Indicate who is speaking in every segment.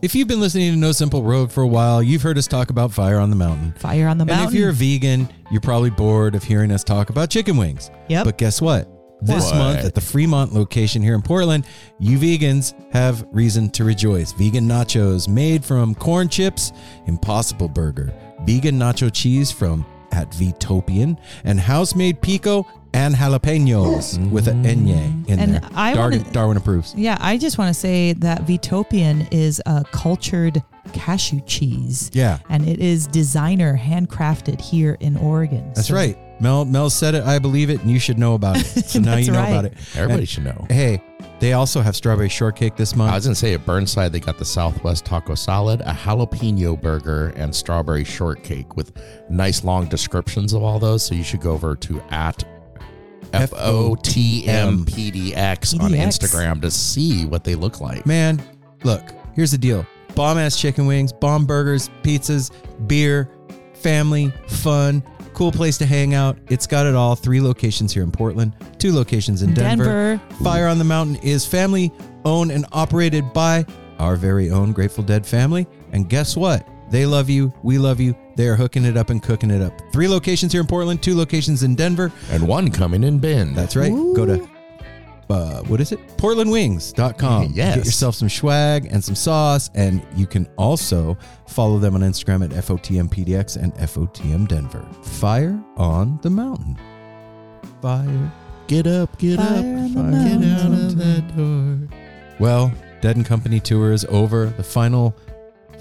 Speaker 1: If you've been listening to No Simple Road for a while, you've heard us talk about Fire on the Mountain.
Speaker 2: Fire on the mountain.
Speaker 1: And if you're a vegan, you're probably bored of hearing us talk about chicken wings.
Speaker 2: Yep.
Speaker 1: But guess what? This
Speaker 3: What?
Speaker 1: month at the Fremont location here in Portland, you vegans have reason to rejoice. Vegan nachos made from corn chips, Impossible Burger, vegan nacho cheese from at Vitopian, and house made pico and jalapenos with an enye
Speaker 2: Mm-hmm.
Speaker 1: in
Speaker 2: And
Speaker 1: there.
Speaker 2: I
Speaker 1: Dar-
Speaker 2: wanna-
Speaker 1: Darwin approves.
Speaker 2: yeah, I just want to say that Vitopian is a cultured cashew cheese.
Speaker 1: Yeah.
Speaker 2: And it is designer handcrafted here in Oregon.
Speaker 1: That's
Speaker 2: So-
Speaker 1: right. Mel Mel said it, I believe it, and you should know about it. So now
Speaker 2: That's
Speaker 1: you know
Speaker 2: right.
Speaker 1: about it.
Speaker 3: Everybody
Speaker 1: And,
Speaker 3: should know.
Speaker 1: Hey, they also have strawberry shortcake this month.
Speaker 3: I was gonna say at Burnside they got the Southwest Taco Salad, a jalapeno burger, and strawberry shortcake with nice long descriptions of all those. So you should go over to at F O T M P D X on
Speaker 2: PDX.
Speaker 3: Instagram to see what they look like.
Speaker 1: Man, look, here's the deal. Bomb ass chicken wings, bomb burgers, pizzas, beer, family, fun, cool place to hang out. It's got it all. Three locations here in Portland, two locations in Denver.
Speaker 2: Denver.
Speaker 1: Fire on the Mountain is family owned and operated by our very own Grateful Dead family. And guess what? They love you. We love you. They are hooking it up and cooking it up. Three locations here in Portland, two locations in Denver.
Speaker 3: And one coming in bin.
Speaker 1: That's right. Go to uh, what is it? PortlandWings.com.
Speaker 3: Yes.
Speaker 1: Get yourself some swag and some sauce. And you can also follow them on Instagram at FOTMPDX and FOTM Denver. Fire on the mountain. Fire.
Speaker 3: Get up, get
Speaker 2: Fire
Speaker 3: up,
Speaker 2: on the
Speaker 3: get out of
Speaker 2: mountain.
Speaker 3: that door.
Speaker 1: Well, Dead and Company tour is over. The final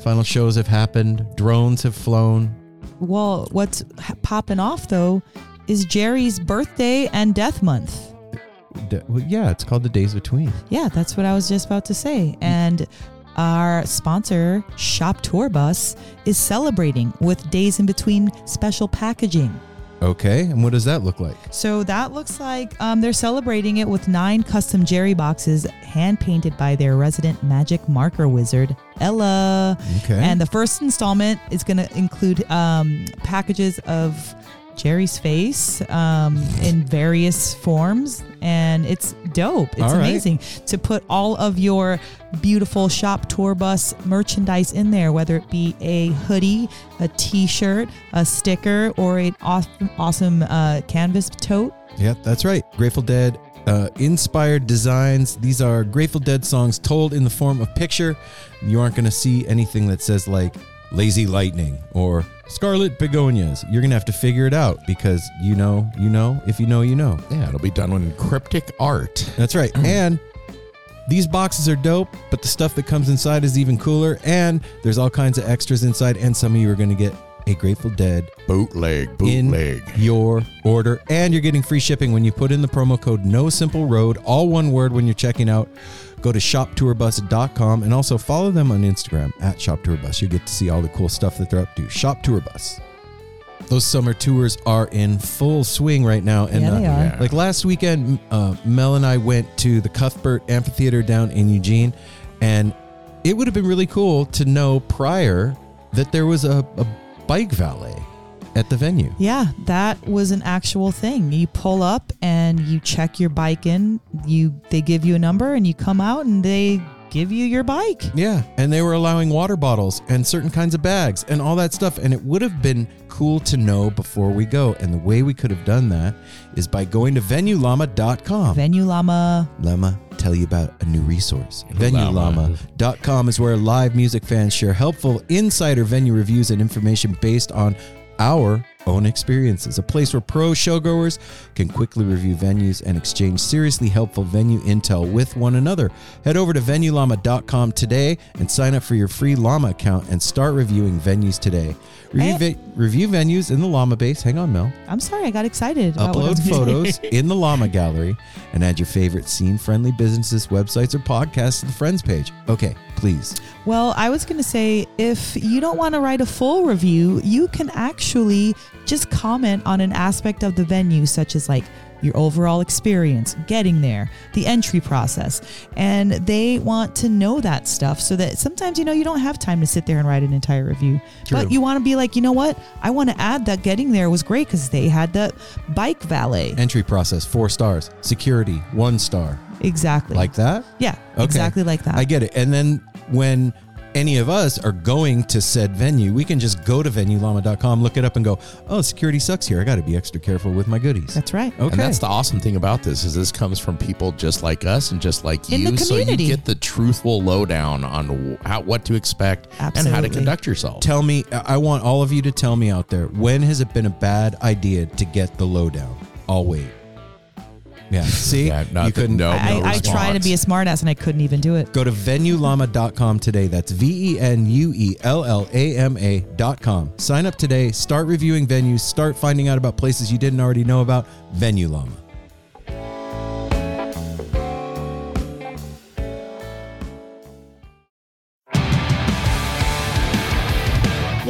Speaker 1: final shows have happened. Drones have flown.
Speaker 2: Well, what's ha- popping off though is Jerry's birthday and death month.
Speaker 1: D- well, yeah, it's called The Days Between.
Speaker 2: Yeah, that's what I was just about to say.
Speaker 1: Mm.
Speaker 2: And our sponsor, Shop Tour Bus, is celebrating with days in between special packaging.
Speaker 1: Okay. And what does that look like?
Speaker 2: So that looks like um, they're celebrating it with nine custom Jerry boxes hand painted by their resident magic marker wizard, Ella.
Speaker 1: Okay.
Speaker 2: And the first installment is going to include um, packages of Jerry's face um, in various forms. And it's dope. It's
Speaker 1: All right.
Speaker 2: amazing to put all of your beautiful shop tour bus merchandise in there, whether it be a hoodie, a t shirt, a sticker, or an awesome, awesome uh, canvas tote.
Speaker 1: Yep, that's right. Grateful Dead uh, inspired designs. These are Grateful Dead songs told in the form of picture. You aren't going to see anything that says like lazy lightning or scarlet begonias. You're going to have to figure it out because you know, you know, if you know, you know.
Speaker 3: Yeah, it'll be done in cryptic art.
Speaker 1: That's right. and these boxes are dope, but the stuff that comes inside is even cooler. And there's all kinds of extras inside. And some of you are going to get a Grateful Dead
Speaker 3: Bootleg,
Speaker 1: in
Speaker 3: bootleg.
Speaker 1: your order and you're getting free shipping when you put in the promo code no simple road all one word when you're checking out go to shoptourbus.com and also follow them on instagram at shoptourbus you get to see all the cool stuff that they're up to shop tour bus those summer tours are in full swing right now and uh,
Speaker 2: Yeah, they are.
Speaker 3: Yeah.
Speaker 1: like last weekend uh, mel and i went to the cuthbert amphitheater down in eugene and it would have been really cool to know prior that there was a, a bike valet at the venue
Speaker 2: Yeah, that was an actual thing. You pull up and you check your bike in. You they give you a number and you come out and they give you your bike.
Speaker 1: Yeah, and they were allowing water bottles and certain kinds of bags and all that stuff. And it would have been cool to know before we go. And the way we could have done that is by going to venuelama.com.
Speaker 2: Venue Llama.
Speaker 1: Llama tell you about a new resource.
Speaker 3: Llama.
Speaker 1: VenueLlama.com is where live music fans share helpful insider venue reviews and information based on our own experiences. A place where pro showgoers can quickly review venues and exchange seriously helpful venue intel with one another. Head over to VenueLlama.com today and sign up for your free Llama account and start reviewing venues today. Review,
Speaker 2: Hey.
Speaker 1: ve- review venues in the Llama base. Hang on, Mel
Speaker 2: I'm sorry, I got excited. About what I was
Speaker 1: upload
Speaker 2: gonna
Speaker 1: photos in the llama gallery and add your favorite scene friendly businesses websites or podcasts to the friends page okay please
Speaker 2: say. Well, I was going to say if you don't want to write a full review, you can actually just comment on an aspect of the venue, such as like your overall experience, getting there, the entry process. And they want to know that stuff so that sometimes, you know, you don't have time to sit there and write an entire review.
Speaker 3: True.
Speaker 2: But you want to be like, you know what? I want to add that getting there was great because they had the bike valet.
Speaker 1: Entry process, four stars. Security, one star.
Speaker 2: Exactly.
Speaker 1: Like that?
Speaker 2: yeah,
Speaker 1: Okay.
Speaker 2: exactly like that.
Speaker 1: I get it. And then when any of us are going to said venue, we can just go to venuelama.com, look it up, and go, oh, security sucks here. I got to be extra careful with my goodies.
Speaker 2: That's right.
Speaker 1: okay.
Speaker 3: And that's the awesome thing about this is this comes from people just like us and just like
Speaker 2: In
Speaker 3: you,
Speaker 2: the
Speaker 3: so you
Speaker 2: community.
Speaker 3: get the truthful lowdown on wh- how what to expect and how to
Speaker 2: Absolutely.
Speaker 3: conduct yourself.
Speaker 1: tell me, I I want all of you to tell me out there, when has it been a bad idea to get the lowdown? I'll wait. Yeah. See,
Speaker 3: Yeah, not
Speaker 1: you
Speaker 3: that-
Speaker 1: couldn't.
Speaker 3: no,
Speaker 2: I,
Speaker 3: no
Speaker 2: I try to
Speaker 3: response.
Speaker 2: be a smartass and I couldn't even do it.
Speaker 1: Go to venuelama.com today. That's V E N U E L L A M A.com. Sign up today, start reviewing venues, start finding out about places you didn't already know about. Venue Llama.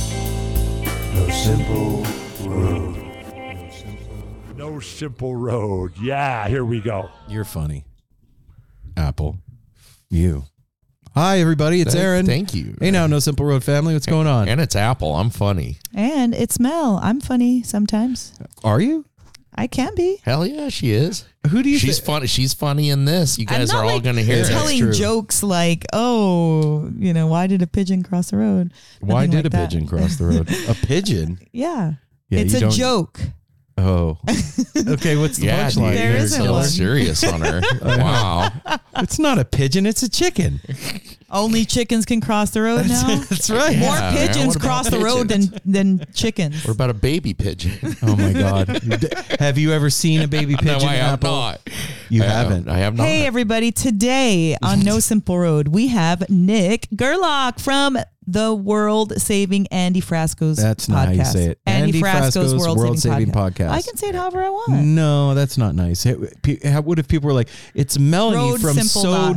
Speaker 4: No simple road. No simple road. Yeah, here we go.
Speaker 1: You're funny. Apple. You. Hi, everybody. It's
Speaker 3: Thank-
Speaker 1: Aaron.
Speaker 3: thank you.
Speaker 1: Hey, now, No Simple Road family. What's going on?
Speaker 3: And it's Apple. I'm funny.
Speaker 2: And it's Mel. I'm funny sometimes.
Speaker 1: Are you?
Speaker 2: I can be.
Speaker 3: Hell yeah, she is.
Speaker 1: Who do you
Speaker 3: She's
Speaker 1: thi-
Speaker 3: funny. She's funny in this. You guys
Speaker 2: I'm
Speaker 3: are
Speaker 2: not
Speaker 3: all
Speaker 2: like
Speaker 3: going to hear
Speaker 1: It's
Speaker 3: it.
Speaker 1: hell-
Speaker 2: telling
Speaker 1: true.
Speaker 2: jokes like, "Oh, you know, why did a pigeon cross the road?"
Speaker 1: Why
Speaker 2: Nothing
Speaker 1: did
Speaker 2: like
Speaker 1: a
Speaker 2: that.
Speaker 1: pigeon cross the road? a pigeon?
Speaker 2: Yeah,
Speaker 1: Yeah,
Speaker 2: it's
Speaker 1: you
Speaker 2: a
Speaker 1: don't-
Speaker 2: joke.
Speaker 1: Oh. Okay, what's the
Speaker 3: Yeah, dude,
Speaker 1: punchline?
Speaker 2: There
Speaker 3: you're
Speaker 2: isn't
Speaker 3: so
Speaker 2: one.
Speaker 3: serious on her. wow.
Speaker 1: It's not a pigeon, it's a chicken.
Speaker 2: Only chickens can cross the road now.
Speaker 1: That's right.
Speaker 2: More
Speaker 3: Yeah, man,
Speaker 2: pigeons
Speaker 3: what about
Speaker 2: cross the road than than chickens.
Speaker 3: What about a baby pigeon?
Speaker 1: Oh my god. You d- Have you ever seen a baby pigeon?
Speaker 3: no, I have
Speaker 1: Apple?
Speaker 3: not.
Speaker 1: You
Speaker 3: I
Speaker 1: haven't.
Speaker 3: I have not. Uh,
Speaker 2: Hey everybody! Today on No Simple Road, we have Nick Gerlach from the World Saving Andy Frasco's.
Speaker 1: That's
Speaker 2: podcast.
Speaker 1: not how you say it.
Speaker 2: Andy,
Speaker 1: Andy
Speaker 2: Frasco's,
Speaker 1: Frasco's
Speaker 2: World,
Speaker 1: World
Speaker 2: Saving,
Speaker 1: Saving Podcast.
Speaker 2: I can say it however I want.
Speaker 1: No, that's not nice. It- pe- how- what if people were like, "It's Melanie
Speaker 2: Road
Speaker 1: from
Speaker 2: simple
Speaker 1: So
Speaker 2: dot."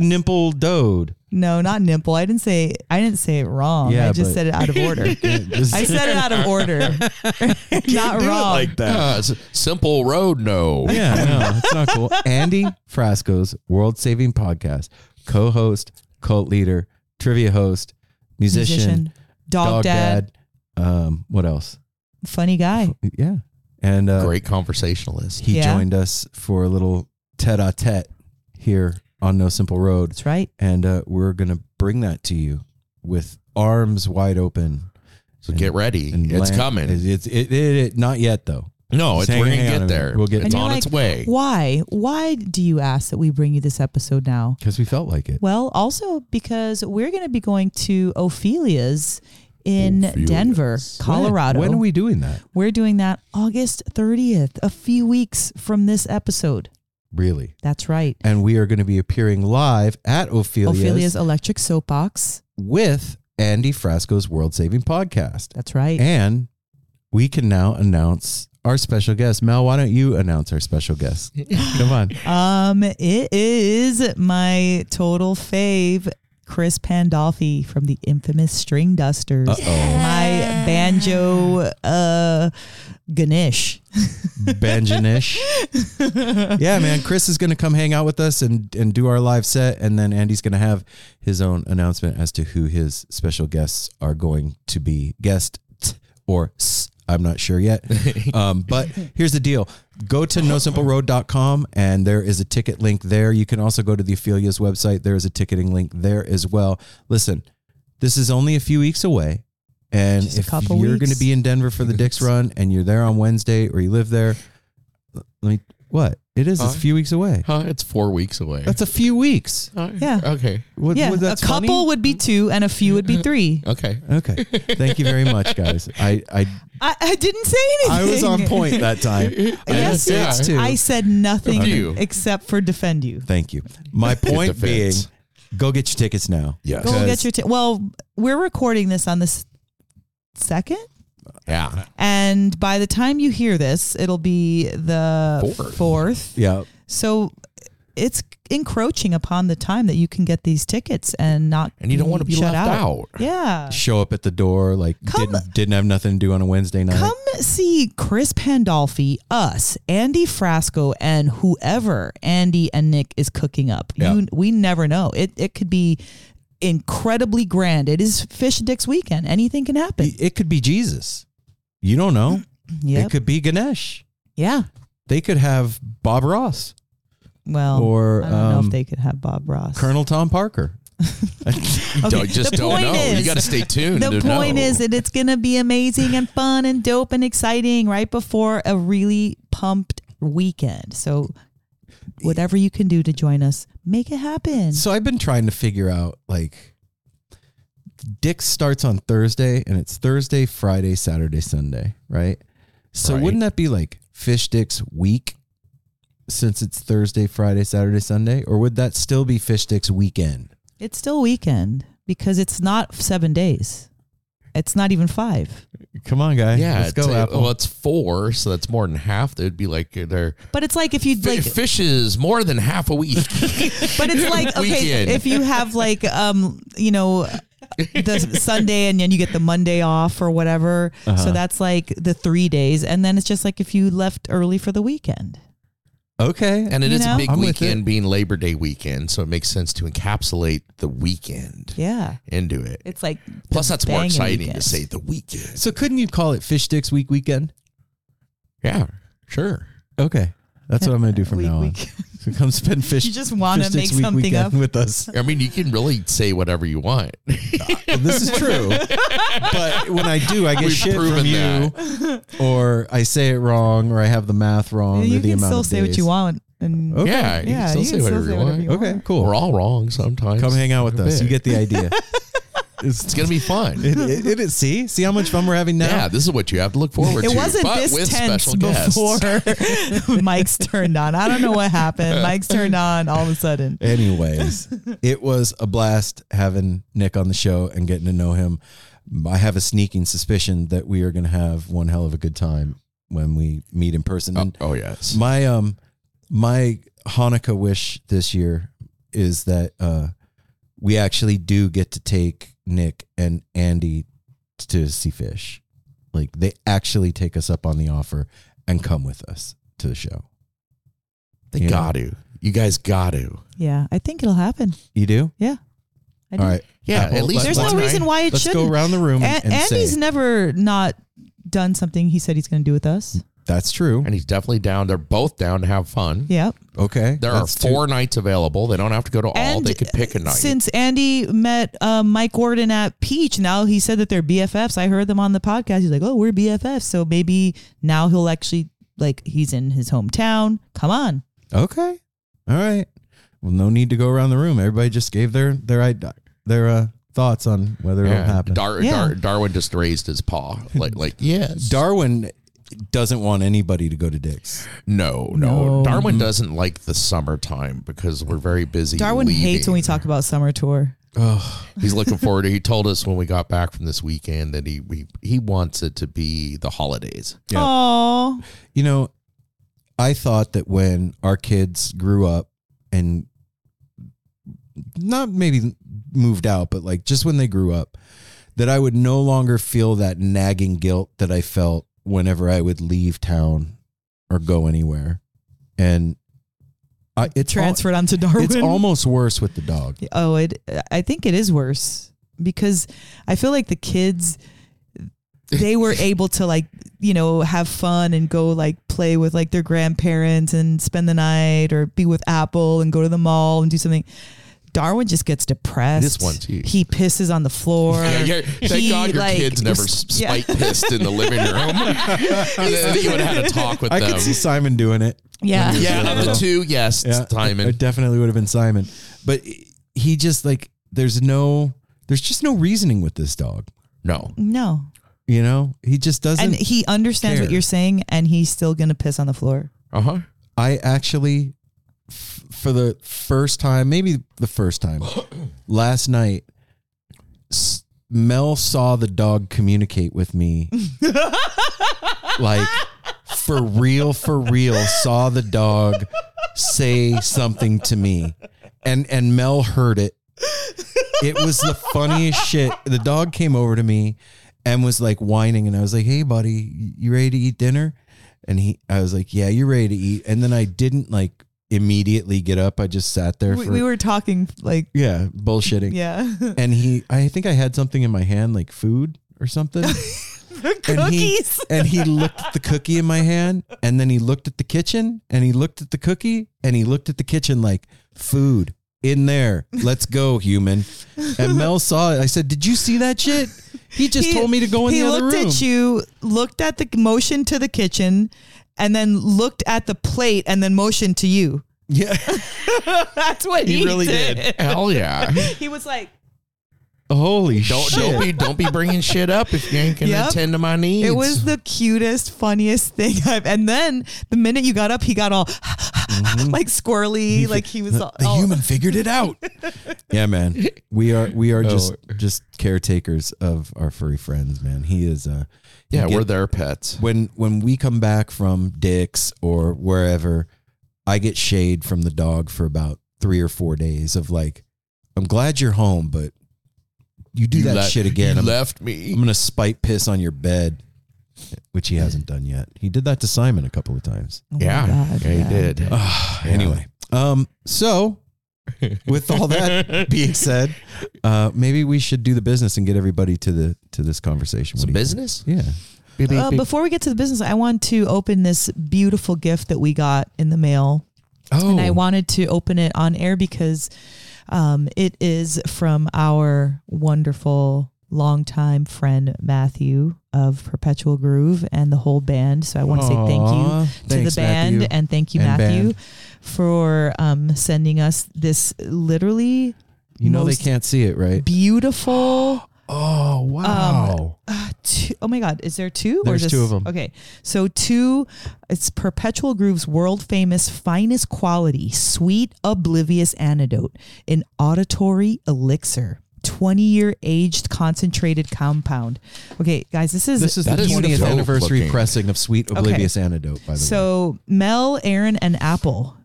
Speaker 1: Nimple Dode"?
Speaker 2: No, not nipple. I didn't say I didn't say it wrong.
Speaker 1: Yeah,
Speaker 2: I just
Speaker 1: but-
Speaker 2: said it out of order.
Speaker 1: Just-
Speaker 2: I said it out of order. not
Speaker 1: do it
Speaker 2: wrong.
Speaker 1: like that.
Speaker 3: Uh, s- simple road, no.
Speaker 1: Yeah, no, it's not cool. Andy Frasco's World Saving Podcast, co host, cult leader, trivia host, musician,
Speaker 2: Musician, dog, dad,
Speaker 1: Um, what else?
Speaker 2: funny guy.
Speaker 1: Yeah. And uh,
Speaker 3: Great conversationalist.
Speaker 1: he
Speaker 2: Yeah.
Speaker 1: joined us for a little tete a tete here on No Simple Road.
Speaker 2: That's right.
Speaker 1: And uh, we're going to bring that to you with arms wide open.
Speaker 3: So get ready.
Speaker 1: And
Speaker 3: It's
Speaker 1: land-
Speaker 3: coming.
Speaker 1: It's, it's- it, it, it, not yet, though.
Speaker 3: no, it's,
Speaker 1: Hang-
Speaker 3: we're going
Speaker 1: hang
Speaker 3: to
Speaker 1: on
Speaker 3: get
Speaker 1: a minute.
Speaker 3: there.
Speaker 1: We'll get
Speaker 3: it's
Speaker 1: there.
Speaker 2: you're
Speaker 3: on
Speaker 2: like,
Speaker 3: its way.
Speaker 2: Why? Why do you ask that we bring you this episode now?
Speaker 1: Because we felt like it.
Speaker 2: Well, also because we're going to be going to Ophelia's in
Speaker 3: Ophelia's.
Speaker 2: Denver, Colorado.
Speaker 1: When, when are we doing that?
Speaker 2: We're doing that August 30th, a few weeks from this episode.
Speaker 1: Really?
Speaker 2: That's right.
Speaker 1: and we are going to be appearing live at Ophelia's,
Speaker 2: Ophelia's Electric Soapbox.
Speaker 1: with Andy Frasco's World Saving Podcast.
Speaker 2: That's right.
Speaker 1: And we can now announce our special guest. Mel, why don't you announce our special guest? Come on.
Speaker 2: Um, it is my total fave, Chris Pandolfi from the infamous String Dusters. My banjo, uh, Ganesh.
Speaker 1: Banjanish. yeah, man. Chris is going to come hang out with us and, and do our live set. And then Andy's going to have his own announcement as to who his special guests are going to be guest or s I'm not sure yet. Um, but here's the deal go to nosimpleroad.com and there is a ticket link there. You can also go to the Ophelia's website. There is a ticketing link there as well. Listen, this is only a few weeks away. And
Speaker 2: Just a
Speaker 1: if
Speaker 2: couple
Speaker 1: you're
Speaker 2: weeks.
Speaker 1: going to be in Denver for the Dicks Run and you're there on Wednesday or you live there, let me, what? It is. It's a
Speaker 3: Huh?
Speaker 1: few weeks away.
Speaker 3: Huh? It's four weeks away.
Speaker 1: That's a few weeks.
Speaker 3: Huh?
Speaker 2: Yeah.
Speaker 3: Okay.
Speaker 1: What,
Speaker 2: yeah,
Speaker 1: what-
Speaker 2: a
Speaker 1: that's
Speaker 2: couple
Speaker 1: funny?
Speaker 2: would be two, and a few would be three.
Speaker 3: Okay.
Speaker 1: Okay. Thank you very much, guys. I I,
Speaker 2: I, I didn't say anything.
Speaker 1: I was on point that time.
Speaker 2: Yes,
Speaker 1: Yeah. it's two.
Speaker 2: I said nothing
Speaker 3: Defend you.
Speaker 2: except for defend you.
Speaker 1: Thank you. My point being,
Speaker 3: defense.
Speaker 1: go get your tickets now.
Speaker 3: Yes.
Speaker 2: Go
Speaker 1: Because-
Speaker 2: get your. T- well, we're recording this on the s- second,
Speaker 3: Yeah.
Speaker 2: and by the time you hear this, it'll be the
Speaker 3: Fourth.
Speaker 2: fourth.
Speaker 1: Yeah.
Speaker 2: So it's encroaching upon the time that you can get these tickets and not
Speaker 3: And you don't want to be
Speaker 2: shut
Speaker 3: left out.
Speaker 2: Yeah.
Speaker 1: Show up at the door like
Speaker 2: Come-
Speaker 1: didn't didn't have nothing to do on a Wednesday night.
Speaker 2: Come see Chris Pandolfi, us, Andy Frasco, and whoever Andy and Nick is cooking up. You, we never know. It it could be incredibly grand. It is Fish and Dicks weekend. Anything can happen.
Speaker 1: It it could be Jesus. You don't know.
Speaker 2: Yep.
Speaker 1: It could be Ganesh.
Speaker 2: yeah.
Speaker 1: They could have Bob Ross,
Speaker 2: Well,
Speaker 1: Or,
Speaker 2: I don't know
Speaker 1: um,
Speaker 2: if they could have Bob Ross.
Speaker 1: Colonel Tom Parker.
Speaker 2: Okay,
Speaker 3: Doug, just
Speaker 2: the
Speaker 3: don't
Speaker 2: point
Speaker 3: know. you
Speaker 2: is-
Speaker 3: got to stay tuned.
Speaker 2: the
Speaker 3: to
Speaker 2: point
Speaker 3: know.
Speaker 2: is that it's going to be amazing and fun and dope and exciting right before a really pumped weekend. So whatever you can do to join us, make it happen.
Speaker 1: So I've been trying to figure out like Dick's starts on Thursday and it's Thursday, Friday, Saturday, Sunday, right? So
Speaker 3: Right.
Speaker 1: wouldn't that be like Fish Dick's week since it's Thursday, Friday, Saturday, Sunday? Or would that still be Fish Dick's weekend?
Speaker 2: It's still weekend because it's not seven days. It's not even five,
Speaker 1: Come on, guy.
Speaker 3: Yeah,
Speaker 1: Let's
Speaker 3: it's,
Speaker 1: go,
Speaker 3: uh,
Speaker 1: Apple.
Speaker 3: Well, it's four, so that's more than half. It'd be like uh, they're
Speaker 2: but it's like if you
Speaker 3: fi-
Speaker 2: like,
Speaker 3: fishes more than half a week.
Speaker 2: but it's like okay,
Speaker 3: Weekend.
Speaker 2: if you have like um, you know, the Sunday and then you get the Monday off or whatever.
Speaker 3: Uh-huh.
Speaker 2: So that's like the three days, and then it's just like if you left early for the weekend.
Speaker 1: okay.
Speaker 3: and it
Speaker 2: You
Speaker 3: is
Speaker 2: know?
Speaker 3: a big
Speaker 1: I'm with
Speaker 3: weekend, being Labor Day weekend, so it makes sense to encapsulate the weekend
Speaker 2: Yeah,
Speaker 3: into it.
Speaker 2: it's like
Speaker 3: Plus,
Speaker 2: the
Speaker 3: that's more
Speaker 2: banging
Speaker 3: exciting to
Speaker 2: weekend.
Speaker 3: say the weekend.
Speaker 1: so couldn't you call it Fish Dick's week weekend?
Speaker 3: Yeah, sure.
Speaker 1: Okay. That's what I'm going to do from
Speaker 2: Week-
Speaker 1: now on.
Speaker 2: week.
Speaker 1: So come spend Fish
Speaker 2: You just wanna
Speaker 1: Fish Dick's
Speaker 2: make
Speaker 1: week
Speaker 2: something
Speaker 1: weekend
Speaker 2: up.
Speaker 1: with us.
Speaker 3: I mean, you can really say whatever you want.
Speaker 1: this is true. but when I do, I get
Speaker 3: We've
Speaker 1: shit from
Speaker 3: proven
Speaker 1: you, or I say it wrong, or I have the math wrong,
Speaker 2: you
Speaker 1: or the
Speaker 2: can
Speaker 1: amount
Speaker 2: still
Speaker 1: of
Speaker 2: say what you
Speaker 1: days. Oh,
Speaker 2: want, and
Speaker 1: Okay.
Speaker 3: Yeah, you
Speaker 2: yeah,
Speaker 3: can still
Speaker 2: you
Speaker 3: say
Speaker 2: can
Speaker 3: whatever
Speaker 2: still say
Speaker 3: you
Speaker 2: whatever
Speaker 3: want.
Speaker 2: you
Speaker 1: Okay,
Speaker 2: want.
Speaker 1: cool.
Speaker 3: We're all wrong sometimes.
Speaker 1: Come hang out with us. You get the idea.
Speaker 3: It's gonna be fun.
Speaker 1: it, it, it is. See, see how much fun we're having now.
Speaker 3: yeah, this is what you have to look forward
Speaker 2: It
Speaker 3: to.
Speaker 2: wasn't
Speaker 3: but
Speaker 2: this
Speaker 3: with
Speaker 2: tense
Speaker 3: special guests.
Speaker 2: before Mike's turned on. I don't know what happened. Mike's turned on all of a sudden.
Speaker 1: Anyways, it was a blast having Nick on the show and getting to know him. I have a sneaking suspicion that we are going to have one hell of a good time when we meet in person.
Speaker 3: Oh,
Speaker 1: And
Speaker 3: oh yes.
Speaker 1: My um my Hanukkah wish this year is that uh we actually do get to take Nick and Andy to see fish. Like they actually take us up on the offer and come with us to the show.
Speaker 3: They
Speaker 1: Yeah.
Speaker 3: got to. You guys got to.
Speaker 2: Yeah, I think it'll happen.
Speaker 1: You do?
Speaker 2: Yeah. I do.
Speaker 1: All right.
Speaker 3: Yeah,
Speaker 1: Apple,
Speaker 3: at least
Speaker 2: There's
Speaker 1: let's-
Speaker 2: no
Speaker 3: one
Speaker 2: reason
Speaker 3: night.
Speaker 2: why it
Speaker 1: Let's
Speaker 2: shouldn't.
Speaker 1: go around the room
Speaker 2: A-
Speaker 1: and,
Speaker 2: Andy's
Speaker 1: say
Speaker 2: never not done something he said he's going to do with us.
Speaker 1: that's true.
Speaker 3: And he's definitely down. They're both down to have fun.
Speaker 2: Yep.
Speaker 1: Okay.
Speaker 3: There
Speaker 1: that's
Speaker 3: are
Speaker 1: two-
Speaker 3: four nights available. They don't have to go to all.
Speaker 2: and
Speaker 3: they could pick a night.
Speaker 2: Since Andy met um, Mike Gordon at Peach, now he said that they're BFFs. I heard them on the podcast. He's like, "Oh, we're BFFs." So maybe now he'll actually like he's in his hometown. Come on.
Speaker 1: Okay. All right. Well, no need to go around the room. Everybody just gave their their id- their uh, thoughts on whether it'll
Speaker 3: yeah.
Speaker 1: happen.
Speaker 3: Dar-
Speaker 2: Yeah.
Speaker 3: Dar- Darwin just raised his paw. Like, like yes.
Speaker 1: Darwin doesn't want anybody to go to Dick's.
Speaker 3: no, no,
Speaker 2: No.
Speaker 3: Darwin doesn't like the summertime because we're very busy.
Speaker 2: Darwin hates when we
Speaker 3: leaving.
Speaker 2: talk about summer tour.
Speaker 3: He's looking forward to. He told us when we got back from this weekend that he he, he wants it to be the holidays.
Speaker 1: Yeah.
Speaker 2: Oh,
Speaker 1: You know, I thought that when our kids grew up and not maybe moved out, but like just when they grew up, that I would no longer feel that nagging guilt that I felt whenever I would leave town or go anywhere. And I, it's al-
Speaker 2: transferred onto Darwin.
Speaker 1: it's almost worse with the dog.
Speaker 2: Oh, it. I think it is worse because I feel like the kids they were able to like you know have fun and go like play with like their grandparents and spend the night or be with Apple and go to the mall and do something. Darwin just gets depressed.
Speaker 3: This one, too.
Speaker 2: He pisses on the floor.
Speaker 3: Yeah, yeah. Thank
Speaker 2: He,
Speaker 3: God your
Speaker 2: like,
Speaker 3: kids never
Speaker 2: was-
Speaker 3: s-
Speaker 2: yeah.
Speaker 3: spike pissed in the living room. and then you would have had a talk with
Speaker 1: I
Speaker 3: them.
Speaker 1: could see Simon doing it.
Speaker 2: Yeah.
Speaker 3: yeah, of the two, yes,
Speaker 1: Yeah,
Speaker 3: Simon.
Speaker 1: It definitely would have been Simon. But he just like there's no there's just no reasoning with this dog.
Speaker 3: No.
Speaker 2: No.
Speaker 1: You know, he just doesn't.
Speaker 2: And he understands what
Speaker 1: care.
Speaker 2: you're saying and he's still going to piss on the floor.
Speaker 3: Uh huh.
Speaker 1: I actually, f- for the first time, maybe the first time, last night, s- Mel saw the dog communicate with me. like, for real, for real, saw the dog say something to me, and and Mel heard it. It was the funniest shit. The dog came over to me and was like whining, and I was like, "Hey, buddy, you ready to eat dinner?" And he, I was like, "Yeah, you're ready to eat." And then I didn't like immediately get up. I just sat there
Speaker 2: We,
Speaker 1: for
Speaker 2: we were talking like,
Speaker 1: yeah, bullshitting.
Speaker 2: yeah.
Speaker 1: And he, I think I had something in my hand, like food or something. And he,
Speaker 2: Cookies.
Speaker 1: and he looked at the cookie in my hand, and then he looked at the kitchen, and he looked at the cookie, and he looked at the kitchen like food in there. Let's go, human. And Mel saw it. I said, "Did you see that shit?" He just told me to go in
Speaker 2: he
Speaker 1: the other room.
Speaker 2: looked at you, looked at the motion to the kitchen, and then looked at the plate and then motioned to you.
Speaker 1: Yeah.
Speaker 2: That's what he,
Speaker 3: He really did. Hell yeah.
Speaker 2: He was like,
Speaker 1: Holy
Speaker 3: Don't
Speaker 1: shit.
Speaker 3: don't be don't be bringing shit up if you ain't gonna
Speaker 2: Yep.
Speaker 3: attend to my needs.
Speaker 2: it was the cutest, funniest thing I've. And then the minute you got up, he got all like squirrely, like he was
Speaker 1: Mm-hmm. the,
Speaker 2: all, oh
Speaker 1: the
Speaker 2: all-
Speaker 1: human figured it out. yeah, man. We are we are just just caretakers of our furry friends, man. He is uh he
Speaker 3: yeah,
Speaker 1: get-
Speaker 3: we're their pets.
Speaker 1: when when we come back from Dick's or wherever, I get shade from the dog for about three or four days of like, I'm glad you're home, but you do
Speaker 3: You
Speaker 1: that
Speaker 3: le-
Speaker 1: shit again.
Speaker 3: You
Speaker 1: I'm,
Speaker 3: left me.
Speaker 1: I'm gonna spite piss on your bed. Which he hasn't done yet. He did that to Simon a couple of times.
Speaker 2: Oh my
Speaker 3: yeah,
Speaker 2: God,
Speaker 3: yeah,
Speaker 2: yeah.
Speaker 3: he did.
Speaker 1: Anyway, um, so with all that being said, uh, maybe we should do the business and get everybody to the to this conversation. What
Speaker 3: Some
Speaker 1: do you
Speaker 3: business.
Speaker 1: think? Yeah.
Speaker 2: Uh, before we get to the business, I want to open this beautiful gift that we got in the mail.
Speaker 1: Oh,
Speaker 2: And I wanted to open it on air because um, it is from our wonderful longtime friend Matthew of Perpetual Groove and the whole band. So I want to say thank you
Speaker 1: Aw,
Speaker 2: to
Speaker 1: thanks,
Speaker 2: the band
Speaker 1: Matthew.
Speaker 2: and thank you,
Speaker 1: And
Speaker 2: Matthew,
Speaker 1: band.
Speaker 2: for um, sending us this literally
Speaker 1: You know
Speaker 2: most
Speaker 1: they can't see it, right?
Speaker 2: beautiful.
Speaker 1: Oh
Speaker 3: Um,
Speaker 1: wow!
Speaker 2: Two, oh my God, is there two?
Speaker 1: There's
Speaker 2: just,
Speaker 1: two of 'em.
Speaker 2: Okay, so two. It's Perpetual Groove's world famous, finest quality, sweet, oblivious antidote, an auditory elixir. 20 year aged concentrated compound. Okay, guys, this is
Speaker 1: this is
Speaker 3: That
Speaker 1: the
Speaker 3: is
Speaker 1: 20th
Speaker 3: dope
Speaker 1: anniversary
Speaker 3: looking.
Speaker 1: pressing of Sweet Oblivious Antidote. By the way,
Speaker 2: So Mel, Aaron, and Apple,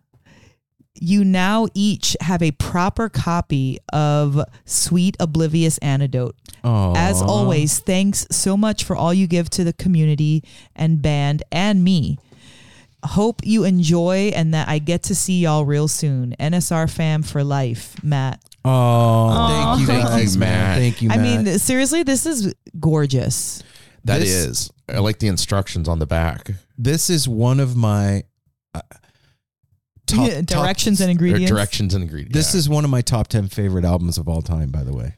Speaker 2: you now each have a proper copy of Sweet Oblivious Antidote.
Speaker 1: Aw.
Speaker 2: As always, thanks so much for all you give to the community and band and me. Hope you enjoy and that I get to see y'all real soon. NSR fam for life, Matt.
Speaker 1: oh, thank you,
Speaker 3: Thank you,
Speaker 1: guys, man.
Speaker 3: Matt.
Speaker 1: Thank you,
Speaker 2: I
Speaker 1: Matt.
Speaker 2: mean, seriously, this is gorgeous.
Speaker 3: That
Speaker 1: This-
Speaker 3: is. I like the instructions on the back.
Speaker 1: this is one of my uh, top,
Speaker 2: Yeah,
Speaker 1: top-
Speaker 2: directions and
Speaker 3: Or
Speaker 2: ingredients.
Speaker 3: directions and ingredients.
Speaker 1: this is one of my top ten favorite albums of all time. By the way,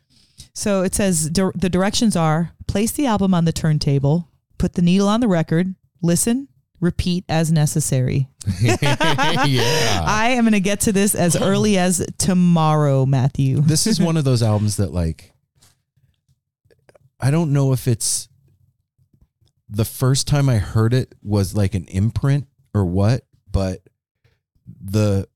Speaker 2: So it says dir- the directions are place the album on the turntable, put the needle on the record, listen, repeat as necessary.
Speaker 3: yeah.
Speaker 2: I am going to get to this as early as tomorrow, Matthew.
Speaker 1: this is one of those albums that like I don't know if it's the first time I heard it was like an imprint or what, but the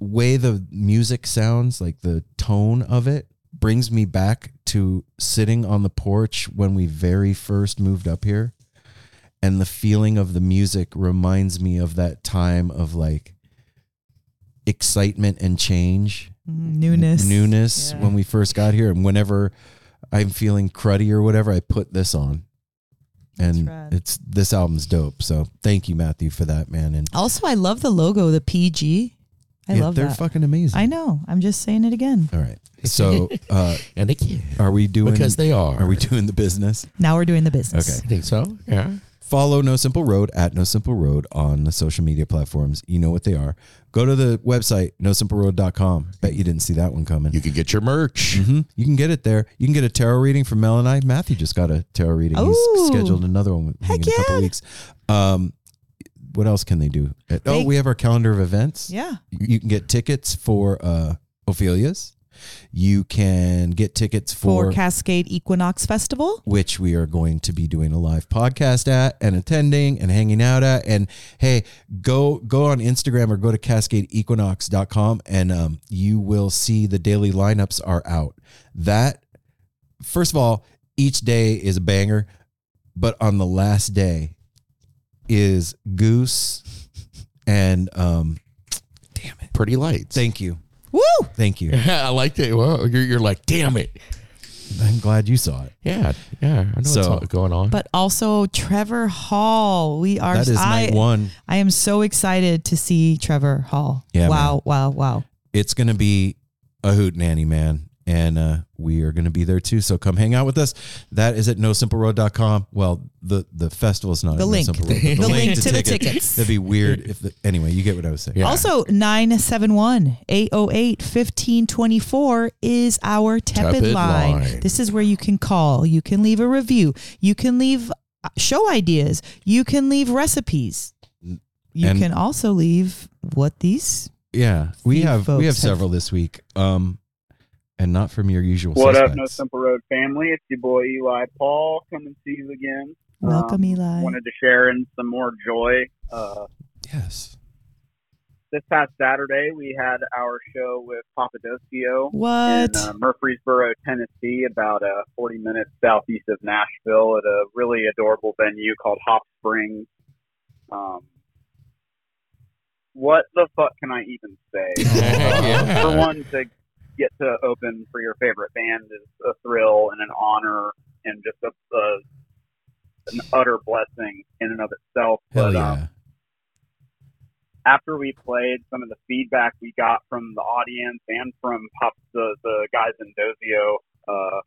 Speaker 1: way the music sounds, like the tone of it, brings me back to sitting on the porch when we very first moved up here. And the feeling of the music reminds me of that time of like excitement and change
Speaker 2: Mm, Newness.
Speaker 1: newness
Speaker 2: Yeah.
Speaker 1: when we first got here and whenever i'm feeling cruddy or whatever i put this on and
Speaker 2: rad.
Speaker 1: it's this album's dope so thank you matthew for that man and
Speaker 2: Also, I love the logo, the PG. I
Speaker 1: Yeah,
Speaker 2: love
Speaker 1: they're
Speaker 2: that.
Speaker 1: fucking amazing.
Speaker 2: I know. I'm just saying it again.
Speaker 1: All right. So, uh,
Speaker 3: And they can.
Speaker 1: are we doing?
Speaker 3: Because they are.
Speaker 1: Are we doing the business?
Speaker 2: Now we're doing the business.
Speaker 1: Okay.
Speaker 3: I think so. Yeah.
Speaker 1: Follow No Simple Road at No Simple Road on the social media platforms. You know what they are. Go to the website, nosimpleroad.com. Bet you didn't see that one coming.
Speaker 3: You can get your merch.
Speaker 1: Mhm. You can get it there. You can get a tarot reading from Mel and I. Matthew just got a tarot reading. He's
Speaker 2: Ooh.
Speaker 1: scheduled another one with me
Speaker 2: Heck
Speaker 1: in a couple
Speaker 2: yeah.
Speaker 1: weeks. Um, what else can they do? Uh, oh,
Speaker 2: They-
Speaker 1: we have our calendar of events.
Speaker 2: Yeah.
Speaker 1: You can get tickets for uh, Ophelia's. You can get tickets
Speaker 2: For
Speaker 1: for,
Speaker 2: Cascade Equinox Festival.
Speaker 1: which we are going to be doing a live podcast at and attending and hanging out at. And hey, go go on Instagram or go to cascadeequinox.com and um, you will see the daily lineups are out. That first of all, each day is a banger, but on the last day is Goose and um,
Speaker 3: Pretty lights.
Speaker 1: thank you.
Speaker 2: Woo!
Speaker 1: Thank you.
Speaker 3: I liked it. Whoa, you're, you're like, damn it.
Speaker 1: I'm glad you saw it.
Speaker 3: Yeah. Yeah. I know what's
Speaker 1: So-
Speaker 3: all going on.
Speaker 2: But also Trevor Hall. We are
Speaker 1: that is
Speaker 2: I,
Speaker 1: night one.
Speaker 2: I am so excited to see Trevor Hall.
Speaker 1: Yeah,
Speaker 2: wow,
Speaker 1: man.
Speaker 2: wow, wow.
Speaker 1: it's going to be a hoot nanny, man. And uh, we are going to be there too. So come hang out with us. That is at nosimpleroad.com. Well, the the festival is not
Speaker 2: The
Speaker 1: at
Speaker 2: link.
Speaker 1: No Simple Road, but
Speaker 2: The link to the tickets.
Speaker 1: That'd be weird if the, anyway, you get what I was saying.
Speaker 3: Yeah.
Speaker 2: Also, 971 808 1524 is our tepid,
Speaker 3: Tepid
Speaker 2: line.
Speaker 3: line.
Speaker 2: This is where you can call, you can leave a review, you can leave uh, show ideas, you can leave recipes. You
Speaker 1: And-
Speaker 2: can also leave what these.
Speaker 1: Yeah. We
Speaker 2: You
Speaker 1: have we
Speaker 2: folks
Speaker 1: have
Speaker 2: have-
Speaker 1: several this week. Um and not from your usual
Speaker 5: What up,
Speaker 1: suspects.
Speaker 5: No Simple Road family? It's your boy Eli Paul coming to you again.
Speaker 2: Welcome,
Speaker 5: Um,
Speaker 2: Eli.
Speaker 5: Wanted to share in some more joy. Uh,
Speaker 1: Yes.
Speaker 5: this past Saturday, we had our show with Papadocio
Speaker 2: What?
Speaker 5: in uh, Murfreesboro, Tennessee, about uh, 40 minutes southeast of Nashville at a really adorable venue called Hop Springs. Um, what the fuck can I even say?
Speaker 3: Yeah.
Speaker 5: for one to get to open for your favorite band is a thrill and an honor and just a, a an utter blessing in and of itself.
Speaker 1: Hell
Speaker 5: but um,
Speaker 1: yeah.
Speaker 5: after we played, some of the feedback we got from the audience and from Pop, the, the guys in Dozio uh,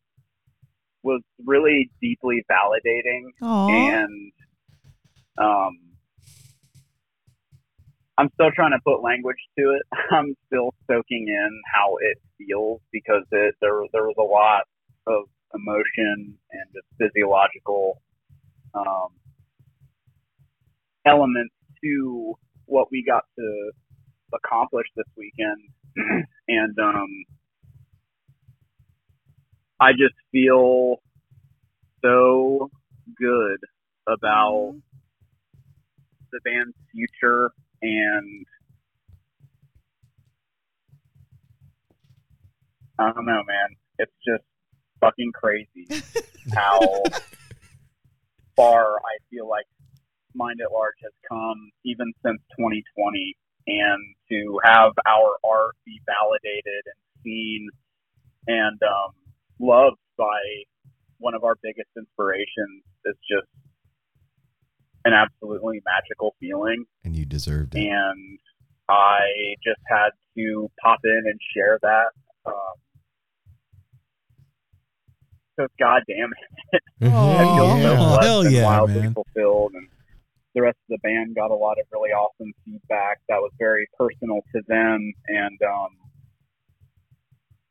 Speaker 5: was really deeply validating
Speaker 2: Aw.
Speaker 5: and um, I'm still trying to put language to it. I'm still soaking in how it feels because it, there there was a lot of emotion and just physiological um, elements to what we got to accomplish this weekend, and um, I just feel so good about the band's future and I don't know, man. It's just fucking crazy how far I feel like Mind at Large has come even since 2020. And to have our art be validated and seen and um, loved by one of our biggest inspirations is just an absolutely magical feeling
Speaker 1: And you deserved it.
Speaker 5: and I just had to pop in and share that um, because goddamn I feel
Speaker 1: Oh,
Speaker 5: so
Speaker 1: yeah.
Speaker 5: blessed
Speaker 1: Hell
Speaker 5: and
Speaker 1: yeah,
Speaker 5: wildly
Speaker 1: man.
Speaker 5: fulfilled. And the rest of the band got a lot of really awesome feedback that was very personal to them. And um,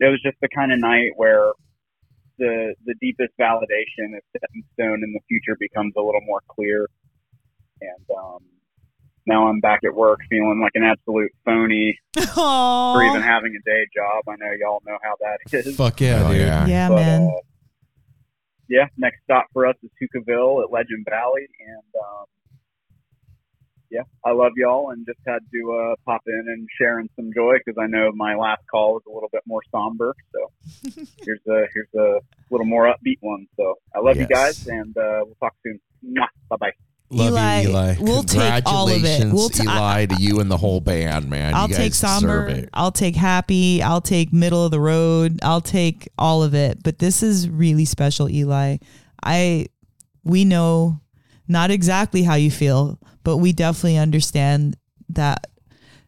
Speaker 5: it was just the kind of night where the the deepest validation is set in stone and the future becomes a little more clear. And um, now I'm back at work feeling like an absolute phony for
Speaker 2: Aw.
Speaker 5: even having a day job. I know y'all know how that is.
Speaker 1: Fuck yeah,
Speaker 3: Oh,
Speaker 1: dude.
Speaker 3: yeah.
Speaker 2: Yeah,
Speaker 5: But,
Speaker 2: man.
Speaker 5: uh, yeah, next stop for us is Hookahville at Legend Valley, and um, yeah, I love y'all, and just had to uh, pop in and share in some joy because I know my last call was a little bit more somber. So here's a here's a little more upbeat one. So I love you
Speaker 3: Yes.
Speaker 5: guys, and uh, we'll talk soon. Bye bye.
Speaker 1: Love
Speaker 2: Eli,
Speaker 1: you, Eli.
Speaker 2: We'll take all of it.
Speaker 3: Congratulations,
Speaker 2: We'll t- I-
Speaker 3: Eli, to you and the whole band, man.
Speaker 2: I'll
Speaker 3: you
Speaker 2: take
Speaker 3: guys deserve
Speaker 2: somber.
Speaker 3: it.
Speaker 2: I'll take happy. I'll take middle of the road. I'll take all of it. But this is really special, Eli. I we know not exactly how you feel, but we definitely understand that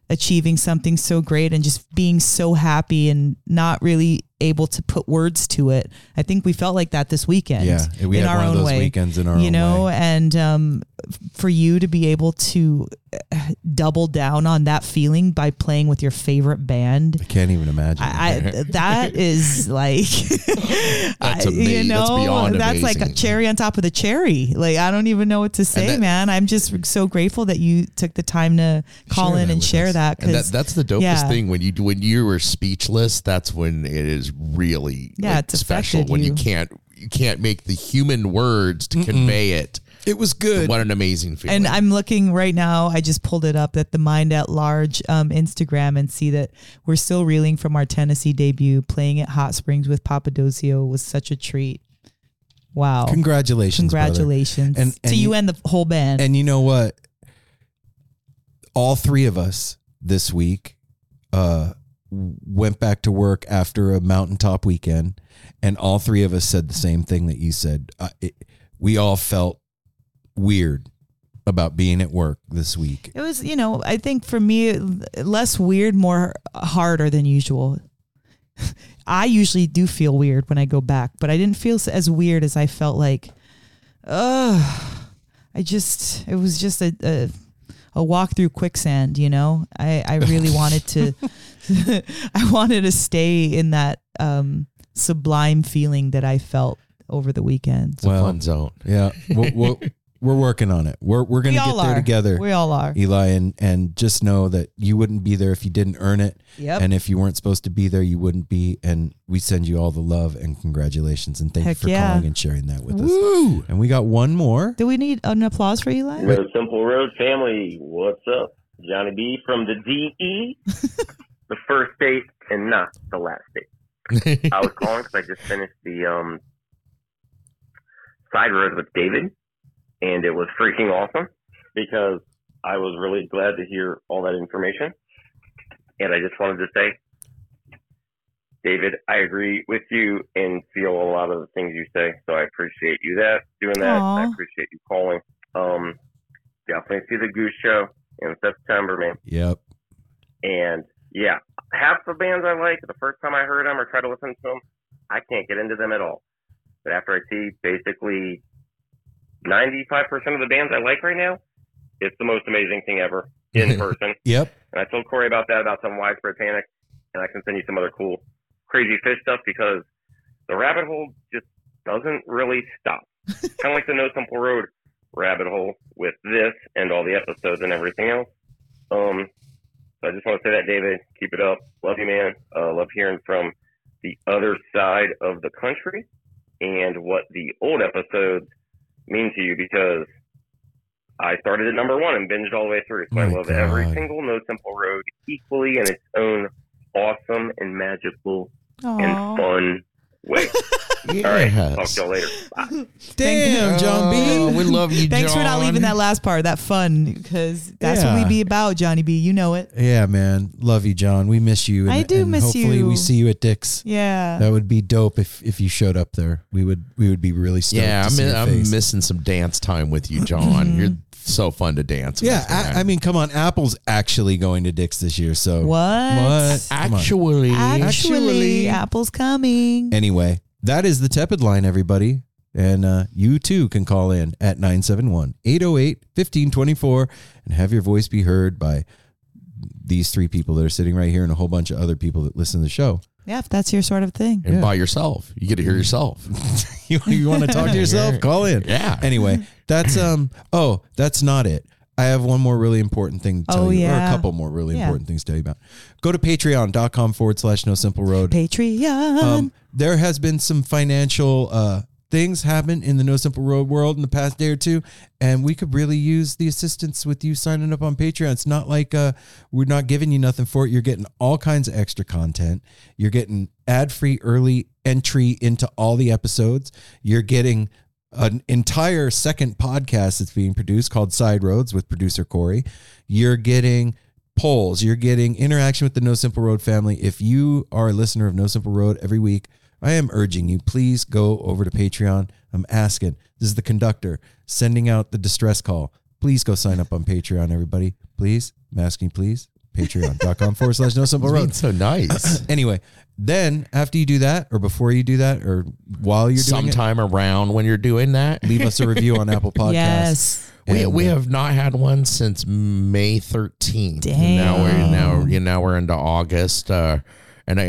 Speaker 2: achieving something so great and just being so happy and not really able to put words to it. I think we felt like that this weekend.
Speaker 1: Yeah, we
Speaker 2: in
Speaker 1: had
Speaker 2: our
Speaker 1: one
Speaker 2: own
Speaker 1: of those
Speaker 2: way.
Speaker 1: weekends
Speaker 3: Oh,
Speaker 1: in our
Speaker 2: you
Speaker 1: own
Speaker 2: know,
Speaker 1: way.
Speaker 2: and um, f- for you to be able to uh, double down on that feeling by playing with your favorite band.
Speaker 1: I can't even imagine.
Speaker 2: I, I that is like
Speaker 3: That's
Speaker 2: I-
Speaker 3: amazing.
Speaker 2: you know
Speaker 3: That's beyond
Speaker 2: that's like a
Speaker 3: amazing.
Speaker 2: cherry on top of the cherry. Like I don't even know what to say,
Speaker 3: that-
Speaker 2: man. I'm just so grateful that you took the time to call in and
Speaker 3: with
Speaker 2: share
Speaker 3: us.
Speaker 2: that
Speaker 3: And
Speaker 2: because
Speaker 3: that's the dopest
Speaker 2: yeah.
Speaker 3: thing when you when you are speechless. That's when it is really
Speaker 2: Yeah,
Speaker 3: like,
Speaker 2: it's
Speaker 3: special
Speaker 2: affected
Speaker 3: when you
Speaker 2: you.
Speaker 3: can't you can't make the human words to convey it.
Speaker 1: it was good.
Speaker 3: What an amazing feeling!
Speaker 2: And I'm looking right now. I just pulled it up at the Mind at Large um, Instagram and see that we're still reeling from our Tennessee debut. Playing at Hot Springs with Papadocio was such a treat. Wow!
Speaker 1: Congratulations. brother.
Speaker 2: Congratulations
Speaker 1: And- and
Speaker 2: to you,
Speaker 1: you-
Speaker 2: and the whole band.
Speaker 1: And you know what? All three of us this week uh, went back to work after a mountaintop weekend, and all three of us said the same thing that you said. Uh, it, we all felt weird about being at work this week.
Speaker 2: it was, you know, I think for me, less weird, more harder than usual. I usually do feel weird when I go back, but I didn't feel s- as weird as I felt like, ugh. I just, it was just a, a, a walk through quicksand, you know? I, I really wanted to, I wanted to stay in that um, sublime feeling that I felt over the weekend.
Speaker 3: it's
Speaker 1: Well,
Speaker 3: a fun zone.
Speaker 1: Yeah, we're, we're, we're working on it. We're we're gonna
Speaker 2: we
Speaker 1: get
Speaker 2: all
Speaker 1: there
Speaker 2: are.
Speaker 1: together,
Speaker 2: We all are.
Speaker 1: Eli, and and just know that you wouldn't be there if you didn't earn it.
Speaker 2: Yep.
Speaker 1: And if you weren't supposed to be there, you wouldn't be. And we send you all the love and congratulations. And thank
Speaker 2: Heck
Speaker 1: you for
Speaker 2: yeah.
Speaker 1: calling and sharing that with us.
Speaker 3: Woo!
Speaker 1: And we got one more.
Speaker 2: Do we need an applause for Eli?
Speaker 6: Road Simple Road family, what's up? Johnny B from the DE, the first date and not the last date. I was calling because I just finished the um, side road with David, and it was freaking awesome because I was really glad to hear all that information. And I just wanted to say, David, I agree with you and feel a lot of the things you say. So I appreciate you that doing that. I
Speaker 2: Aw.
Speaker 6: appreciate you calling. Um, definitely see the Goose Show in September, man.
Speaker 1: Yep.
Speaker 6: And yeah, half the bands I like, the first time I heard them or try to listen to them, I can't get into them at all. But after I see basically 95% of the bands I like right now, it's the most amazing thing ever in person.
Speaker 1: Yep.
Speaker 6: And I told Corey about that, about some widespread panic, and I can send you some other cool, crazy fish stuff because the rabbit hole just doesn't really stop. kind of like the No Simple Road rabbit hole with this and all the episodes and everything else. Um, so I just want to say that, David, keep it up. Love you, man. Uh, love hearing from the other side of the country and what the old episodes mean to you because I started at number one and binged all the way through. So I
Speaker 1: My
Speaker 6: love every
Speaker 1: God.
Speaker 6: single No Simple Road equally in its own awesome and magical
Speaker 2: Aw.
Speaker 6: and fun way.
Speaker 3: Yes.
Speaker 6: All right, talk to y'all later. Bye.
Speaker 1: Damn, John
Speaker 3: Oh,
Speaker 1: Bean.
Speaker 3: we love you.
Speaker 2: Thanks for not
Speaker 3: John.
Speaker 2: leaving that last part, that fun, because that's
Speaker 1: Yeah.
Speaker 2: what we be about, Johnny B. You know it.
Speaker 1: Yeah, man. Love you, John. We miss you.
Speaker 2: I do miss
Speaker 1: hopefully
Speaker 2: you.
Speaker 1: we see you at Dick's.
Speaker 2: Yeah.
Speaker 1: That would be dope if if you showed up there. We would we would be really stoked.
Speaker 3: Yeah,
Speaker 1: to
Speaker 3: I'm,
Speaker 1: see your
Speaker 3: I'm
Speaker 1: face.
Speaker 3: missing some dance time with you, John.
Speaker 2: Mm-hmm.
Speaker 3: You're so fun to dance
Speaker 1: Yeah,
Speaker 3: with. man.
Speaker 1: I, I mean, come on. Apple's actually going to Dick's this year. So
Speaker 2: What?
Speaker 1: Come on.
Speaker 3: actually,
Speaker 2: Actually, Apple's coming.
Speaker 1: Anyway, that is the tepid line, everybody. And uh, you too can call in at 971 808 1524 and have your voice be heard by these three people that are sitting right here and a whole bunch of other people that listen to the show.
Speaker 2: yeah, if that's your sort of thing.
Speaker 3: and by yourself, you get to hear yourself.
Speaker 1: you want to talk to yourself? Call in.
Speaker 3: Yeah.
Speaker 1: Anyway, that's, um, oh, that's not it. I have one more really important thing to tell
Speaker 2: Oh,
Speaker 1: you, or a
Speaker 2: yeah.
Speaker 1: couple more really
Speaker 2: Yeah.
Speaker 1: important things to tell you about. Go to patreon.com forward slash no simple road.
Speaker 2: Patreon.
Speaker 1: um, there has been some financial uh, things happen in the No Simple Road world in the past day or two, and we could really use the assistance with you signing up on Patreon. It's not like uh, we're not giving you nothing for it. You're getting all kinds of extra content. You're getting ad-free early entry into all the episodes. You're getting an entire second podcast that's being produced called Side Roads with producer Corey. You're getting polls. You're getting interaction with the No Simple Road family. If you are a listener of No Simple Road every week, I am urging you, please go over to Patreon. I'm asking. This is the conductor sending out the distress call. Please go sign up on Patreon, everybody. Please. I'm asking, you, please. patreon.com forward slash no simple
Speaker 3: It's being
Speaker 1: road.
Speaker 3: so nice.
Speaker 1: Anyway, then after you do that, or before you do that, or while you're doing it,
Speaker 3: Sometime around when you're doing that.
Speaker 1: leave us a review on Apple Podcasts.
Speaker 2: Yes.
Speaker 3: We,
Speaker 1: And,
Speaker 3: we
Speaker 1: uh,
Speaker 3: have not had one since May 13th. And Now we're
Speaker 2: Damn.
Speaker 3: now you know we're into August. Uh, and I,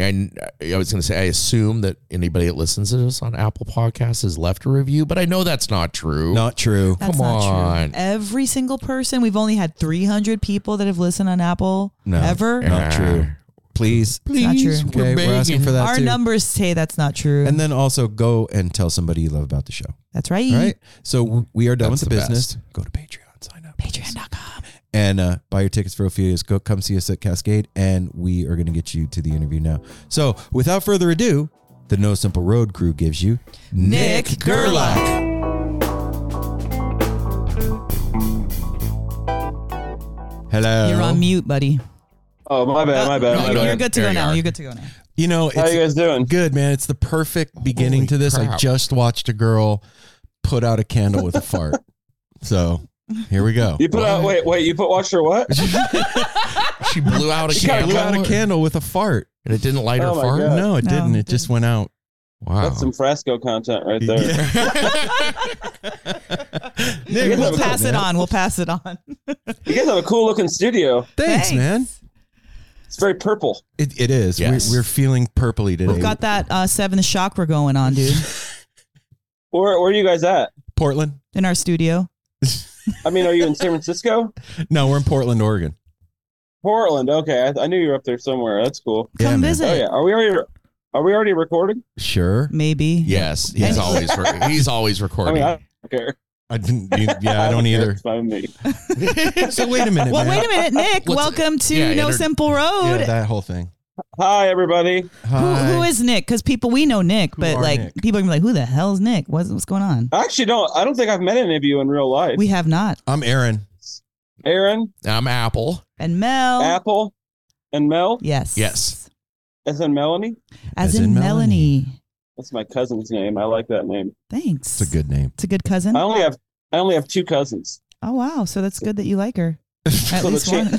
Speaker 3: I I was gonna say I assume that anybody that listens to this on Apple Podcasts has left a review, but I know that's not true.
Speaker 1: Not true.
Speaker 2: That's
Speaker 3: Come
Speaker 2: not
Speaker 3: on.
Speaker 2: true. Every single person, we've only had 300 people that have listened on Apple
Speaker 1: No.
Speaker 2: ever.
Speaker 1: Not true. Please.
Speaker 3: Please,
Speaker 2: not true.
Speaker 3: we're
Speaker 1: Okay, we're asking
Speaker 3: begging.
Speaker 1: for that
Speaker 2: Our
Speaker 1: too.
Speaker 2: numbers say that's not true.
Speaker 1: And then also go and tell somebody you love about the show.
Speaker 2: that's right.
Speaker 1: All right. So w- we are done
Speaker 3: That's
Speaker 1: with the,
Speaker 3: the
Speaker 1: business. Go to Patreon, sign up.
Speaker 2: Patreon.com.
Speaker 1: And uh, buy your tickets for Ophelia's. Go come see us at Cascade, and we are going to get you to the interview now. So without further ado, the No Simple Road crew gives you
Speaker 2: Nick Gerlach.
Speaker 1: Hello.
Speaker 2: You're on mute, buddy.
Speaker 7: Oh, my bad, my bad, my
Speaker 2: you're
Speaker 7: bad.
Speaker 2: good to
Speaker 3: There
Speaker 2: go
Speaker 3: you
Speaker 2: now.
Speaker 3: are.
Speaker 2: You're good to go now.
Speaker 1: You know, it's
Speaker 7: How you guys doing?
Speaker 1: good, man. It's the perfect beginning
Speaker 3: Holy
Speaker 1: to this. I
Speaker 3: crap.
Speaker 1: just watched a girl put out a candle with a fart. So here we go.
Speaker 7: You put out, wait, wait, you put watch her what?
Speaker 3: She blew out a
Speaker 1: She got-
Speaker 3: candle.
Speaker 1: blew out a candle with a fart.
Speaker 3: and it didn't light
Speaker 7: Oh
Speaker 3: her
Speaker 7: my
Speaker 3: fart.
Speaker 7: God.
Speaker 1: No, it
Speaker 2: No,
Speaker 1: didn't.
Speaker 2: it
Speaker 1: It just went out.
Speaker 3: Wow.
Speaker 7: That's some fresco content right there.
Speaker 1: Nick, what's
Speaker 7: We'll
Speaker 2: We'll
Speaker 1: up,
Speaker 2: pass it
Speaker 1: man?
Speaker 2: on. We'll pass it on.
Speaker 7: You guys have a cool looking studio.
Speaker 1: Thanks, man.
Speaker 7: It's very purple.
Speaker 1: It, it is.
Speaker 3: Yes.
Speaker 1: We're, we're feeling purpley today.
Speaker 2: We've got that uh, seven chakra going on, dude,
Speaker 7: Where, where are you guys at?
Speaker 1: Portland.
Speaker 2: in our studio.
Speaker 7: I mean, are you in San Francisco?
Speaker 1: No, we're in Portland, Oregon.
Speaker 7: Portland. Okay, I, I knew you were up there somewhere. That's cool.
Speaker 1: Yeah,
Speaker 2: Come
Speaker 1: man.
Speaker 2: visit.
Speaker 7: Oh yeah, are we already? Are we already recording?
Speaker 1: Sure.
Speaker 2: Maybe.
Speaker 3: Yes,
Speaker 2: And-
Speaker 3: he's always re- he's always
Speaker 7: I mean,
Speaker 3: recording.
Speaker 7: I don't care.
Speaker 1: I didn't. you- Yeah, I don't
Speaker 7: care.
Speaker 1: either.
Speaker 7: It's fine with me.
Speaker 1: So wait a minute.
Speaker 2: Well,
Speaker 1: man.
Speaker 2: wait a minute, Nick.
Speaker 3: What's-
Speaker 2: welcome to
Speaker 3: yeah,
Speaker 2: No
Speaker 3: inter-
Speaker 2: Simple Road.
Speaker 1: Yeah, that whole thing.
Speaker 7: Hi, everybody.
Speaker 2: who, who
Speaker 1: Hi.
Speaker 2: is Nick? Because people we know Nick,
Speaker 1: Who
Speaker 2: but
Speaker 1: are
Speaker 2: like
Speaker 1: Nick?
Speaker 2: people are gonna be like, who the hell is Nick? What's what's going on?
Speaker 7: I actually don't. I don't think I've met any of you in real life.
Speaker 2: We have not.
Speaker 1: I'm Aaron.
Speaker 7: Aaron,
Speaker 3: I'm Apple.
Speaker 2: And Mel.
Speaker 7: Apple, and Mel.
Speaker 2: Yes.
Speaker 3: Yes.
Speaker 7: As in Melanie.
Speaker 2: As, in, Melanie.
Speaker 7: That's my cousin's name. I like that name.
Speaker 2: Thanks.
Speaker 1: It's a good name.
Speaker 2: It's a good cousin.
Speaker 7: I only have. I only have two cousins.
Speaker 2: Oh wow. So that's good that you like her. At
Speaker 7: So the
Speaker 2: least one.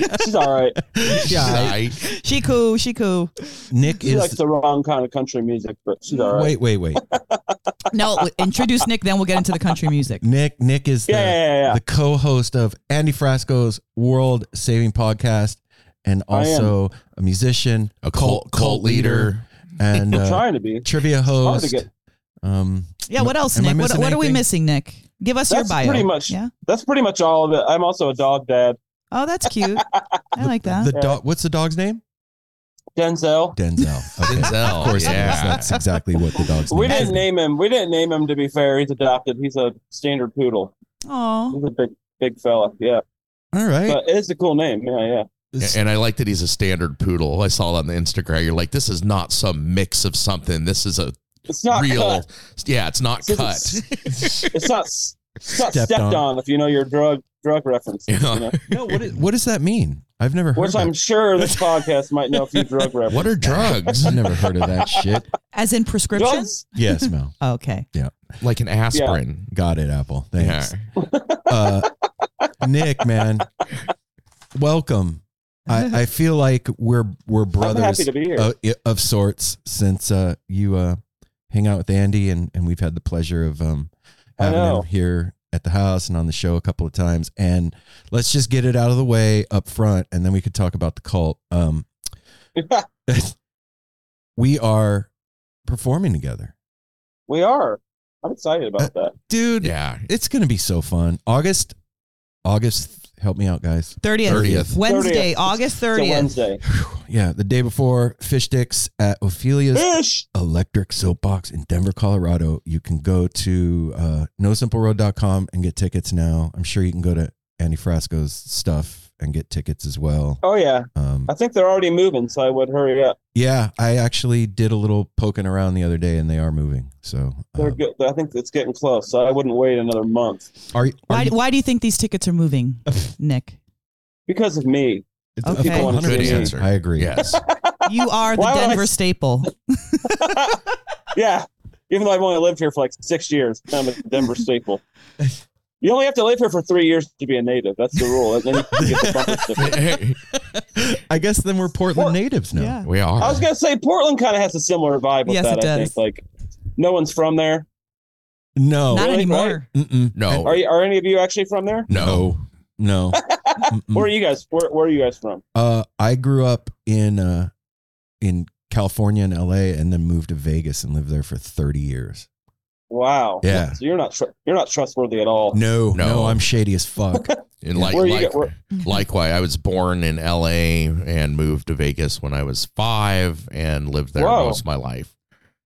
Speaker 7: yeah. She's all right.
Speaker 1: Yeah.
Speaker 3: Right.
Speaker 2: She cool. She cool.
Speaker 1: Nick
Speaker 7: She
Speaker 1: is.
Speaker 7: likes the wrong kind of country music, but she's all right.
Speaker 1: Wait, wait, wait.
Speaker 2: No, introduce Nick, then we'll get into the country music.
Speaker 1: Nick. Nick is the,
Speaker 7: Yeah, yeah, yeah, yeah.
Speaker 1: the co-host of Andy Frasco's World Saving Podcast, and
Speaker 7: I am.
Speaker 1: also a musician,
Speaker 3: A cult- cult leader.
Speaker 1: and
Speaker 7: I'm
Speaker 1: uh,
Speaker 7: trying to be.
Speaker 1: trivia
Speaker 7: hard to
Speaker 1: host.
Speaker 7: get-
Speaker 1: Um,
Speaker 2: Yeah. What else,
Speaker 1: Am I
Speaker 2: Nick? What,
Speaker 1: missing
Speaker 2: what are we
Speaker 1: anything?
Speaker 2: missing, Nick? Give us your
Speaker 7: That's
Speaker 2: bio.
Speaker 7: pretty much-
Speaker 2: Yeah.
Speaker 7: That's pretty much all of it. I'm also a dog dad.
Speaker 2: Oh, that's cute. I like that.
Speaker 1: The dog. What's the dog's name?
Speaker 7: Denzel.
Speaker 1: Denzel. Okay.
Speaker 3: Denzel.
Speaker 1: Of course, it is.
Speaker 3: yeah.
Speaker 1: that's exactly what the dog's name.
Speaker 7: We
Speaker 1: is.
Speaker 7: didn't name him. We didn't name him to be fair. He's adopted. He's a standard poodle.
Speaker 2: Oh,
Speaker 7: He's a big big fella. Yeah.
Speaker 1: All right.
Speaker 7: But it's a cool name. Yeah, yeah.
Speaker 1: This-
Speaker 3: And I like that he's a standard poodle. I saw that on the Instagram. You're like, this is not some mix of something. This is a
Speaker 7: It's not
Speaker 3: real.
Speaker 7: cut.
Speaker 3: Yeah, it's not
Speaker 7: This
Speaker 3: cut.
Speaker 7: is- It's not s- it's not
Speaker 1: Stepped
Speaker 7: stepped,
Speaker 1: on.
Speaker 7: on. if you know your drug drug reference.
Speaker 3: Yeah.
Speaker 7: You know?
Speaker 1: no, what, is, what does that mean? I've never heard.
Speaker 7: Which I'm
Speaker 1: That.
Speaker 7: sure this podcast might know a few drug references.
Speaker 3: what are drugs?
Speaker 1: I've never heard of that shit.
Speaker 2: as in prescriptions.
Speaker 7: drugs?
Speaker 1: Yes, Mel.
Speaker 2: Okay.
Speaker 3: like an aspirin.
Speaker 1: Got it, Apple.
Speaker 3: Yeah.
Speaker 1: Thanks. Uh, Nick, man, welcome. I, I feel like we're we're
Speaker 7: I'm happy
Speaker 1: brothers
Speaker 7: to be here.
Speaker 1: of, of sorts since uh, you uh, hang out with Andy and, and we've had the pleasure of um,
Speaker 7: I
Speaker 1: having
Speaker 7: know.
Speaker 1: him here at the house and on the show a couple of times. And let's just get it out of the way up front, and then we could talk about the cult. Um, we are performing together,
Speaker 7: we are. I'm excited
Speaker 1: uh,
Speaker 7: about that.
Speaker 1: dude.
Speaker 3: Yeah.
Speaker 1: It's gonna be so fun. August, August, help me out, guys.
Speaker 2: 30th.
Speaker 3: 30th.
Speaker 2: Wednesday,
Speaker 7: 30th.
Speaker 2: August
Speaker 7: It's a
Speaker 2: 30th.
Speaker 7: Wednesday.
Speaker 1: Yeah, the day before fish sticks at Ophelia's
Speaker 7: Fish.
Speaker 1: Electric Soapbox in Denver, Colorado. You can go to uh, nosimpleroad.com and get tickets now. I'm sure you can go to Andy Frasco's stuff and get tickets as well.
Speaker 7: Oh yeah.
Speaker 1: Um,
Speaker 7: I think they're already moving, so I would hurry up.
Speaker 1: yeah, I actually did a little poking around the other day, and they are moving. So,
Speaker 7: They're
Speaker 1: um,
Speaker 7: good. I think it's getting close, so I wouldn't wait another month
Speaker 1: are, you- are
Speaker 2: Why,
Speaker 1: you-
Speaker 2: why do you think these tickets are moving, Nick?
Speaker 7: because of me.
Speaker 1: Of
Speaker 2: Okay.
Speaker 1: course,
Speaker 7: Good
Speaker 1: 100%.
Speaker 3: answer.
Speaker 1: I agree.
Speaker 3: Yes.
Speaker 2: You are the
Speaker 7: Why would I
Speaker 2: Denver
Speaker 7: s-
Speaker 2: staple.
Speaker 7: Yeah, even though I've only lived here for like six years, I'm a Denver staple. You only have to live here for three years to be a native. That's the rule. And then you get the bumper sticker.
Speaker 1: I guess then we're Portland natives now.
Speaker 2: Yeah.
Speaker 3: we
Speaker 7: I
Speaker 3: are.
Speaker 7: was gonna say Portland kind of has a similar vibe with
Speaker 2: Yes,
Speaker 7: that.
Speaker 2: it
Speaker 7: I
Speaker 2: does.
Speaker 7: think like no one's from there.
Speaker 1: No.
Speaker 2: Not
Speaker 7: Really?
Speaker 2: anymore.
Speaker 1: Mm-mm.
Speaker 3: No.
Speaker 7: Are you, are any of you actually from there?
Speaker 3: no.
Speaker 1: No. Mm-mm.
Speaker 7: Where are you guys? Where, where are you guys from?
Speaker 1: Uh, I grew up in uh, in California and L.A. and then moved to Vegas and lived there for 30 years.
Speaker 7: Wow.
Speaker 1: Yeah.
Speaker 7: So you're not tr- you're not trustworthy at all.
Speaker 1: No, no,
Speaker 3: No.
Speaker 1: I'm shady as fuck.
Speaker 3: And like,
Speaker 7: Where you
Speaker 3: like,
Speaker 7: get- where-
Speaker 3: likewise, I was born in L.A. and moved to Vegas when I was five and lived there
Speaker 7: Whoa.
Speaker 3: most of my life.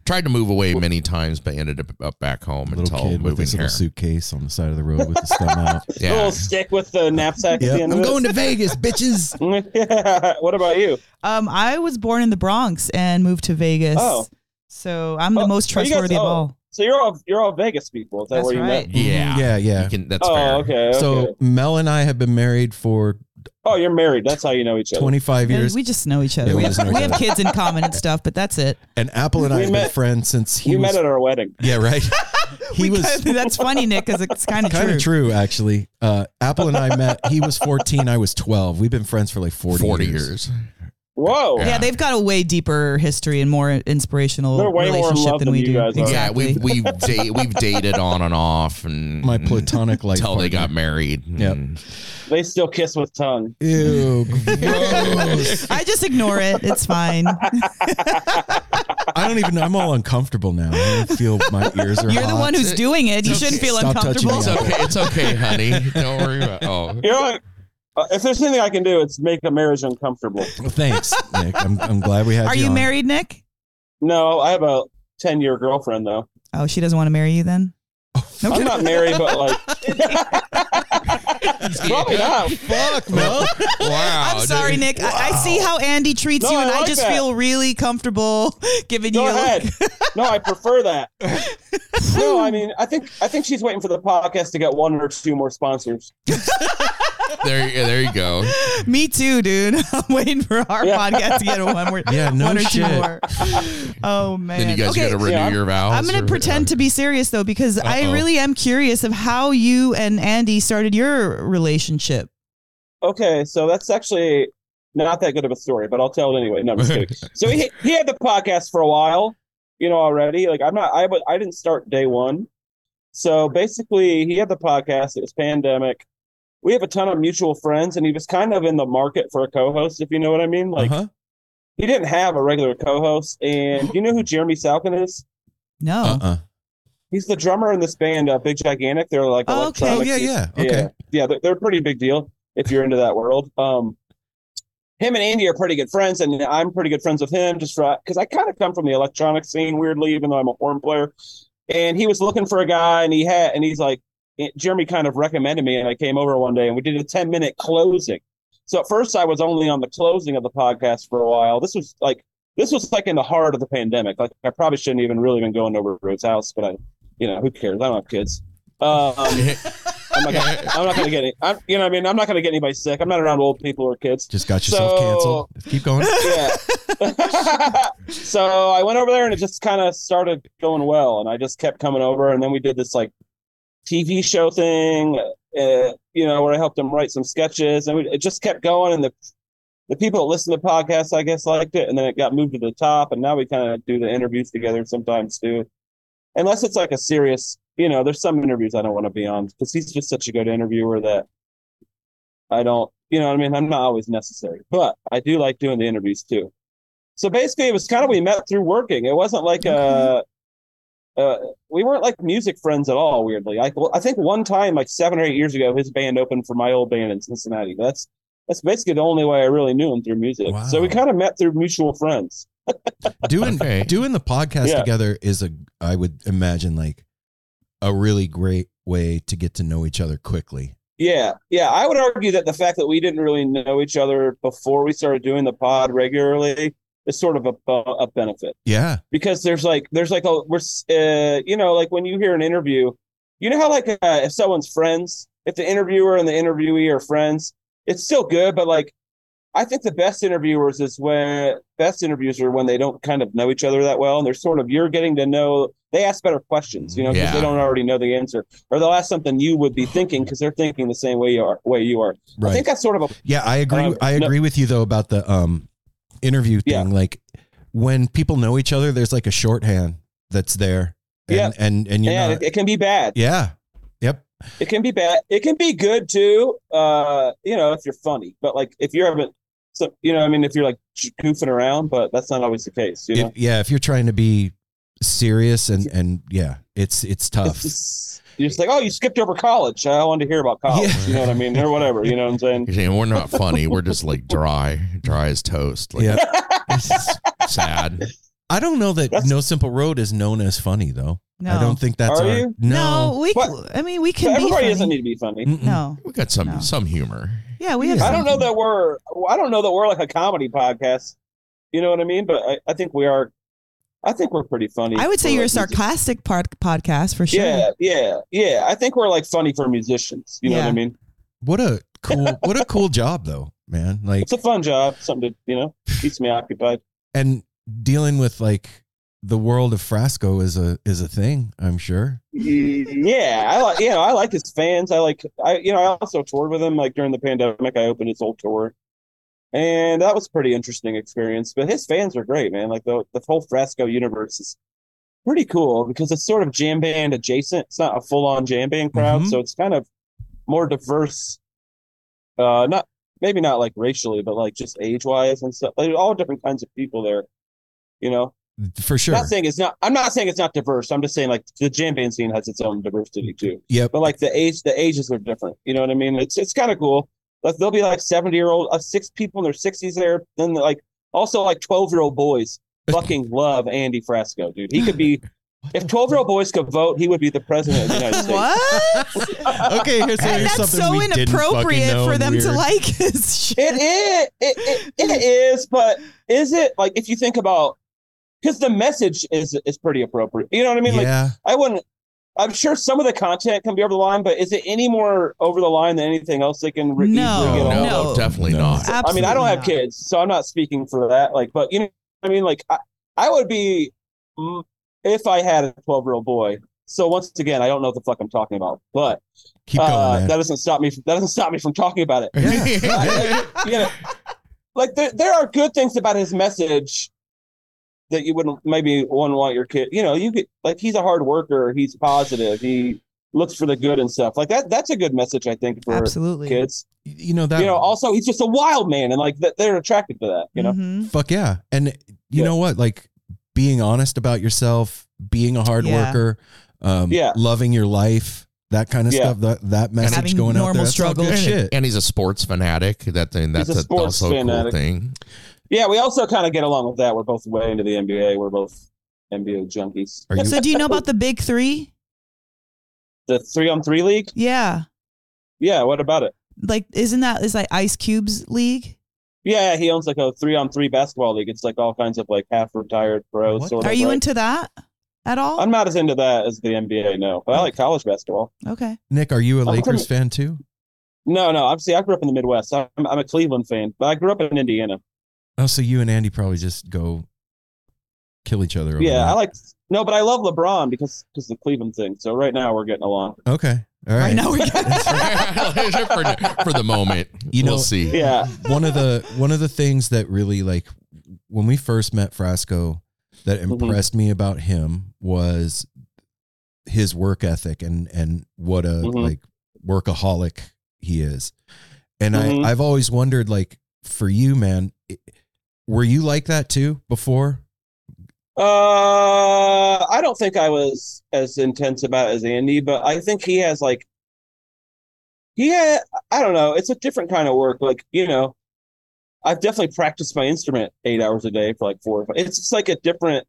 Speaker 3: Tried to move away many times, but ended up- up back home
Speaker 1: little
Speaker 3: until
Speaker 1: kid with
Speaker 3: moving
Speaker 1: his
Speaker 3: here.
Speaker 1: little suitcase on the side of the road with his thumb out.
Speaker 7: The
Speaker 3: Yeah.
Speaker 7: Little stick with the knapsack at the
Speaker 1: Yep.
Speaker 7: end
Speaker 1: I'm
Speaker 7: of
Speaker 1: going to Vegas, bitches.
Speaker 7: it. yeah. What about you?
Speaker 2: Um, I was born in the Bronx and moved to Vegas.
Speaker 7: Oh.
Speaker 2: So I'm the
Speaker 7: Oh,
Speaker 2: most
Speaker 7: are you guys-
Speaker 2: trustworthy of
Speaker 7: oh,
Speaker 2: all.
Speaker 7: So you're all you're all Vegas people. Is that
Speaker 2: That's
Speaker 7: where you
Speaker 2: right.
Speaker 7: met?
Speaker 3: Yeah.
Speaker 1: yeah,
Speaker 3: You
Speaker 1: Mm-hmm. yeah.
Speaker 3: can, that's fair.
Speaker 7: Oh, okay, okay.
Speaker 1: So Mel and I have been married for
Speaker 7: oh, you're married. That's how you know each other.
Speaker 1: 25
Speaker 2: And
Speaker 1: years.
Speaker 2: We just know each other.
Speaker 1: Yeah, we
Speaker 2: we
Speaker 1: just know
Speaker 2: have, we
Speaker 1: each
Speaker 2: have
Speaker 1: other.
Speaker 2: kids in common and stuff, but that's it.
Speaker 1: and Apple and I
Speaker 7: We
Speaker 1: have been
Speaker 7: met-
Speaker 1: friends since he
Speaker 7: You
Speaker 1: was.
Speaker 7: met at our wedding.
Speaker 1: yeah, right. He
Speaker 2: We
Speaker 1: was
Speaker 2: kinda- that's funny, Nick, because it's kind of
Speaker 1: kind
Speaker 2: true.
Speaker 1: of true, actually. Uh, Apple and I met. He was 14. I was 12. We've been friends for like 40,
Speaker 3: 40
Speaker 1: years.
Speaker 3: years.
Speaker 7: Whoa.
Speaker 2: Yeah, they've got a way deeper history and more inspirational
Speaker 7: They're way more in
Speaker 2: relationship
Speaker 7: love
Speaker 2: than
Speaker 7: than
Speaker 2: we
Speaker 7: you
Speaker 2: do.
Speaker 7: guys are.
Speaker 3: Yeah,
Speaker 2: exactly.
Speaker 3: we've we've, da- we've dated on and off, and
Speaker 1: My platonic life.
Speaker 3: until they got
Speaker 1: partner.
Speaker 3: married. Mm.
Speaker 1: Yep.
Speaker 3: and-
Speaker 7: They still kiss with tongue.
Speaker 1: Ew, gross.
Speaker 2: I just ignore it. It's fine.
Speaker 1: I don't even know. I'm all uncomfortable now. I don't feel my ears are.
Speaker 2: You're the
Speaker 1: hot.
Speaker 2: one who's doing it. You shouldn't feel
Speaker 1: Stop touching
Speaker 2: uncomfortable.
Speaker 1: me.
Speaker 3: It's okay. It's okay, honey. Don't worry about. Oh,
Speaker 7: You're like, uh, if there's anything I can do, it's make a marriage uncomfortable.
Speaker 1: Well, thanks, Nick. I'm, I'm glad we had
Speaker 2: Are
Speaker 1: you.
Speaker 2: you
Speaker 1: on.
Speaker 2: married, Nick?
Speaker 7: No, I have a ten year girlfriend though.
Speaker 2: Oh, she doesn't want to marry you then?
Speaker 1: Oh,
Speaker 2: No
Speaker 7: I'm
Speaker 2: kidding.
Speaker 7: not married, but like probably not.
Speaker 1: Fuck, Mel. Oh,
Speaker 3: wow.
Speaker 2: I'm sorry,
Speaker 3: dude.
Speaker 2: Nick. I, I see how Andy treats
Speaker 7: No,
Speaker 2: you,
Speaker 7: I
Speaker 2: and I,
Speaker 7: like
Speaker 2: just
Speaker 7: that.
Speaker 2: feel really comfortable giving
Speaker 7: Go
Speaker 2: you a look.
Speaker 7: ahead. No, I prefer that. no, I mean, I think I think she's waiting for the podcast to get one or two more sponsors.
Speaker 3: There, yeah, there you go.
Speaker 2: Me too, dude. I'm waiting for our
Speaker 7: Yeah.
Speaker 2: podcast to get one more,
Speaker 1: Yeah, no
Speaker 2: one or
Speaker 1: shit. Uh-huh.
Speaker 2: two more. Oh man.
Speaker 3: Then you guys
Speaker 2: okay.
Speaker 3: got to renew
Speaker 7: yeah.
Speaker 3: your vows.
Speaker 2: I'm going to
Speaker 3: or-
Speaker 2: pretend to be serious though, because I
Speaker 3: Uh-oh.
Speaker 2: really am curious of how you and Andy started your relationship.
Speaker 7: Okay, so that's actually not that good of a story, but I'll tell it anyway. No, I'm just kidding. so he he had the podcast for a while, you know already. Like I'm not, I but I didn't start day one. So basically, he had the podcast. It was pandemic. We have a ton of mutual friends, and he was kind of in the market for a co-host, if you know what I mean. Like
Speaker 1: Uh-huh.
Speaker 7: he didn't have a regular co-host, and you know who Jeremy Salkin is?
Speaker 2: No.
Speaker 1: Uh-uh.
Speaker 7: He's the drummer in this band, uh, Big Gigantic. They're like
Speaker 2: Oh, okay.
Speaker 1: Oh
Speaker 7: electronic.
Speaker 1: yeah, yeah. Okay.
Speaker 7: yeah, yeah, They're, they're a pretty big deal if you're into that world. Um, him and Andy are pretty good friends, and I'm pretty good friends with him just for because I kind of come from the electronic scene weirdly, even though I'm a horn player. And he was looking for a guy, and he had, and he's like, eh, Jeremy kind of recommended me, and I came over one day, and we did a 10 minute closing. So at first, I was only on the closing of the podcast for a while. This was like this was like in the heart of the pandemic. Like I probably shouldn't even really been going over to his house, but I, you know, who cares? I don't have kids. Um, I'm not gonna, I'm not gonna get any, I'm, you know what I mean? I'm not gonna get anybody sick. I'm not around old people or kids.
Speaker 1: Just got yourself
Speaker 7: So-
Speaker 1: canceled. Keep going.
Speaker 7: Yeah. so I went over there and it just kind of started going well. And I just kept coming over. And then we did this like TV show thing, uh, you know, where I helped him write some sketches. And we, it just kept going. And the, the people that listen to the podcast, I guess, liked it. And then it got moved to the top. And now we kind of do the interviews together sometimes too. Unless it's like a serious, you know, there's some interviews I don't want to be on because he's just such a good interviewer that I don't, you know what I mean? I'm not always necessary, but I do like doing the interviews too. So basically, it was kind of we met through working. It wasn't like uh, uh, we weren't like music friends at all. Weirdly, I I think one time like seven or eight years ago, his band opened for my old band in Cincinnati. That's that's basically the only way I really knew him through music.
Speaker 1: Wow.
Speaker 7: So we kind of met through mutual friends.
Speaker 1: Doing
Speaker 3: Okay.
Speaker 1: doing the podcast
Speaker 7: Yeah.
Speaker 1: together is a I would imagine like a really great way to get to know each other quickly.
Speaker 7: Yeah, yeah. I would argue that the fact that we didn't really know each other before we started doing the pod regularly is sort of a bu- a benefit.
Speaker 1: Yeah.
Speaker 7: because there's like there's like a we're s- uh, you know like when you hear an interview you know how like uh, if someone's friends if the interviewer and the interviewee are friends it's still good but like I think the best interviewers is where best interviews are when they don't kind of know each other that well, and they're sort of you're getting to know. They ask better questions, you know, because
Speaker 3: Yeah.
Speaker 7: they don't already know the answer, or they'll ask something you would be thinking because they're thinking the same way you are. Way you are. I
Speaker 1: Right.
Speaker 7: think that's sort of a
Speaker 1: Yeah, I agree.
Speaker 7: Um,
Speaker 1: I
Speaker 7: no-
Speaker 1: agree with you though about the um interview
Speaker 7: Yeah.
Speaker 1: thing. Like when people know each other, there's like a shorthand that's there. And,
Speaker 7: Yeah.
Speaker 1: and and you're
Speaker 7: yeah.
Speaker 1: not.
Speaker 7: it, it can be bad.
Speaker 1: yeah. Yep.
Speaker 7: It can be bad. It can be good too. Uh, you know, if you're funny, but like if you're having, so you know, I mean, if you're like goofing around, but that's not always the case. You know,
Speaker 1: If, yeah. If you're trying to be serious and and yeah, it's it's
Speaker 7: it's
Speaker 1: tough.
Speaker 7: just, you're just like, oh, you skipped over college. I wanted to hear about college.
Speaker 1: Yeah.
Speaker 7: You know what I mean, or whatever. You know what I'm saying?
Speaker 3: You're saying we're not funny. We're just like dry, dry as toast. Like,
Speaker 1: yeah.
Speaker 3: it's sad.
Speaker 1: I don't know that
Speaker 7: That's-
Speaker 1: No Simple Road is known as funny though.
Speaker 2: No.
Speaker 1: I don't think that's
Speaker 7: Are
Speaker 1: our,
Speaker 7: you?
Speaker 2: No, we.
Speaker 7: But-
Speaker 2: I mean, we
Speaker 7: So
Speaker 2: can. be
Speaker 7: everybody
Speaker 2: funny.
Speaker 7: doesn't need to be funny.
Speaker 1: Mm-mm.
Speaker 2: No.
Speaker 3: We got some
Speaker 2: No.
Speaker 3: some humor.
Speaker 2: Yeah, we have.
Speaker 1: Yeah.
Speaker 7: I don't know
Speaker 2: something.
Speaker 7: that we're. I don't know that we're like a comedy podcast. You know what I mean? But I, I think we are. I think we're pretty funny.
Speaker 2: I would say
Speaker 7: for
Speaker 2: you're a
Speaker 7: like musicians.
Speaker 2: sarcastic part podcast for sure.
Speaker 7: Yeah, yeah, yeah. I think we're like funny for musicians. You know what
Speaker 2: Yeah.
Speaker 7: I mean?
Speaker 1: What a cool what a cool job though, man. Like
Speaker 7: It's a fun job. Something to you know keeps me occupied.
Speaker 1: and dealing with like the world of Frasco is a is a thing, I'm sure.
Speaker 7: Yeah, I like. You know, I like his fans. I like. I you know, I also toured with him like during the pandemic. I opened his old tour, and that was a pretty interesting experience. But his fans are great, man. Like the the whole Fresco universe is pretty cool because it's sort of jam band adjacent. It's not a full on jam band crowd,
Speaker 1: Mhm.
Speaker 7: so it's kind of more diverse. Uh, not maybe not like racially, but like just age wise and stuff. Like all different kinds of people there. You know,
Speaker 1: For sure.
Speaker 7: Not saying it's not. I'm not saying it's not diverse. I'm just saying like the jam band scene has its own diversity too.
Speaker 1: Yep.
Speaker 7: But like the age, the ages are different. You know what I mean? It's it's kind of cool. Like there'll be like 70 year old, uh, six people in their 60s there. Then like also like 12 year old boys fucking love Andy Frasco, dude. He could be. If 12 year old boys could vote, he would be the president of the United States.
Speaker 2: What?
Speaker 1: okay, here's,
Speaker 2: And
Speaker 1: here's
Speaker 2: that's
Speaker 1: something
Speaker 2: so
Speaker 1: we didn't fucking
Speaker 2: inappropriate
Speaker 1: know
Speaker 2: for
Speaker 1: and
Speaker 2: them to
Speaker 1: weird.
Speaker 2: like his shit.
Speaker 7: It is. It, it, it is. But is it like if you think about because the message is is pretty appropriate. You know what I mean? Like
Speaker 1: yeah,
Speaker 7: I wouldn't. I'm sure some of the content can be over the line, but is it any more over the line than anything else they can re-
Speaker 2: No,
Speaker 7: easily get
Speaker 3: no,
Speaker 7: all
Speaker 2: Oh, no.
Speaker 7: of?
Speaker 3: definitely
Speaker 1: No.
Speaker 3: not.
Speaker 7: I mean, I don't have
Speaker 2: Absolutely not.
Speaker 7: kids, so I'm not speaking for that. Like, but you know, I mean, like, I, I would be mm, if I had a 12 year old boy. So once again, I don't know what the fuck I'm talking about, but
Speaker 1: keep going,
Speaker 7: uh,
Speaker 1: man.
Speaker 7: that doesn't stop me. From, that doesn't stop me from talking about it. you know, like there, there are good things about his message that you wouldn't maybe wouldn't want your kid. You know, you could like he's a hard worker. He's positive. He looks for the good and stuff like that. That's a good message, I think, for
Speaker 2: Absolutely.
Speaker 7: kids.
Speaker 1: you know that.
Speaker 7: You know, also he's just a wild man, and like th- they're attracted to that. You know,
Speaker 2: Mhm.
Speaker 1: fuck yeah, and you
Speaker 7: Yeah.
Speaker 1: know what? Like being honest about yourself, being a hard
Speaker 2: Yeah.
Speaker 1: worker, um,
Speaker 7: Yeah.
Speaker 1: loving your life, that kind of
Speaker 7: Yeah.
Speaker 1: stuff. That that message
Speaker 2: having
Speaker 1: going out
Speaker 2: normal
Speaker 1: there. That's all good
Speaker 2: struggles.
Speaker 1: shit.
Speaker 3: And he's a sports fanatic. That thing.
Speaker 7: He's
Speaker 3: That's
Speaker 7: a
Speaker 3: a
Speaker 7: sports
Speaker 3: also a cool
Speaker 7: fanatic.
Speaker 3: thing.
Speaker 7: yeah. We also kind of get along with that. We're both way into the NBA. We're both NBA junkies.
Speaker 1: Are you-
Speaker 2: So, do you know about the big three?
Speaker 7: The three on three league?
Speaker 2: Yeah.
Speaker 7: Yeah. What about it?
Speaker 2: Like, isn't that is like Ice Cube's league?
Speaker 7: Yeah, he owns like a three on three basketball league. It's like all kinds of like half retired pros.
Speaker 1: What?
Speaker 7: Sort of,
Speaker 2: Are you
Speaker 7: right?
Speaker 2: into that at all?
Speaker 7: I'm not as into that as the NBA, no. But I like college basketball.
Speaker 2: okay.
Speaker 1: Nick, are you a
Speaker 7: from-
Speaker 1: Lakers fan too?
Speaker 7: No, no. I'm see. I grew up in the Midwest. I'm, I'm a Cleveland fan, but I grew up in Indiana.
Speaker 1: Oh, so you and Andy probably just go kill each other. Over
Speaker 7: yeah,
Speaker 1: that.
Speaker 7: I like. No, but I love LeBron because because of the Cleveland thing. So right now we're getting along.
Speaker 1: Okay, all
Speaker 2: Right
Speaker 1: right.
Speaker 2: now we're
Speaker 3: for, for the moment,
Speaker 1: You know-
Speaker 3: we'll see.
Speaker 7: Yeah,
Speaker 1: one of the one of the things that really like when we first met Frasco that
Speaker 7: Mhm.
Speaker 1: impressed me about him was his work ethic and and what a
Speaker 7: Mhm.
Speaker 1: like workaholic he is. And
Speaker 7: Mhm.
Speaker 1: I I've always wondered like for you man i- were you like that too before?
Speaker 7: Uh, I don't think I was as intense about it as Andy, but I think he has like, yeah, I don't know. It's a different kind of work. Like, you know, I've definitely practiced my instrument eight hours a day for like four. or five- It's just like a different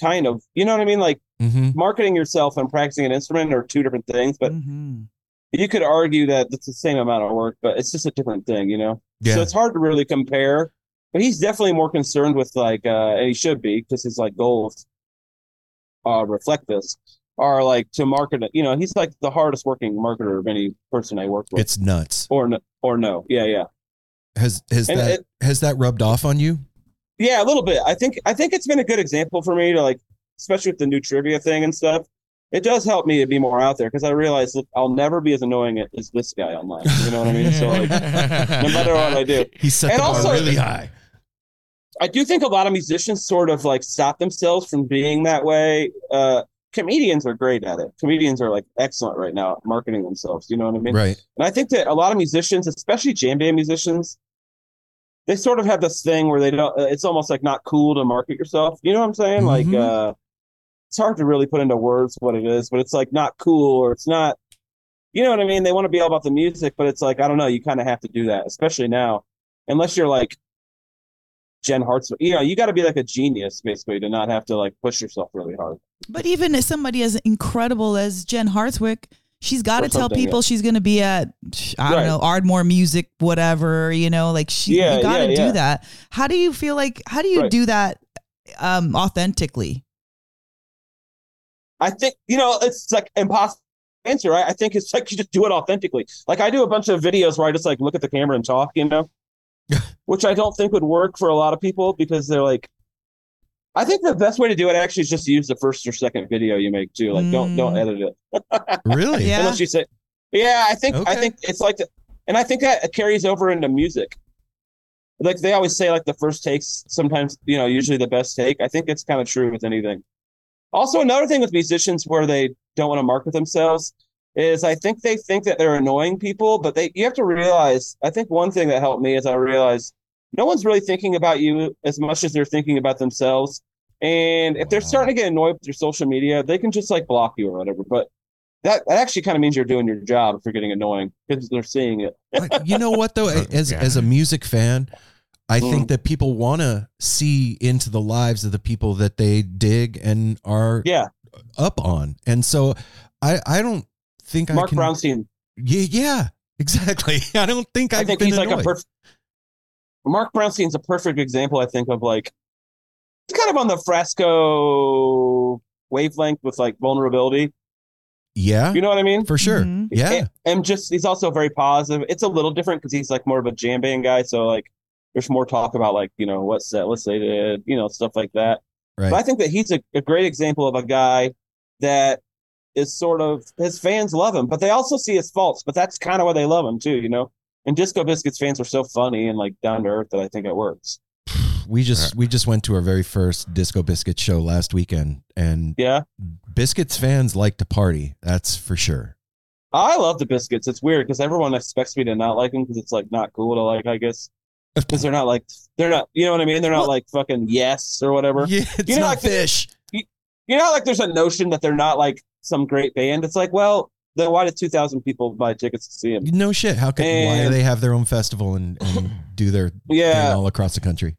Speaker 7: kind of, you know what I mean? Like
Speaker 1: Mhm.
Speaker 7: marketing yourself and practicing an instrument are two different things, but
Speaker 2: Mhm.
Speaker 7: you could argue that it's the same amount of work, but it's just a different thing, you know?
Speaker 1: Yeah.
Speaker 7: So it's hard to really compare. But he's definitely more concerned with like, uh, and he should be because his like goals uh, reflect this are like to market. it. You know, he's like the hardest working marketer of any person I work with,
Speaker 1: it's nuts.
Speaker 7: or no, or no, yeah, yeah.
Speaker 1: Has has
Speaker 7: And
Speaker 1: that
Speaker 7: it-
Speaker 1: has that rubbed off on you?
Speaker 7: Yeah, a little bit. I think I think it's been a good example for me to like, especially with the new trivia thing and stuff. It does help me to be more out there because I realize that I'll never be as annoying as this guy online. You know what I mean? So like, no matter what I do,
Speaker 1: He set
Speaker 7: And
Speaker 1: the bar
Speaker 7: also-
Speaker 1: really high.
Speaker 7: I do think a lot of musicians sort of like stop themselves from being that way. Uh, comedians are great at it. Comedians are like excellent right now at marketing themselves. You know what I mean?
Speaker 1: Right.
Speaker 7: And I think that a lot of musicians, especially jam band musicians, they sort of have this thing where they don't. uh, It's almost like not cool to market yourself. You know what I'm saying? Like,
Speaker 1: Mhm.
Speaker 7: uh, it's hard to really put into words what it is, but it's like not cool or it's not. You know what I mean? They want to be all about the music, but it's like I don't know. You kind of have to do that, especially now, unless you're like Jen Hartzman. You know, you got to be like a genius basically to not have to like push yourself really hard.
Speaker 2: But even if somebody as incredible as Jen Hartswick, she's got to
Speaker 7: Or
Speaker 2: tell
Speaker 7: something,
Speaker 2: people she's going to be at, I don't
Speaker 7: Right.
Speaker 2: know, Ardmore Music, whatever, you know, like she,
Speaker 7: Yeah,
Speaker 2: you got to
Speaker 7: yeah,
Speaker 2: do
Speaker 7: yeah.
Speaker 2: that. How do you feel like, how do you
Speaker 7: Right.
Speaker 2: do that um, authentically?
Speaker 7: I think you know it's like impossible to answer. Right? I think it's like you just do it authentically. Like I do a bunch of videos where I just like look at the camera and talk, you know, which I don't think would work for a lot of people because they're like. I think the best way to do it actually is just use the first or second video you make too. Like don't don't
Speaker 2: Mm.
Speaker 7: edit it
Speaker 1: Really?
Speaker 2: Yeah.
Speaker 7: unless you say, yeah. I think I
Speaker 1: Okay.
Speaker 7: think it's like, the, and I think that carries over into music. Like they always say, like the first takes sometimes you know usually the best take. I think it's kind of true with anything. Also, another thing with musicians where they don't want to market themselves is I think they think that they're annoying people, but they you have to realize. I think one thing that helped me is I realized no one's really thinking about you as much as they're thinking about themselves. And if they're
Speaker 1: Wow.
Speaker 7: starting to get annoyed with your social media, they can just like block you or whatever. But that, that actually kind of means you're doing your job if you're getting annoying because they're seeing it.
Speaker 1: But you know what though? As
Speaker 3: Yeah.
Speaker 1: as a music fan, I
Speaker 7: Mm.
Speaker 1: think that people want to see into the lives of the people that they dig and are
Speaker 7: Yeah,
Speaker 1: up on, and so I I don't think I
Speaker 7: Mark
Speaker 1: can.
Speaker 7: Brownstein.
Speaker 1: Yeah, yeah, exactly. I don't think I've
Speaker 7: I think
Speaker 1: been
Speaker 7: he's
Speaker 1: annoyed.
Speaker 7: like a perfect. Mark Brownstein's a perfect example, I think, of like he's kind of on the fresco wavelength with like vulnerability.
Speaker 1: yeah,
Speaker 7: You know what I mean?
Speaker 1: for sure.
Speaker 2: Mhm.
Speaker 1: Yeah,
Speaker 7: and, and just he's also very positive. It's a little different because he's like more of a jam band guy, so like there's more talk about like you know what set list they did, you know stuff like that.
Speaker 1: right.
Speaker 7: But I think that he's a, a great example of a guy that is sort of his fans love him, but they also see his faults. But that's kind of why they love him too, you know. And Disco Biscuits fans are so funny and like down to earth that I think it works.
Speaker 1: we just we just went to our very first Disco Biscuit show last weekend, and
Speaker 7: Yeah,
Speaker 1: Biscuits fans like to party. That's for sure.
Speaker 7: I love the Biscuits. It's weird because everyone expects me to not like them because it's like not cool to like, I guess. Because they're not like they're not, you know what I mean? They're not like fucking yes or whatever.
Speaker 1: Yeah, it's
Speaker 7: You know,
Speaker 1: not
Speaker 7: I think-
Speaker 1: fish.
Speaker 7: you know, like there's a notion that they're not like some great band. It's like, well, then why did 2,000 people buy tickets to see them?
Speaker 1: No shit. How can why do
Speaker 7: And-
Speaker 1: they have their own festival and, and do their thing
Speaker 7: Yeah.
Speaker 1: all across the country?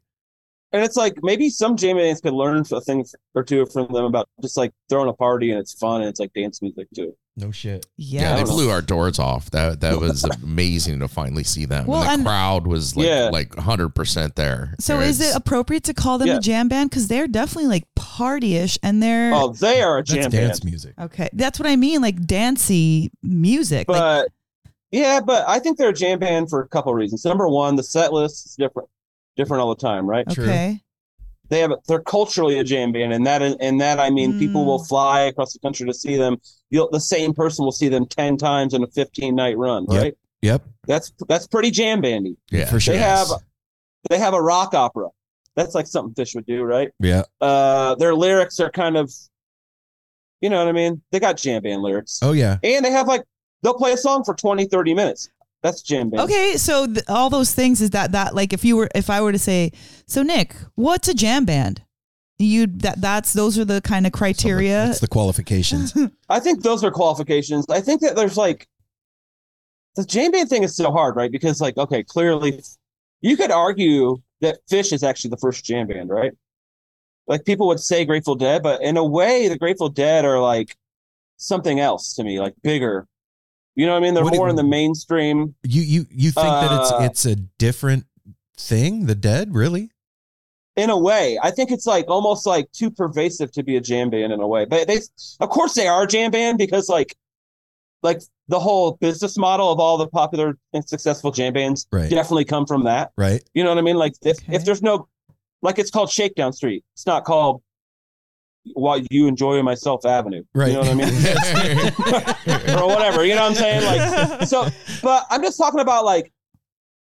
Speaker 7: And it's like maybe some jam bands could learn a thing or two from them about just like throwing a party and it's fun and it's like dance music too.
Speaker 1: No shit.
Speaker 3: Yeah,
Speaker 2: Yeah.
Speaker 7: I
Speaker 3: they
Speaker 7: don't know.
Speaker 3: blew our doors off. That that was amazing to finally see them.
Speaker 2: Well,
Speaker 3: and the
Speaker 2: and-
Speaker 3: crowd was like
Speaker 7: Yeah.
Speaker 3: like hundred percent there.
Speaker 2: So
Speaker 3: It's-
Speaker 2: is it appropriate to call them
Speaker 7: Yeah.
Speaker 2: a jam band? Because they're definitely like partyish and they're,
Speaker 7: Oh, they are a
Speaker 1: That's
Speaker 7: jam
Speaker 1: dance
Speaker 7: band.
Speaker 1: music.
Speaker 2: okay. That's what I mean. Like dancey music. like,
Speaker 7: But yeah, but I think they're a jam band for a couple reasons. Number one, the set list is different, different all the time, right?
Speaker 1: true.
Speaker 2: okay.
Speaker 7: they have they're culturally a jam band, and that and that I mean people
Speaker 2: Mm.
Speaker 7: will fly across the country to see them. You'll, the same person will see them ten times in a fifteen night run,
Speaker 1: Yep.
Speaker 7: right?
Speaker 1: Yep,
Speaker 7: That's that's pretty jam bandy.
Speaker 3: Yeah.
Speaker 1: for sure.
Speaker 7: They have they have a rock opera. That's like something Fish would do, right?
Speaker 1: yeah,
Speaker 7: Uh, their lyrics are kind of, you know what I mean? They got jam band lyrics,
Speaker 1: oh yeah.
Speaker 7: and they have like they'll play a song for 20, 30 minutes. That's jam band.
Speaker 2: Okay, so th- all those things is that that like if you were if I were to say, so Nick, what's a jam band? You that that's those are the kind of criteria.
Speaker 1: That's the qualifications.
Speaker 7: I think those are qualifications. I think that there's like the jam band thing is so hard, right? Because like, okay, clearly you could argue that Fish is actually the first jam band, right? Like people would say Grateful Dead, but in a way, the Grateful Dead are like something else to me, like bigger. You know what I mean? They're
Speaker 1: What do you-
Speaker 7: more in the mainstream.
Speaker 1: you you you think
Speaker 7: Uh,
Speaker 1: that it's it's a different thing? The dead, really?
Speaker 7: in a way. I think it's like almost like too pervasive to be a jam band in a way. But they, of course, they are a jam band because like, like the whole business model of all the popular and successful jam bands
Speaker 1: Right.
Speaker 7: definitely come from that.
Speaker 1: Right.
Speaker 7: You know what I mean? Like if,
Speaker 2: Okay.
Speaker 7: if there's no, like it's called Shakedown Street. It's not called what you enjoy myself Avenue.
Speaker 1: Right.
Speaker 7: You know what I mean? or whatever. You know what I'm saying? Like so. But I'm just talking about like,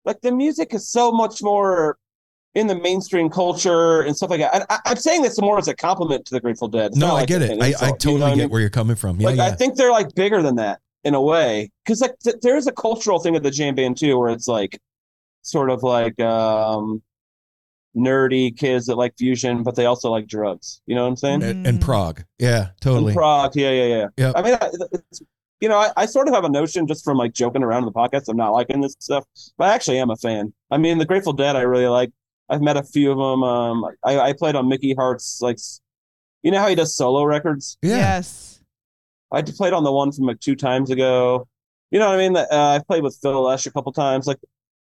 Speaker 7: like the music is so much more in the mainstream culture and stuff like that. And I, I'm saying this more as a compliment to the Grateful Dead. It's
Speaker 1: No,
Speaker 7: not
Speaker 1: I
Speaker 7: like
Speaker 1: get
Speaker 7: an
Speaker 1: it. I,
Speaker 7: insult,
Speaker 1: I
Speaker 7: you know
Speaker 1: totally
Speaker 7: what I
Speaker 1: get
Speaker 7: mean?
Speaker 1: where you're coming from. Yeah,
Speaker 7: like
Speaker 1: yeah.
Speaker 7: I think they're like bigger than that in a way, because like th- there is a cultural thing at the jam band too, where it's like sort of like um nerdy kids that like fusion, but they also like drugs. You know what I'm saying?
Speaker 1: and, and Prague. Yeah, totally.
Speaker 7: And Prague, yeah, yeah, yeah.
Speaker 1: Yep.
Speaker 7: I mean, I, it's, you know, I, I sort of have a notion just from like joking around in the podcast. I'm not liking this stuff, but I actually am a fan. I mean, the Grateful Dead, I really like. I've met a few of them. Um, I, I played on Mickey Hart's like, s- you know how he does solo records.
Speaker 1: yeah.
Speaker 2: Yes.
Speaker 7: I played on the one from like two times ago. You know what I mean? Uh, I've played with Phil Lesh a couple times, like,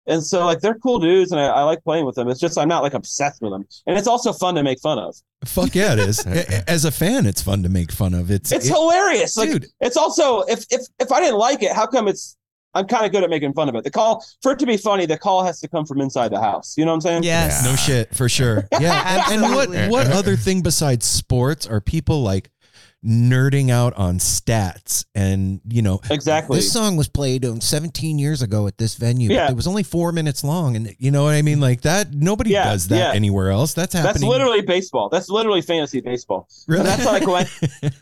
Speaker 7: and so like they're cool dudes, and I, I like playing with them. It's just I'm not like obsessed with them, and it's also fun to make fun of.
Speaker 1: Fuck yeah, it is. A- a- As a fan, it's fun to make fun of. It's,
Speaker 7: It's
Speaker 1: it-
Speaker 7: hilarious. Like
Speaker 1: dude.
Speaker 7: it's also if if if I didn't like it, how come it's I'm kind of good at making fun of it. The call for it to be funny, the call has to come from inside the house. You know what I'm saying?
Speaker 2: Yes.
Speaker 1: No Oh, shit, for sure. Yeah. and, and what
Speaker 2: Absolutely.
Speaker 1: what other thing besides sports are people like nerding out on stats and you know
Speaker 7: Exactly.
Speaker 1: this song was played um, 17 years ago at this venue.
Speaker 7: Yeah.
Speaker 1: It was only four minutes long, and you know what I mean. Like that, nobody
Speaker 7: Yeah,
Speaker 1: does that
Speaker 7: yeah.
Speaker 1: anywhere else. That's happening.
Speaker 7: That's literally baseball. That's literally fantasy baseball.
Speaker 1: Really?
Speaker 7: And that's like when,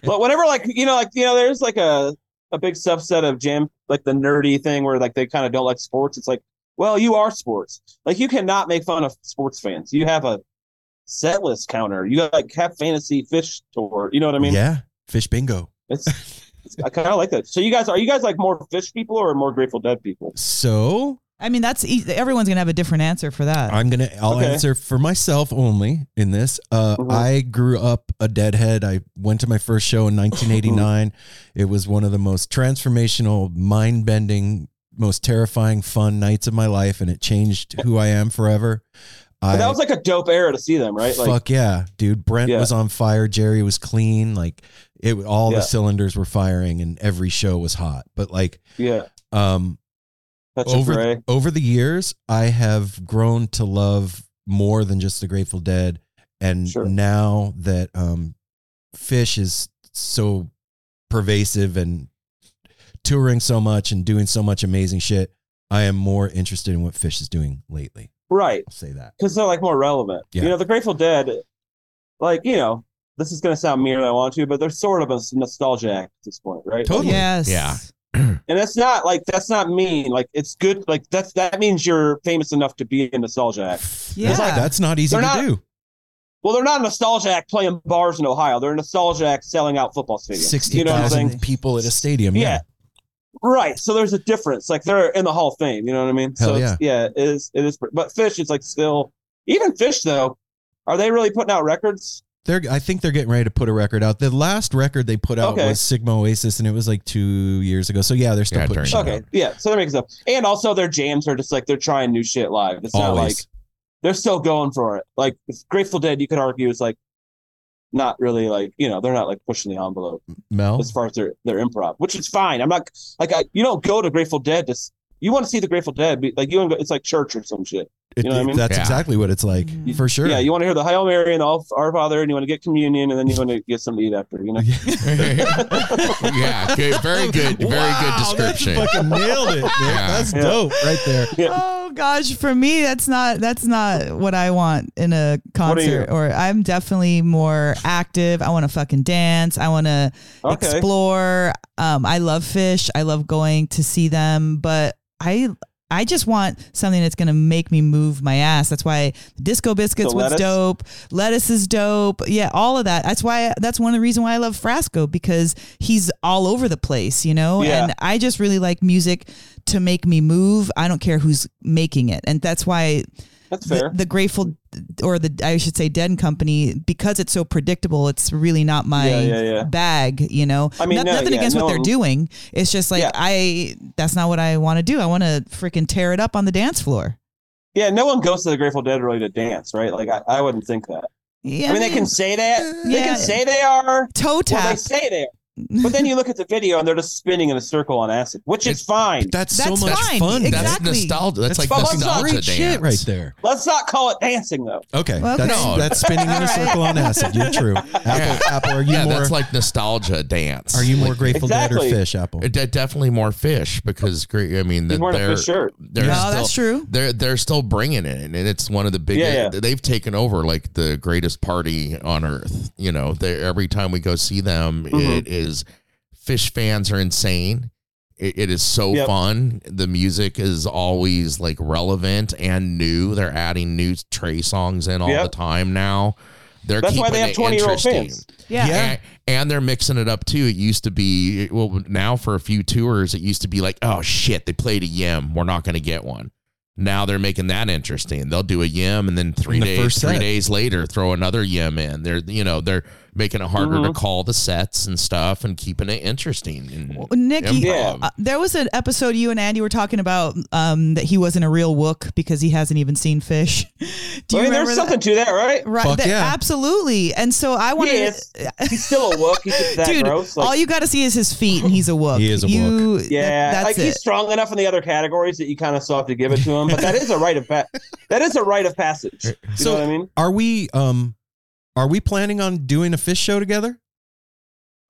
Speaker 7: but whenever like you know like you know there's like a a big subset of jam like the nerdy thing where like they kind of don't like sports. It's like well you are sports. Like you cannot make fun of sports fans. You have a set list counter. You like have fantasy fish tour. You know what I mean?
Speaker 1: yeah, fish bingo.
Speaker 7: It's, it's I kind of like that. So you guys are you guys like more fish people or more Grateful Dead people?
Speaker 1: So
Speaker 2: I mean, that's e- everyone's gonna have a different answer for that.
Speaker 1: I'm gonna. I'll
Speaker 7: Okay.
Speaker 1: answer for myself only in this. Uh,
Speaker 7: Mhm.
Speaker 1: I grew up a deadhead. I went to my first show in 1989.
Speaker 7: Mm-hmm.
Speaker 1: it was one of the most transformational, mind bending, most terrifying, fun nights of my life, and it changed who I am forever. I,
Speaker 7: But that was like a dope era to see them, right? Like
Speaker 1: Fuck yeah, dude. Brent
Speaker 7: Yeah.
Speaker 1: was on fire. Jerry was clean. Like it, all
Speaker 7: Yeah.
Speaker 1: the cylinders were firing, and every show was hot. But like,
Speaker 7: yeah,
Speaker 1: um,
Speaker 7: Touch of
Speaker 1: over
Speaker 7: Grey.
Speaker 1: over the years, I have grown to love more than just the Grateful Dead, and
Speaker 7: Sure.
Speaker 1: now that um, Fish is so pervasive and touring so much and doing so much amazing shit, I am more interested in what Fish is doing lately.
Speaker 7: right?
Speaker 1: I'll say that.
Speaker 7: because they're like more relevant.
Speaker 1: Yeah.
Speaker 7: You know, the Grateful Dead, like you know, this is gonna sound meaner than I want to, but they're sort of a nostalgia act at this point, right?
Speaker 1: Totally.
Speaker 2: Yes.
Speaker 3: Yeah.
Speaker 7: And that's not like that's not mean. Like it's good. Like that's that means you're famous enough to be a nostalgia act.
Speaker 2: Yeah.
Speaker 1: That's not easy
Speaker 7: They're
Speaker 1: to
Speaker 7: not-
Speaker 1: do.
Speaker 7: Well, they're not a nostalgia act playing bars in Ohio. They're a nostalgia act selling out football stadiums.
Speaker 1: Sixty
Speaker 7: you know what I'm saying?
Speaker 1: thousand people at a stadium. Yeah,
Speaker 7: Yeah. Right. So there's a difference. Like they're in the Hall of Fame. You know what I mean?
Speaker 1: Hell
Speaker 7: so it's, yeah, it is. It is. But Fish, it's like still even Fish though. Are they really putting out records?
Speaker 1: they're. I think they're getting ready to put a record out. The last record they put out
Speaker 7: Okay.
Speaker 1: was Sigma Oasis, and it was like two years ago. So yeah, they're still
Speaker 3: Yeah,
Speaker 1: putting
Speaker 3: during
Speaker 1: shit
Speaker 3: that.
Speaker 7: Okay, yeah. So they're making stuff, and also their jams are just like they're trying new shit live. It's
Speaker 1: out.
Speaker 7: not
Speaker 1: Always.
Speaker 7: like they're still going for it. Like it's Grateful Dead, you could argue is like not really like you know they're not like pushing the envelope
Speaker 1: Mel.
Speaker 7: as far as their their improv, which is fine. I'm not like I, you don't go to Grateful Dead to s- you want to see the Grateful Dead, be, like you wanna go it's like church or some shit.
Speaker 1: It-
Speaker 7: You know what I
Speaker 1: it-
Speaker 7: mean?
Speaker 1: That's
Speaker 3: Yeah. Mm-hmm.
Speaker 1: exactly what it's like
Speaker 2: Mhm.
Speaker 1: for sure.
Speaker 7: Yeah, you want to hear the Hail Mary and all Our Father, and you want to get communion, and then you want to get something to eat after. You know,
Speaker 3: yeah, good, very good, very
Speaker 1: Wow,
Speaker 3: good description.
Speaker 1: That's fucking nailed it. man.
Speaker 3: Yeah.
Speaker 1: That's
Speaker 7: Yeah.
Speaker 1: dope right there.
Speaker 2: Oh gosh, for me that's not that's not what I want in a
Speaker 7: What are you?
Speaker 2: concert. Or I'm definitely more active. I want to fucking dance. I want to
Speaker 7: okay,
Speaker 2: explore. Um, I love fish. I love going to see them, but I I just want something that's gonna make me move my ass. That's why Disco Biscuits
Speaker 7: The
Speaker 2: was
Speaker 7: lettuce?
Speaker 2: dope. Lettuce is dope. Yeah, all of that. That's why that's one of the reason why I love Frasco because he's all over the place, you know.
Speaker 7: Yeah.
Speaker 2: And I just really like music to make me move. I don't care who's making it, and that's why
Speaker 7: that's
Speaker 2: the,
Speaker 7: fair.
Speaker 2: the Grateful or the I should say Dead and Company because it's so predictable. It's really not my
Speaker 7: Yeah, yeah, yeah.
Speaker 2: bag, you know.
Speaker 7: I mean,
Speaker 2: Not-
Speaker 7: no,
Speaker 2: nothing
Speaker 7: yeah,
Speaker 2: against
Speaker 7: no
Speaker 2: what they're
Speaker 7: one-
Speaker 2: doing. It's just like
Speaker 7: Yeah.
Speaker 2: I that's not what I want to do. I want to freaking tear it up on the dance floor.
Speaker 7: yeah, no one goes to the Grateful Dead really to dance, right? Like I, I wouldn't think that.
Speaker 2: Yeah,
Speaker 7: I mean, they can say that. They
Speaker 2: Yeah.
Speaker 7: can say they are.
Speaker 2: toe
Speaker 7: Well,
Speaker 2: tap.
Speaker 7: they say they are. But then you look at the video and they're just spinning in a circle on acid, which is fine.
Speaker 3: That's,
Speaker 2: That's
Speaker 3: so much
Speaker 2: fine.
Speaker 3: fun. That's
Speaker 2: Exactly.
Speaker 3: nostalgia. That's, like
Speaker 7: fun. That's
Speaker 3: nostalgia
Speaker 1: great
Speaker 3: dance.
Speaker 1: shit right there.
Speaker 7: Let's not call it dancing though.
Speaker 1: Okay,
Speaker 2: Well,
Speaker 1: that's
Speaker 3: okay.
Speaker 1: that's spinning in a circle on acid. You're true. Apple,
Speaker 3: Yeah.
Speaker 1: Apple, are you
Speaker 3: Yeah,
Speaker 1: more
Speaker 3: that's like nostalgia dance.
Speaker 1: are you more
Speaker 3: Like,
Speaker 1: grateful dead
Speaker 7: Exactly.
Speaker 1: or fish? Apple.
Speaker 3: de- definitely more fish because great. I mean, that
Speaker 7: He's wearing a
Speaker 3: they're
Speaker 7: fish shirt.
Speaker 3: they're
Speaker 2: No,
Speaker 3: still-
Speaker 2: Oh, that's true.
Speaker 3: They're they're still bringing it, and it's one of the biggest.
Speaker 7: Yeah, yeah.
Speaker 3: They've taken over like the greatest party on earth. You know, they every time we go see them,
Speaker 7: Mhm.
Speaker 3: it is fish fans are insane. It, it is so
Speaker 7: Yep.
Speaker 3: fun. The music is always like relevant and new. They're adding new Trey songs in all
Speaker 7: Yep.
Speaker 3: the time now. They're
Speaker 7: That's why
Speaker 3: keeping
Speaker 7: they have
Speaker 3: it
Speaker 7: 20 year old
Speaker 3: interesting.
Speaker 7: fans.
Speaker 2: Yeah.
Speaker 3: And, and they're mixing it up too. It used to be well now for a few tours it used to be like, "Oh shit, they played a yim, we're not going to get one." Now they're making that interesting. They'll do a yim and then 3
Speaker 1: In the
Speaker 3: days
Speaker 1: first
Speaker 3: 3
Speaker 1: set.
Speaker 3: days later throw another yim in. They're you know, they're making it harder to
Speaker 7: Mhm.
Speaker 3: call the sets and stuff and keeping it interesting. And
Speaker 2: Well, Nick, you-
Speaker 3: improv.
Speaker 2: uh, there was an episode you and Andy were talking about um, that he wasn't a real Wook because he hasn't even seen fish. Do you
Speaker 7: I mean,
Speaker 2: remember
Speaker 7: there's
Speaker 2: that?
Speaker 7: something to that, right?
Speaker 2: Right,
Speaker 1: Fuck
Speaker 2: that-
Speaker 1: yeah.
Speaker 2: absolutely. And so I wanted,
Speaker 7: Yes. He's still a wook. He's just that
Speaker 2: dude,
Speaker 7: gross. Like,
Speaker 2: all you got to see is his feet, and he's a wook.
Speaker 1: He is a
Speaker 2: You-
Speaker 1: wook.
Speaker 7: yeah,
Speaker 2: that-
Speaker 7: like
Speaker 2: that's
Speaker 7: he's
Speaker 2: it.
Speaker 7: strong enough in the other categories that you kind of still have to give it to him. But that is a rite of pa- that is a rite of passage. You
Speaker 1: So-
Speaker 7: know what I mean?
Speaker 1: Are we um are we planning on doing a fish show together?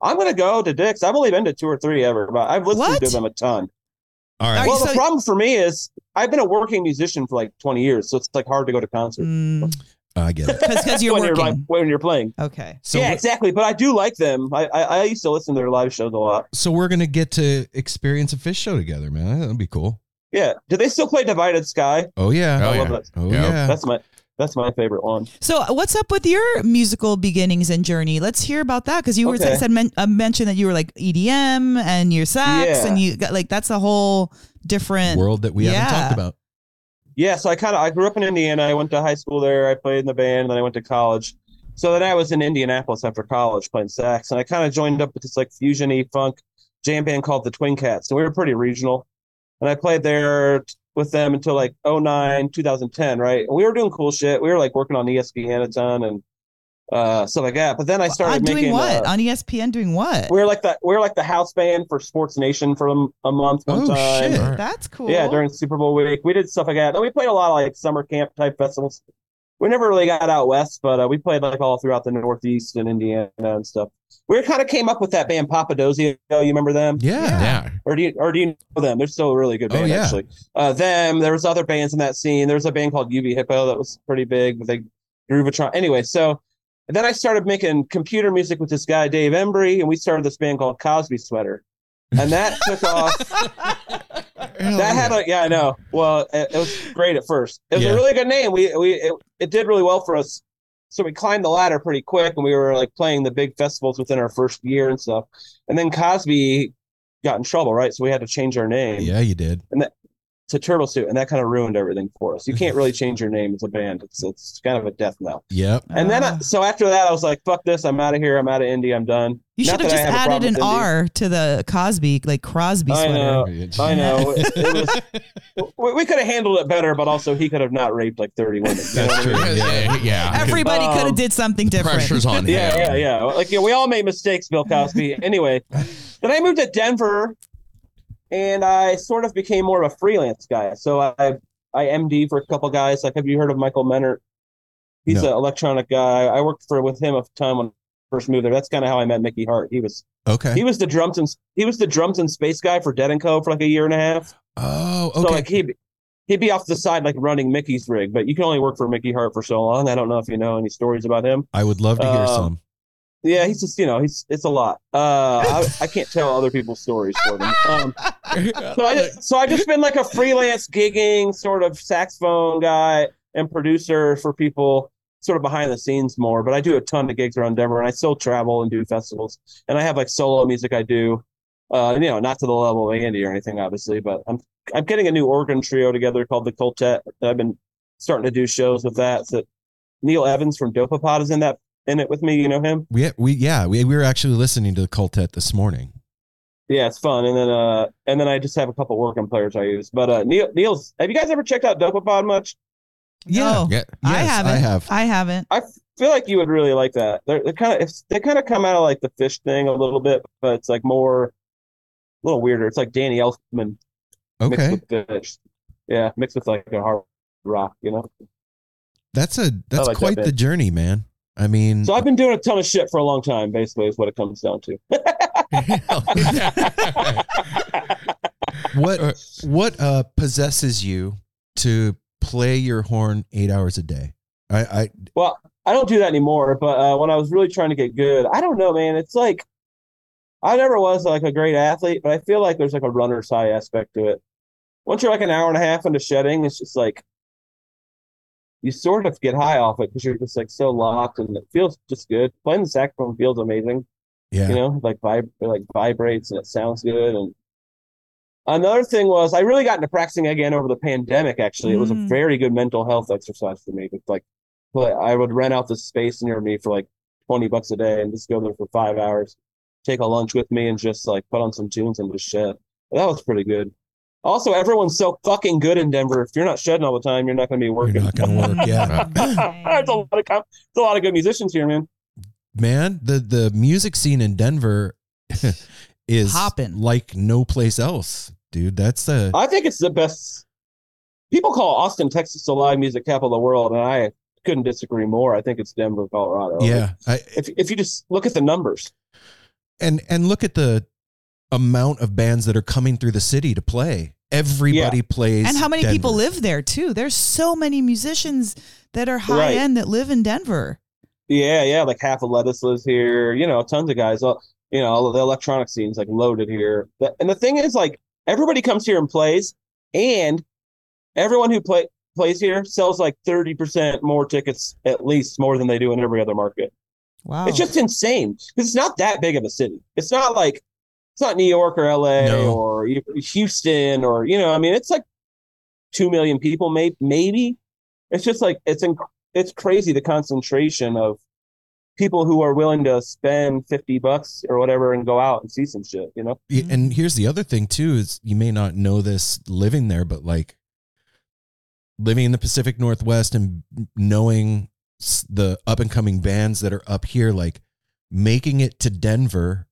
Speaker 7: I'm gonna go to Dick's. I've only been to two or three ever, but I've listened
Speaker 2: What?
Speaker 7: to them a ton.
Speaker 1: All
Speaker 2: Are
Speaker 1: right.
Speaker 2: you
Speaker 7: well, the
Speaker 2: so-
Speaker 7: problem for me is I've been a working musician for like 20 years, so it's like hard to go to concerts
Speaker 2: Because
Speaker 1: I get it.
Speaker 2: mm, you're
Speaker 7: when
Speaker 2: working.
Speaker 7: you're like, when you're playing.
Speaker 2: okay.
Speaker 1: So
Speaker 7: yeah,
Speaker 1: we're-
Speaker 7: exactly. But I do like them. I, I I used to listen to their live shows a lot.
Speaker 1: so we're gonna get to experience a fish show together, man. That'd be cool.
Speaker 7: Yeah. Do they still play Divided Sky?
Speaker 1: Oh yeah.
Speaker 3: Oh,
Speaker 7: I
Speaker 3: yeah.
Speaker 7: love that.
Speaker 1: Oh
Speaker 3: Yeah.
Speaker 1: yeah.
Speaker 7: That's my that's my favorite one.
Speaker 2: So what's up with your musical beginnings and journey? Let's hear about that because you were
Speaker 7: Okay.
Speaker 2: said men, uh, mentioned that you were like EDM and your sax
Speaker 7: Yeah.
Speaker 2: and you got like that's a whole different.
Speaker 1: world that we haven't
Speaker 2: Yeah.
Speaker 1: talked about.
Speaker 7: Yeah, so I kind of I grew up in Indiana. I went to high school there. I played in the band, and then I went to college. So then I was in Indianapolis after college playing sax, and I kind of joined up with this like fusion y funk jam band called the Twin Cats, and we were pretty regional. And I played there t- with them until like 09, 2010, right? And we were doing cool shit. We were like working on E ESPN a ton and uh, stuff like that. But then I started
Speaker 2: I'm
Speaker 7: making
Speaker 2: doing what
Speaker 7: uh,
Speaker 2: on E ESPN? Doing what?
Speaker 7: we were like the we were like the house band for Sports Nation for a, a month one
Speaker 1: Oh,
Speaker 7: time.
Speaker 1: shit.
Speaker 2: That's cool.
Speaker 7: Yeah, during Super Bowl week, we did stuff like that. And we played a lot of like summer camp type festivals. We never really got out west, but uh, we played like all throughout the Northeast and Indiana and stuff. We kind of came up with that band Papadozio. You remember them,
Speaker 1: Yeah.
Speaker 3: yeah.
Speaker 7: or do you or do you know them? They're still a really good
Speaker 1: Oh,
Speaker 7: band,
Speaker 1: yeah.
Speaker 7: actually. Uh, them. There was other bands in that scene. There was a band called UB Hippo that was pretty big, but they Groovatron. Anyway, so then I started making computer music with this guy Dave Embry, and we started this band called Cosby Sweater, and that took off that had
Speaker 2: Oh,
Speaker 7: a yeah, I know. Well, it, it was great at first. It was
Speaker 1: Yeah.
Speaker 7: a really good name. We we it, it did really well for us. So we climbed the ladder pretty quick, and we were like playing the big festivals within our first year and stuff. And then Cosby got in trouble, right? So we had to change our name
Speaker 1: Yeah, you did.
Speaker 7: to Turtle Suit, and that kind of ruined everything for us. You can't really change your name as a band. It's it's kind of a death knell.
Speaker 1: Yep.
Speaker 7: And then I,
Speaker 2: Uh,
Speaker 7: so after that, I was like, "Fuck this! I'm out of here. I'm out of indie. I'm done."
Speaker 2: you should
Speaker 7: Not
Speaker 2: have
Speaker 7: that
Speaker 2: just
Speaker 7: I have a
Speaker 2: added an
Speaker 7: problem with indie.
Speaker 2: R to the Cosby like Crosby
Speaker 7: I
Speaker 2: sweater.
Speaker 7: know. Uh, I know. It, it was, we, we could have handled it better, but also he could have not raped like 30 women. You know what
Speaker 1: That's
Speaker 7: I mean?
Speaker 1: true.
Speaker 3: yeah.
Speaker 1: Yeah.
Speaker 3: yeah.
Speaker 2: Everybody
Speaker 7: Um,
Speaker 2: could have did something different.
Speaker 3: Pressure's on
Speaker 7: Yeah,
Speaker 3: him.
Speaker 7: yeah, yeah. Like yeah, we all made mistakes, Bill Cosby. Anyway, then I moved to Denver, and I sort of became more of a freelance guy. So I I MD for a couple guys. Like, have you heard of Michael Menner? He's
Speaker 1: No.
Speaker 7: an electronic guy. I worked for with him a time when I first moved there. That's kind of how I met Mickey Hart. He was
Speaker 1: Okay.
Speaker 7: he was the drums and he was the drums and space guy for Dead and Co for like a year and a half.
Speaker 1: Oh,
Speaker 7: So
Speaker 1: okay.
Speaker 7: like he. would He'd be off to the side, like running Mickey's rig, but you can only work for Mickey Hart for so long. I don't know if you know any stories about him.
Speaker 1: I would love to hear
Speaker 7: Uh,
Speaker 1: some.
Speaker 7: Yeah, he's just you know he's it's a lot. Uh, I, I can't tell other people's stories for them. Um, so I just, so I've just been like a freelance gigging sort of saxophone guy and producer for people sort of behind the scenes more. But I do a ton of gigs around Denver, and I still travel and do festivals, and I have like solo music I do. Uh, you know, not to the level of Andy or anything, obviously, but I'm I'm getting a new organ trio together called the Coltet. I've been starting to do shows with that. So Neil Evans from Dopapod is in that in it with me. You know him.
Speaker 1: We we yeah we, we were actually listening to the Coltet this morning.
Speaker 7: Yeah, it's fun. And then uh and then I just have a couple working players I use. But uh Neil Neil's have you guys ever checked out Dopapod much?
Speaker 1: Yeah.
Speaker 2: No,
Speaker 3: Yeah.
Speaker 2: I
Speaker 1: Yes,
Speaker 2: haven't.
Speaker 1: I have.
Speaker 2: I haven't.
Speaker 7: I feel like you would really like that. They're, they're kind of they kind of come out of like the fish thing a little bit, but it's like more a little weirder. It's like Danny Elfman mixed
Speaker 1: Okay.
Speaker 7: with fish. Yeah, mixed with like a hard rock, you know.
Speaker 1: That's a that's
Speaker 7: like that
Speaker 1: quite
Speaker 7: bit.
Speaker 1: the journey, man. I mean,
Speaker 7: So I've been doing a ton of shit for a long time. Basically, is what it comes down to.
Speaker 1: what what uh possesses you to play your horn 8 hours a day? I I
Speaker 7: I don't do that anymore, but uh, when I was really trying to get good, I don't know, man. It's like I never was like a great athlete, but I feel like there's like a runner's high aspect to it. Once you're like an hour and a half into shedding, it's just like you sort of get high off it because you're just like so locked, and it feels just good. Playing the saxophone feels amazing,
Speaker 1: yeah.
Speaker 7: you know, like vib- it, like vibrates and it sounds good. And another thing was I really got into practicing again over the pandemic. Actually, it was a
Speaker 2: Mm.
Speaker 7: very good mental health exercise for me. It's like but I would rent out this space near me for like 20 bucks a day and just go there for five hours, take a lunch with me and just like put on some tunes and just shed. That was pretty good. Also, everyone's so fucking good in Denver. If you're not shedding all the time, you're not going to be
Speaker 1: You're
Speaker 7: working.
Speaker 1: not going to work, yeah.
Speaker 7: There's a lot of com- there's a lot of good musicians here, man.
Speaker 1: man the the music scene in denver is
Speaker 2: Hoppin'.
Speaker 1: like no place else dude that's uh, a
Speaker 7: I think it's the best. People call Austin, Texas, the live music capital of the world, and I couldn't disagree more. I think it's Denver, Colorado.
Speaker 1: yeah I,
Speaker 7: If if you just look at the numbers,
Speaker 1: and and look at the amount of bands that are coming through the city to play everybody plays
Speaker 2: And how many people
Speaker 1: Denver.
Speaker 2: live there too? There's so many musicians that are high
Speaker 7: Right.
Speaker 2: end that live in Denver.
Speaker 7: Yeah, yeah, like half of lettuce lives here. You know, tons of guys. All you know, all the electronic scenes like loaded here. But- And the thing is, like everybody comes here and plays, and everyone who play plays here sells like thirty percent more tickets at least more than they do in every other market.
Speaker 2: Wow.
Speaker 7: It's just insane 'Cause it's not that big of a city. It's not like it's not New York or L.A.
Speaker 1: No.
Speaker 7: or e- Houston or you know. I mean, it's like two million people, maybe. Maybe it's just like it's in, it's crazy the concentration of people who are willing to spend fifty bucks or whatever and go out and see some shit. You know?
Speaker 1: Yeah, and here's the other thing too is you may not know this living there but like living in the pacific northwest and knowing s- the up and coming bands that are up here like making it to denver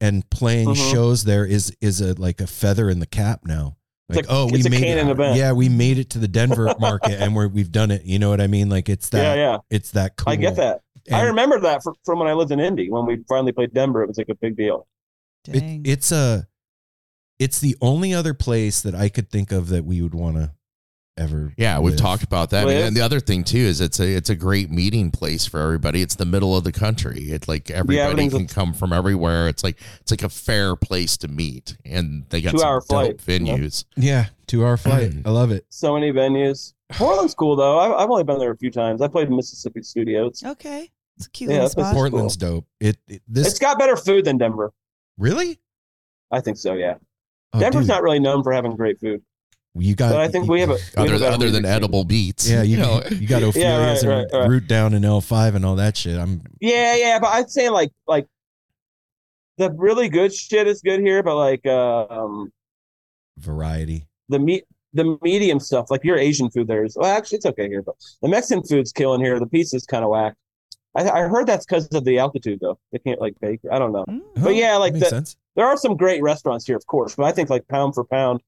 Speaker 1: and playing
Speaker 7: Mhm.
Speaker 1: shows there is is a like a feather in the cap now
Speaker 7: It's
Speaker 1: like,
Speaker 7: like-
Speaker 1: oh we
Speaker 7: it's a
Speaker 1: made
Speaker 7: canon
Speaker 1: it
Speaker 7: event.
Speaker 1: yeah we made it to the denver market and we're we've done it you know what i mean like it's that
Speaker 7: yeah, yeah.
Speaker 1: it's that cool
Speaker 7: I get that. I
Speaker 1: And-
Speaker 7: remember that fr from when I lived in Indy. When we finally played Denver, it was like a big deal.
Speaker 1: it,
Speaker 2: Dang.
Speaker 1: it's a it's the only other place that i could think of that we would want to ever
Speaker 3: Yeah, we've
Speaker 1: live.
Speaker 3: talked about that. I mean,
Speaker 7: Live.
Speaker 3: and the other thing too is it's a it's a great meeting place for everybody. It's the middle of the country. It's like everybody
Speaker 7: everything's a-
Speaker 3: can come from everywhere. It's like it's like a fair place to meet, and they got some
Speaker 7: Two-hour
Speaker 3: dope
Speaker 7: flight, you know?
Speaker 3: venues.
Speaker 1: yeah two hour flight i love it
Speaker 7: So many venues. Portland's cool though. I've, I've only been there a few times. I played in Mississippi Studios.
Speaker 2: okay. It's a cute
Speaker 7: Yeah,
Speaker 2: little
Speaker 7: that's a
Speaker 2: spot.
Speaker 1: portland's dope it, it- this
Speaker 7: It's got better food than Denver.
Speaker 1: really
Speaker 7: I think so. Yeah,
Speaker 1: Oh,
Speaker 7: Denver's
Speaker 1: dude,
Speaker 7: not really known for having great food,
Speaker 1: you got
Speaker 7: but I think we have a we
Speaker 3: Other
Speaker 7: have a better
Speaker 3: other than
Speaker 7: music scene.
Speaker 3: edible beats,
Speaker 1: yeah you,
Speaker 3: know.
Speaker 1: you got ophelias
Speaker 7: right,
Speaker 1: and
Speaker 7: right, right.
Speaker 1: root down in l5 and all that shit i'm
Speaker 7: Yeah, yeah, but I'd say like like the really good shit is good here, but like uh, um
Speaker 1: variety
Speaker 7: the meat the medium stuff like your Asian food there is well actually it's okay here, but the Mexican food's killing here. The pizza's kind of whack. I, I heard that's because of the altitude though. They can't like bake. I don't know.
Speaker 2: Mm.
Speaker 7: But yeah,
Speaker 1: that
Speaker 7: like
Speaker 1: makes
Speaker 7: the-
Speaker 1: sense
Speaker 7: There are some great restaurants here, of course, but I think like pound for pound,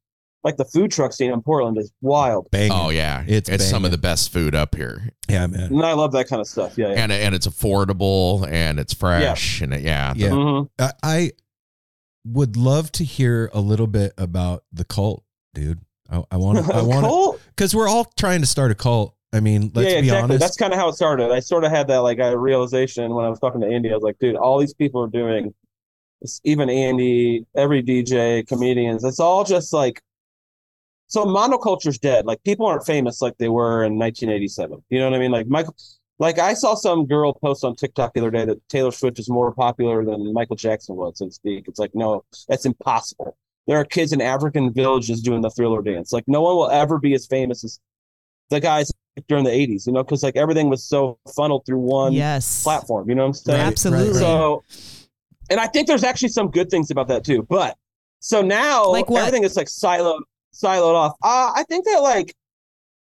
Speaker 7: like the food truck scene in Portland is wild,
Speaker 1: bang
Speaker 3: Oh yeah,
Speaker 1: It's
Speaker 3: it's, some
Speaker 1: banging.
Speaker 3: of the best food up here,
Speaker 1: yeah man
Speaker 7: and I love that kind of stuff. Yeah, yeah.
Speaker 3: and and it's affordable and it's fresh and it, yeah,
Speaker 1: yeah
Speaker 7: hmm
Speaker 1: I, I would love to hear a little bit about the cult dude i want to i want to because we're all trying to start a cult. I mean, let's be honest.
Speaker 7: That's kind of how it started. I sort of had that like a realization when I was talking to Andy. I was like, dude, all these people are doing, this, even Andy, every DJ, comedians. It's all just like, so monoculture's dead. Like people aren't famous like they were in 1987. You know what I mean? Like Michael, like I saw some girl post on TikTok the other day that Taylor Swift is more popular than Michael Jackson was in Speak. It's like, no, that's impossible. There are kids in African villages doing the thriller dance. Like no one will ever be as famous as the guys during the 80s, you know, because like everything was so funneled through one
Speaker 2: yes.
Speaker 7: platform. You know what I'm saying?
Speaker 2: Absolutely.
Speaker 1: right.
Speaker 7: So, and I think there's actually some good things about that too. But so now
Speaker 2: Like what?
Speaker 7: everything is like siloed, siloed off. Uh, I think that like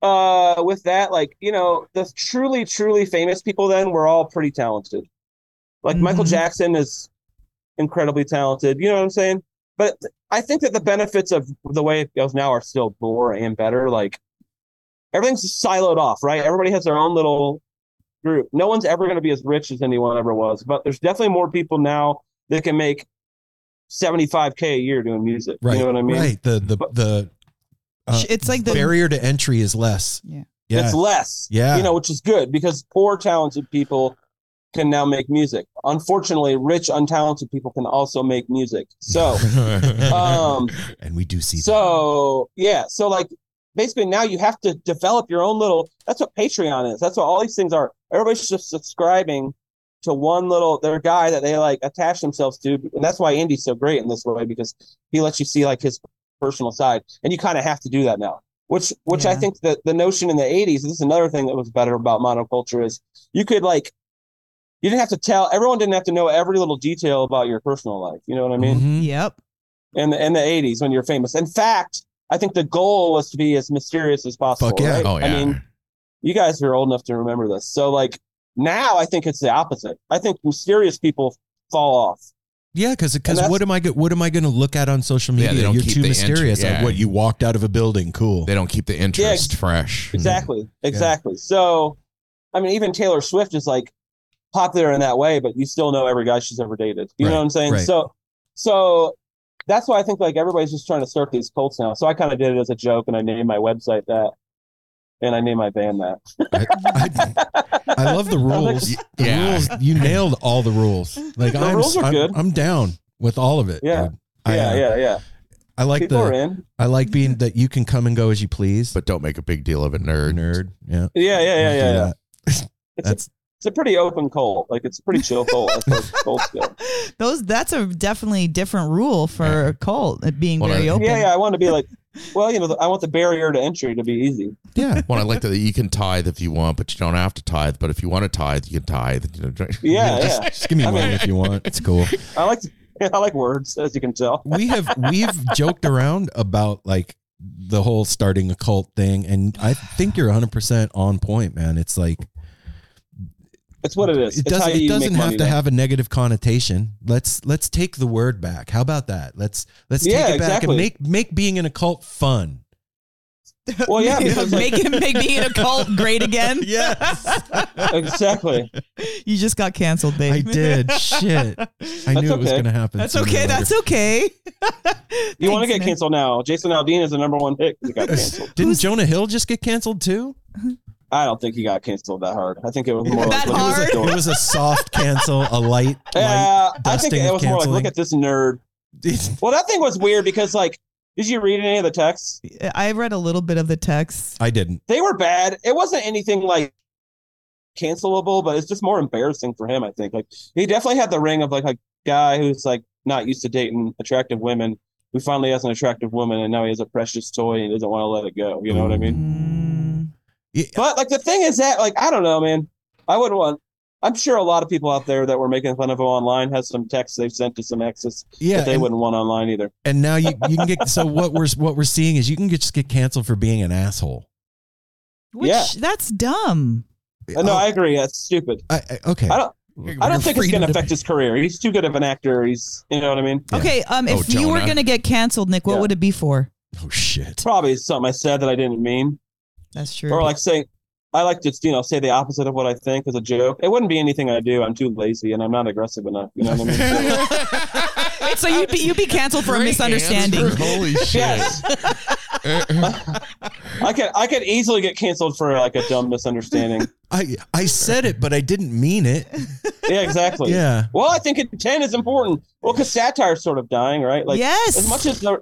Speaker 7: uh, with that, like you know, the truly, truly famous people then were all pretty talented. Like Michael
Speaker 2: Mhm.
Speaker 7: Jackson is incredibly talented. You know what I'm saying? But I think that the benefits of the way it goes now are still more and better. Like everything's siloed off, right? Everybody has their own little group. No one's ever going to be as rich as anyone ever was, but there's definitely more people now that can make 75k a year doing music.
Speaker 1: Right.
Speaker 7: You know what I mean?
Speaker 1: Right. The the
Speaker 7: But-
Speaker 1: the uh,
Speaker 2: it's like the
Speaker 1: barrier to entry is less.
Speaker 2: Yeah.
Speaker 1: Yeah.
Speaker 7: It's less.
Speaker 1: Yeah.
Speaker 7: You know, which is good because poor talented people can now make music. Unfortunately, rich untalented people can also make music. So Um,
Speaker 1: and we do see
Speaker 7: so yeah, so like basically now you have to develop your own little that's what Patreon is. That's what all these things are. Everybody's just subscribing to one little their guy that they like attach themselves to. And that's why Andy's so great in this way because he lets you see like his personal side. And you kind of have to do that now. Which which I
Speaker 2: Yeah.
Speaker 7: think that the notion in the eighties, this is another thing that was better about monoculture is you could like you didn't have to tell everyone didn't have to know every little detail about your personal life. You know what I
Speaker 1: that.
Speaker 7: mean?
Speaker 1: Mhm.
Speaker 2: yep.
Speaker 7: in the, in the 80s when you're famous. In fact, I think the goal was to be as mysterious as possible.
Speaker 1: Fuck yeah.
Speaker 7: right?
Speaker 3: oh yeah.
Speaker 7: I mean, you guys are old enough to remember this. So like now I think it's the opposite. I think mysterious people fall off.
Speaker 1: Yeah, because
Speaker 7: And that's-
Speaker 1: what am I go- what am I going to look at on social
Speaker 3: Yeah, they
Speaker 1: media?
Speaker 3: don't
Speaker 1: You're
Speaker 3: keep
Speaker 1: too
Speaker 3: the entry-
Speaker 1: mysterious. Like,
Speaker 3: yeah.
Speaker 1: what you walked out of a building? Cool.
Speaker 3: they don't keep the interest fresh.
Speaker 7: Exactly. Exactly. So I mean even Taylor Swift is like popular in that way, but you still know every guy she's ever dated. You
Speaker 1: Right,
Speaker 7: know what I'm saying?
Speaker 1: right.
Speaker 7: So so that's why I think like everybody's just trying to surf these cults now. So I kind of did it as a joke and I named my website that and I named my band that.
Speaker 1: I, I- I love the rules. The
Speaker 3: Yeah.
Speaker 1: rules. You nailed all the rules. Like
Speaker 7: The
Speaker 1: I'm,
Speaker 7: rules are
Speaker 1: I'm,
Speaker 7: good.
Speaker 1: I'm down with all of it.
Speaker 7: Yeah.
Speaker 1: dude. I,
Speaker 7: Yeah,
Speaker 1: uh,
Speaker 7: yeah, yeah.
Speaker 1: I like
Speaker 7: People
Speaker 1: the
Speaker 7: are in.
Speaker 1: I like being that you can come and go as you please.
Speaker 3: But don't make a big deal of it, nerd.
Speaker 1: nerd. Yeah.
Speaker 7: Yeah, yeah, yeah, yeah. yeah. It's,
Speaker 1: That's
Speaker 7: it's a pretty open cold. Like it's a pretty chill cold. That's where colds go.
Speaker 2: Those that's a definitely different rule for
Speaker 3: Yeah.
Speaker 2: a cult it being
Speaker 3: Well,
Speaker 2: very
Speaker 3: I-
Speaker 2: open.
Speaker 7: Yeah, yeah. I want to be like, well, you know, I want the barrier to entry to be easy.
Speaker 1: yeah.
Speaker 3: Well, I like that you can tithe if you want, but you don't have to tithe. But if you want to tithe, you can tithe. You know, drink-
Speaker 7: Yeah,
Speaker 1: just,
Speaker 7: yeah.
Speaker 1: just give me
Speaker 7: I
Speaker 1: one
Speaker 7: mean-
Speaker 1: if you want. It's cool.
Speaker 7: I like I like words, as you can tell.
Speaker 1: we have we've joked around about like the whole starting a cult thing and i think you're 100% on point man it's like
Speaker 7: It's what it is.
Speaker 1: it
Speaker 7: it's how
Speaker 1: doesn't
Speaker 7: you
Speaker 1: it doesn't
Speaker 7: make
Speaker 1: have
Speaker 7: money,
Speaker 1: to
Speaker 7: though.
Speaker 1: have a negative connotation let's let's take the word back how about that let's let's
Speaker 7: Yeah,
Speaker 1: take it back
Speaker 7: exactly.
Speaker 1: and make make being in a cult fun
Speaker 7: Well, yeah, because like,
Speaker 2: make him make being a cult great again.
Speaker 1: Yes.
Speaker 7: exactly.
Speaker 2: you just got canceled, babe.
Speaker 1: i did shit i knew it was
Speaker 7: okay.
Speaker 1: going to happen
Speaker 2: That's
Speaker 1: sooner or
Speaker 2: okay.
Speaker 1: later.
Speaker 2: That's okay.
Speaker 7: You want
Speaker 2: Thanks,
Speaker 7: to get
Speaker 2: Nick.
Speaker 7: canceled now? Jason Aldean is the number one pick. that got canceled.
Speaker 1: didn't
Speaker 2: Who's-
Speaker 1: jonah hill just get canceled too
Speaker 7: I don't think he got canceled that hard. I think it was more
Speaker 2: That
Speaker 7: like look at this
Speaker 1: It, was
Speaker 7: door.
Speaker 1: a, it was a soft cancel a light, light.
Speaker 7: Yeah, I think
Speaker 1: dusting
Speaker 7: it
Speaker 1: of
Speaker 7: was more like
Speaker 1: canceling.
Speaker 7: look at this nerd. Well, that thing was weird because like, did you read any of the text?
Speaker 2: I read a little bit of the text.
Speaker 1: i didn't
Speaker 7: they were bad. It wasn't anything like cancelable, but it's just more embarrassing for him. I think like he definitely had the ring of like a guy who's like not used to dating attractive women, who finally has an attractive woman, and now he has a precious toy and doesn't want to let it go. You know what I mean?
Speaker 2: Mm,
Speaker 1: Mm-hmm.
Speaker 7: But like the thing is that like I don't know, man. I would want. I'm sure a lot of people out there that were making fun of him online has some texts they've sent to some exes
Speaker 1: yeah
Speaker 7: that they
Speaker 1: and-
Speaker 7: wouldn't want online either.
Speaker 1: and now you, you can get so what we're what we're seeing is you can get, just get canceled for being an asshole.
Speaker 2: which
Speaker 7: Yeah.
Speaker 2: that's dumb.
Speaker 7: Uh, no,
Speaker 1: Oh,
Speaker 7: I agree. That's stupid.
Speaker 1: I, I- okay.
Speaker 7: I don't- I
Speaker 1: Your
Speaker 7: don't think it's
Speaker 1: freedom
Speaker 7: going to
Speaker 1: to-
Speaker 7: affect his career. He's too good of an actor. He's, you know what I mean?
Speaker 1: Yeah.
Speaker 2: Okay, um, if
Speaker 3: Oh,
Speaker 2: you were
Speaker 3: Jonah.
Speaker 2: gonna get canceled, Nick, what
Speaker 7: Yeah.
Speaker 2: would it be for?
Speaker 1: Oh shit!
Speaker 7: Probably something I said that I didn't mean.
Speaker 2: That's true.
Speaker 7: or like saying I like to you know say the opposite of what I think as a joke. It wouldn't be anything I do. I'm too lazy and I'm not aggressive enough. You know what I mean? So-
Speaker 2: so you'd be you'd be canceled for a
Speaker 3: Great
Speaker 2: misunderstanding.
Speaker 3: answer. Holy shit.
Speaker 7: yes, I could I could easily get canceled for like a dumb misunderstanding.
Speaker 1: I I said it, but I didn't mean it.
Speaker 7: yeah, exactly.
Speaker 1: Yeah.
Speaker 7: Well, I think intent is important. Well, because satire's sort of dying, right? Like
Speaker 2: yes.
Speaker 7: as much as the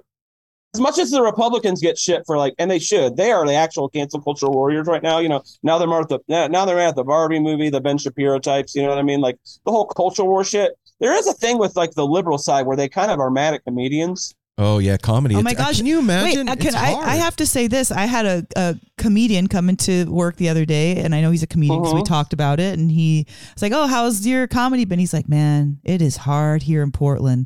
Speaker 7: as much as the Republicans get shit for like, and they should, they are the actual cancel culture warriors right now. You know, now they're more at the now now they're at the Barbie movie, the Ben Shapiro types. You know what I mean? Like the whole culture war shit. There is a thing with like the liberal side where they kind of are mad at comedians.
Speaker 1: Oh yeah, comedy.
Speaker 2: Oh, my
Speaker 1: It's-
Speaker 2: gosh.
Speaker 1: Can you
Speaker 2: Wait,
Speaker 1: imagine?
Speaker 2: uh,
Speaker 1: It's
Speaker 2: can I,
Speaker 1: hard.
Speaker 2: I have to say this. I had a, a comedian come into work the other day, and I know he's a comedian because we
Speaker 7: Uh-huh.
Speaker 2: talked about it. And he was like, Oh, how's your comedy been? He's like, Man, it is hard here in Portland.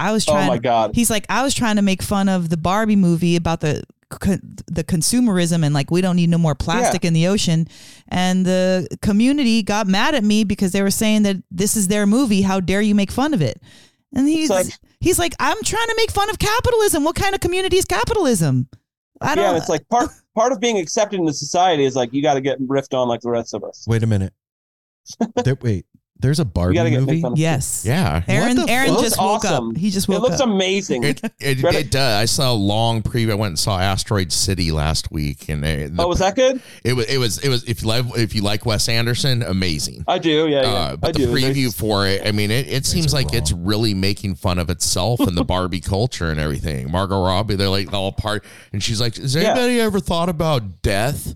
Speaker 2: I was
Speaker 7: Oh
Speaker 2: trying.
Speaker 7: my
Speaker 2: to-
Speaker 7: God.
Speaker 2: He's like, I was trying to make fun of the Barbie movie about the co- the consumerism and like we don't need no more plastic in the ocean. And the community got mad at me because they were saying that this is their movie. How dare you make fun of it? And he's
Speaker 7: like-
Speaker 2: he's like, I'm trying to make fun of capitalism. What kind of community is capitalism? I don't.
Speaker 7: yeah, it's like part part of being accepted into society is like you got to get riffed on like the rest of us.
Speaker 1: Wait a minute. there, wait, there's a Barbie
Speaker 7: gotta get
Speaker 1: movie.
Speaker 7: mixed on
Speaker 2: yes.
Speaker 3: Yeah.
Speaker 2: Aaron, Aaron
Speaker 7: fuck?
Speaker 2: just woke
Speaker 7: um, Awesome.
Speaker 2: up. He just
Speaker 7: It
Speaker 2: woke
Speaker 7: looks
Speaker 2: up.
Speaker 7: amazing.
Speaker 3: It, it,
Speaker 7: Reddit-
Speaker 3: it does. I saw a long preview. I went and saw Asteroid City last week, and they, the-
Speaker 7: oh, was that good?
Speaker 3: it was it was it was if you like if you like Wes Anderson, amazing.
Speaker 7: I do. Yeah, yeah.
Speaker 3: Uh,
Speaker 7: I
Speaker 3: but the
Speaker 7: do.
Speaker 3: preview for it, I mean, it, it seems
Speaker 1: are
Speaker 3: like it's really making fun of itself and the Barbie culture and everything. Margot Robbie, they're like all part, and she's like, "Has
Speaker 7: Yeah.
Speaker 3: anybody ever thought about death?"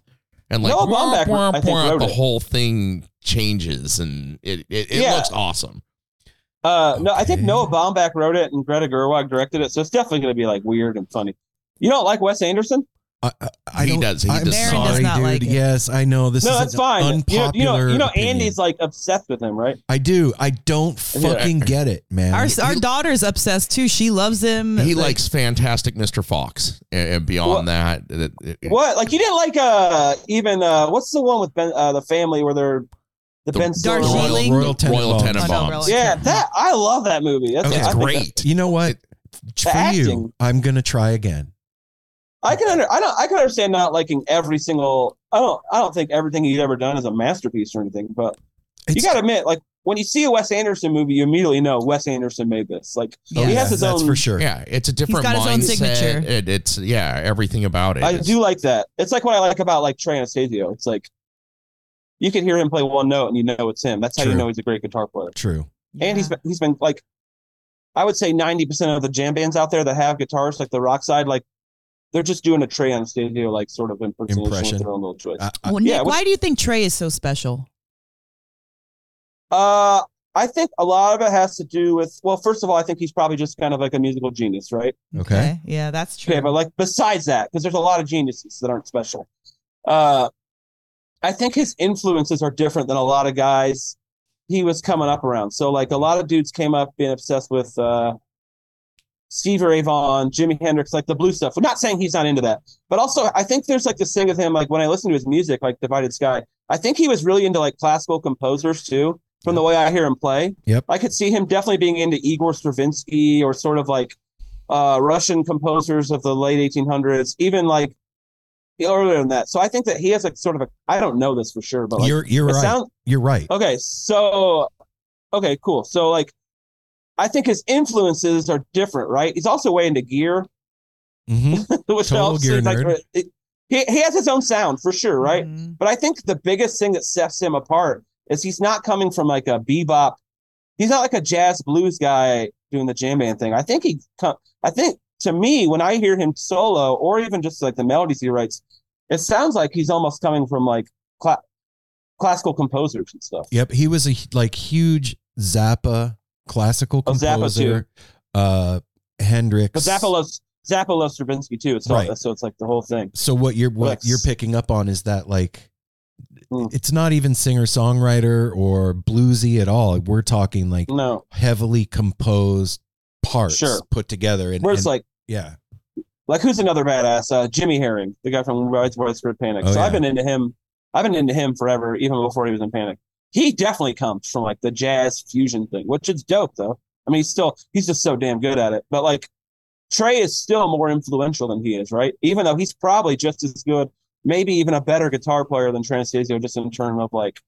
Speaker 3: And like,
Speaker 7: Noah Baumbach, I think, wrote
Speaker 3: the
Speaker 7: it.
Speaker 3: whole thing changes, and it it, it
Speaker 7: Yeah.
Speaker 3: looks awesome.
Speaker 7: Uh, no, I think
Speaker 3: Okay.
Speaker 7: Noah Baumbach wrote it and Greta Gerwig directed it, so it's definitely going to be like weird and funny. You don't like Wes Anderson?
Speaker 1: I, I- I
Speaker 3: He
Speaker 1: don't-
Speaker 3: does. He
Speaker 1: I'm
Speaker 3: does
Speaker 1: sorry,
Speaker 3: not.
Speaker 2: Aaron does not
Speaker 1: dude.
Speaker 2: like it.
Speaker 1: yes, I know this
Speaker 7: uh, no,
Speaker 1: is
Speaker 7: that's
Speaker 1: an
Speaker 7: fine. You know,
Speaker 1: unpopular.
Speaker 7: you know, you know,
Speaker 1: opinion.
Speaker 7: Andy's like obsessed with him, right?
Speaker 1: I do. I don't fucking get it, man.
Speaker 2: Our, our
Speaker 3: He-
Speaker 2: daughter's obsessed too. She loves him.
Speaker 7: Mm,
Speaker 3: He
Speaker 2: Like,
Speaker 3: likes Fantastic Mr. Fox, and, and beyond that, uh, it- it- it-
Speaker 7: What? Like you didn't like uh even uh what's the one with Ben uh the family where they're the,
Speaker 3: The-
Speaker 7: Ben
Speaker 3: the
Speaker 7: Stiller
Speaker 2: Dark
Speaker 7: one?
Speaker 2: Kneeling?
Speaker 1: Royal, Royal
Speaker 3: Royal
Speaker 1: Tenenbaums.
Speaker 2: Oh, no,
Speaker 3: Tenenbaums.
Speaker 2: really.
Speaker 7: Yeah, that I love that movie. That's
Speaker 3: Okay,
Speaker 7: I
Speaker 3: it's
Speaker 7: think
Speaker 3: great.
Speaker 1: You know what? For you,
Speaker 7: acting.
Speaker 1: I'm gonna try again.
Speaker 7: I can under, I don't I can understand not liking every single I don't I don't think everything he's ever done is a masterpiece or anything, but you
Speaker 1: It's-
Speaker 7: got to admit like when you see a Wes Anderson movie, you immediately know Wes Anderson made this. Like
Speaker 1: oh,
Speaker 7: he
Speaker 1: yeah,
Speaker 7: has his
Speaker 1: that's
Speaker 7: own
Speaker 1: for sure.
Speaker 3: Yeah, it's a different
Speaker 2: got his own
Speaker 3: mindset.
Speaker 2: signature.
Speaker 3: It, it's yeah, everything about it.
Speaker 7: I
Speaker 3: It's-
Speaker 7: do like that. It's like what I like about like Trey Anastasio. It's like you can hear him play one note and you know it's him. That's how
Speaker 1: True.
Speaker 7: you know he's a great guitar player.
Speaker 1: True.
Speaker 7: And he's been, he's been like, I would say ninety percent of the jam bands out there that have guitars, like the rock side, like they're just doing a Trey Anastasio like sort of impersonation
Speaker 1: Impression. Uh,
Speaker 7: with their own little choice.
Speaker 1: I, I,
Speaker 3: Uh,
Speaker 2: Well, Nick,
Speaker 7: yeah, what's-
Speaker 2: why do you think Trey is so special?
Speaker 7: Uh, I think a lot of it has to do with well, first of all, I think he's probably just kind of like a musical genius, right?
Speaker 1: Okay.
Speaker 2: Yeah, that's true.
Speaker 7: Okay, but like besides that, because there's a lot of geniuses that aren't special. Uh, I think his influences are different than a lot of guys he was coming up around. So like a lot of dudes came up being obsessed with uh, Steve Ray Vaughan, Jimi Hendrix, like the blue stuff. I'm not saying he's not into that, but also I think there's like this thing with him. Like when I listen to his music, like Divided Sky, I think he was really into like classical composers too. From the way I hear him play,
Speaker 1: Yep.
Speaker 7: I could see him definitely being into Igor Stravinsky or sort of like uh, Russian composers of the late 1800s, even like earlier than that. So I think that he has like sort of a I don't know this for sure, but like,
Speaker 1: you're you're
Speaker 7: it Oh.
Speaker 1: right.
Speaker 7: sound-
Speaker 1: you're right.
Speaker 7: okay. So okay, cool. So like I think his influences are different, right? He's also way into gear,
Speaker 1: hmm
Speaker 7: which
Speaker 1: Total
Speaker 7: helps.
Speaker 1: gear
Speaker 7: He's, like,
Speaker 1: nerd.
Speaker 7: it- he he has his own sound for sure, right?
Speaker 2: Mhm.
Speaker 7: But I think the biggest thing that sets him apart is he's not coming from like a bebop. He's not like a jazz blues guy doing the jam band thing. I think he, co- I think to me, when I hear him solo or even just like the melodies he writes, it sounds like he's almost coming from like cla- classical composers and stuff.
Speaker 1: Yep, he was a like huge Zappa classical
Speaker 7: Oh, Zappa too.
Speaker 1: composer. uh Hendrix.
Speaker 7: But Zappa loves Zappa loves Stravinsky too. It's all,
Speaker 1: Right.
Speaker 7: so it's like the whole thing.
Speaker 1: so what you're what
Speaker 7: Lex.
Speaker 1: you're picking up on is that like
Speaker 7: Mm.
Speaker 1: it's not even singer songwriter or bluesy at all. We're talking like
Speaker 7: No,
Speaker 1: heavily composed parts
Speaker 7: Hmm. Sure.
Speaker 1: put together and,
Speaker 7: where it's
Speaker 1: and-
Speaker 7: like.
Speaker 1: yeah.
Speaker 7: like who's another badass? Uh, Jimmy Herring, the guy from Rides Widespread Panic.
Speaker 1: Oh,
Speaker 7: so
Speaker 1: yeah.
Speaker 7: I've been into him. I've been into him forever, even before he was in Panic. He definitely comes from like the jazz fusion thing, which is dope though. I mean, he's still he's just so damn good at it. But like Trey is still more influential than he is, right? Even though he's probably just as good, maybe even a better guitar player than Transtasio, just in terms of like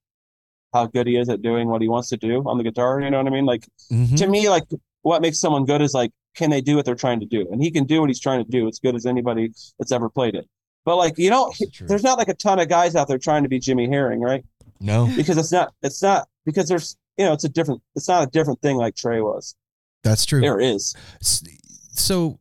Speaker 7: how good he is at doing what he wants to do on the guitar. You know what I mean? Like
Speaker 1: Mhm.
Speaker 7: to
Speaker 2: Hmm?
Speaker 7: me, like what makes someone good is like, can they do what they're trying to do? And he can do what he's trying to do as good as anybody that's ever played it. But like, you know,
Speaker 1: That's true.
Speaker 7: there's not like a ton of guys out there trying to be Jimmy Herring, right?
Speaker 1: No,
Speaker 7: Because it's not, it's not because there's, you know, it's a different, it's not a different thing like Trey was.
Speaker 1: that's true.
Speaker 7: There is.
Speaker 1: S- So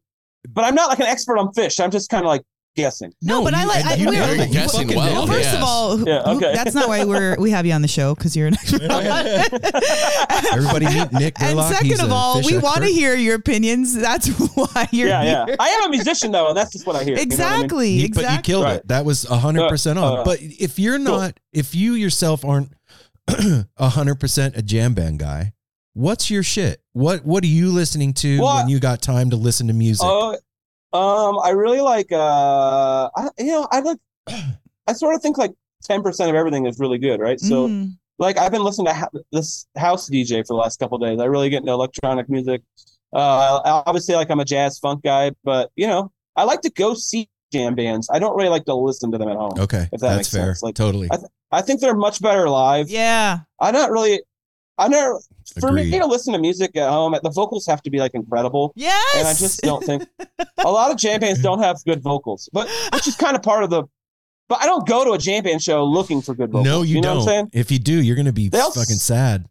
Speaker 7: But I'm not like an expert on fish. I'm just kind of like guessing.
Speaker 2: No, but I like. I,
Speaker 3: you
Speaker 2: we're,
Speaker 3: nailed it. You fucking
Speaker 2: well,
Speaker 3: nailed it.
Speaker 2: first
Speaker 3: Yes.
Speaker 2: of all, who-
Speaker 7: Yeah,
Speaker 2: who-
Speaker 7: okay.
Speaker 2: that's not why we're we have you on the show because you're an expert.
Speaker 1: Everybody meet Nick
Speaker 2: and
Speaker 1: Gerlach. He's
Speaker 2: second of
Speaker 1: a
Speaker 2: all,
Speaker 1: fish
Speaker 2: we want to
Speaker 1: expert.
Speaker 2: hear your opinions. That's why you're
Speaker 7: Yeah, yeah.
Speaker 2: here.
Speaker 7: I am a musician though, and that's just what I hear. you know what I mean?
Speaker 2: Exactly.
Speaker 1: You-
Speaker 2: exactly.
Speaker 1: But you killed
Speaker 7: Right.
Speaker 1: it. That was hundred percent on.
Speaker 7: Uh,
Speaker 1: but if you're not, if you yourself aren't hundred percent a jam band guy, what's your shit? What What are you listening to
Speaker 7: Well,
Speaker 1: when you got time to listen to music?
Speaker 7: Oh, um, I really like. Uh, I you know I like. I sort of think like ten percent of everything is really good, right? So
Speaker 2: Mm.
Speaker 7: like I've been listening to ha- this house DJ for the last couple days. I really get into electronic music. Uh, obviously, like I'm a jazz funk guy, but you know I like to go see jam bands. I don't really like to listen to them at home.
Speaker 1: okay,
Speaker 7: if that
Speaker 1: that's
Speaker 7: makes
Speaker 1: fair.
Speaker 7: sense, like-
Speaker 1: totally.
Speaker 7: I- I think they're much better live.
Speaker 2: yeah.
Speaker 7: I'm not really. I never for
Speaker 1: Agreed.
Speaker 7: me to listen to music at home. The vocals have to be like incredible.
Speaker 2: Yes.
Speaker 7: and I just don't think a lot of jam bands don't have good vocals, but which is kind of part of the. But I don't go to a jam band show looking for good vocals.
Speaker 1: no, you,
Speaker 7: know
Speaker 1: don't.
Speaker 7: what I'm saying?
Speaker 1: If you do, you're gonna be
Speaker 7: They all-
Speaker 1: fucking sad.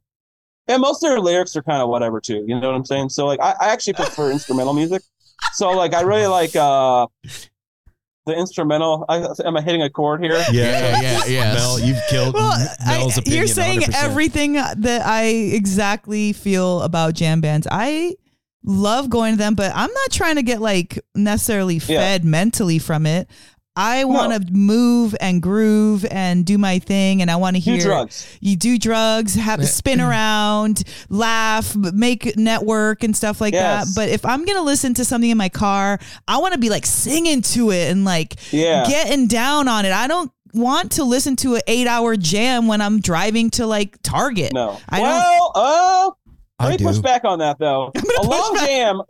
Speaker 7: And most of their lyrics are kind of whatever too. You know what I'm saying? So like, I, I actually prefer instrumental music. So like, I really like uh the instrumental. I, am I hitting a chord here?
Speaker 3: Yeah, yeah, yeah.
Speaker 1: Mel, you've killed
Speaker 2: Well,
Speaker 1: Mel's
Speaker 2: I,
Speaker 1: opinion.
Speaker 2: you're saying
Speaker 1: 100%.
Speaker 2: everything that I exactly feel about jam bands. I love going to them, but I'm not trying to get like necessarily fed mentally from it. I want to move and groove and do my thing, and I want to
Speaker 7: Do
Speaker 2: hear
Speaker 7: drugs.
Speaker 2: you do drugs, have spin around, laugh, make network and stuff like
Speaker 7: Yes.
Speaker 2: that. But if I'm gonna listen to something in my car, I want to be like singing to it and like
Speaker 7: Yeah.
Speaker 2: getting down on it. I don't want to listen to an eight hour jam when I'm driving to like Target.
Speaker 7: No.
Speaker 2: I don't-
Speaker 7: well, oh,
Speaker 1: I
Speaker 7: let me push
Speaker 1: do.
Speaker 7: back on that though. A long jam.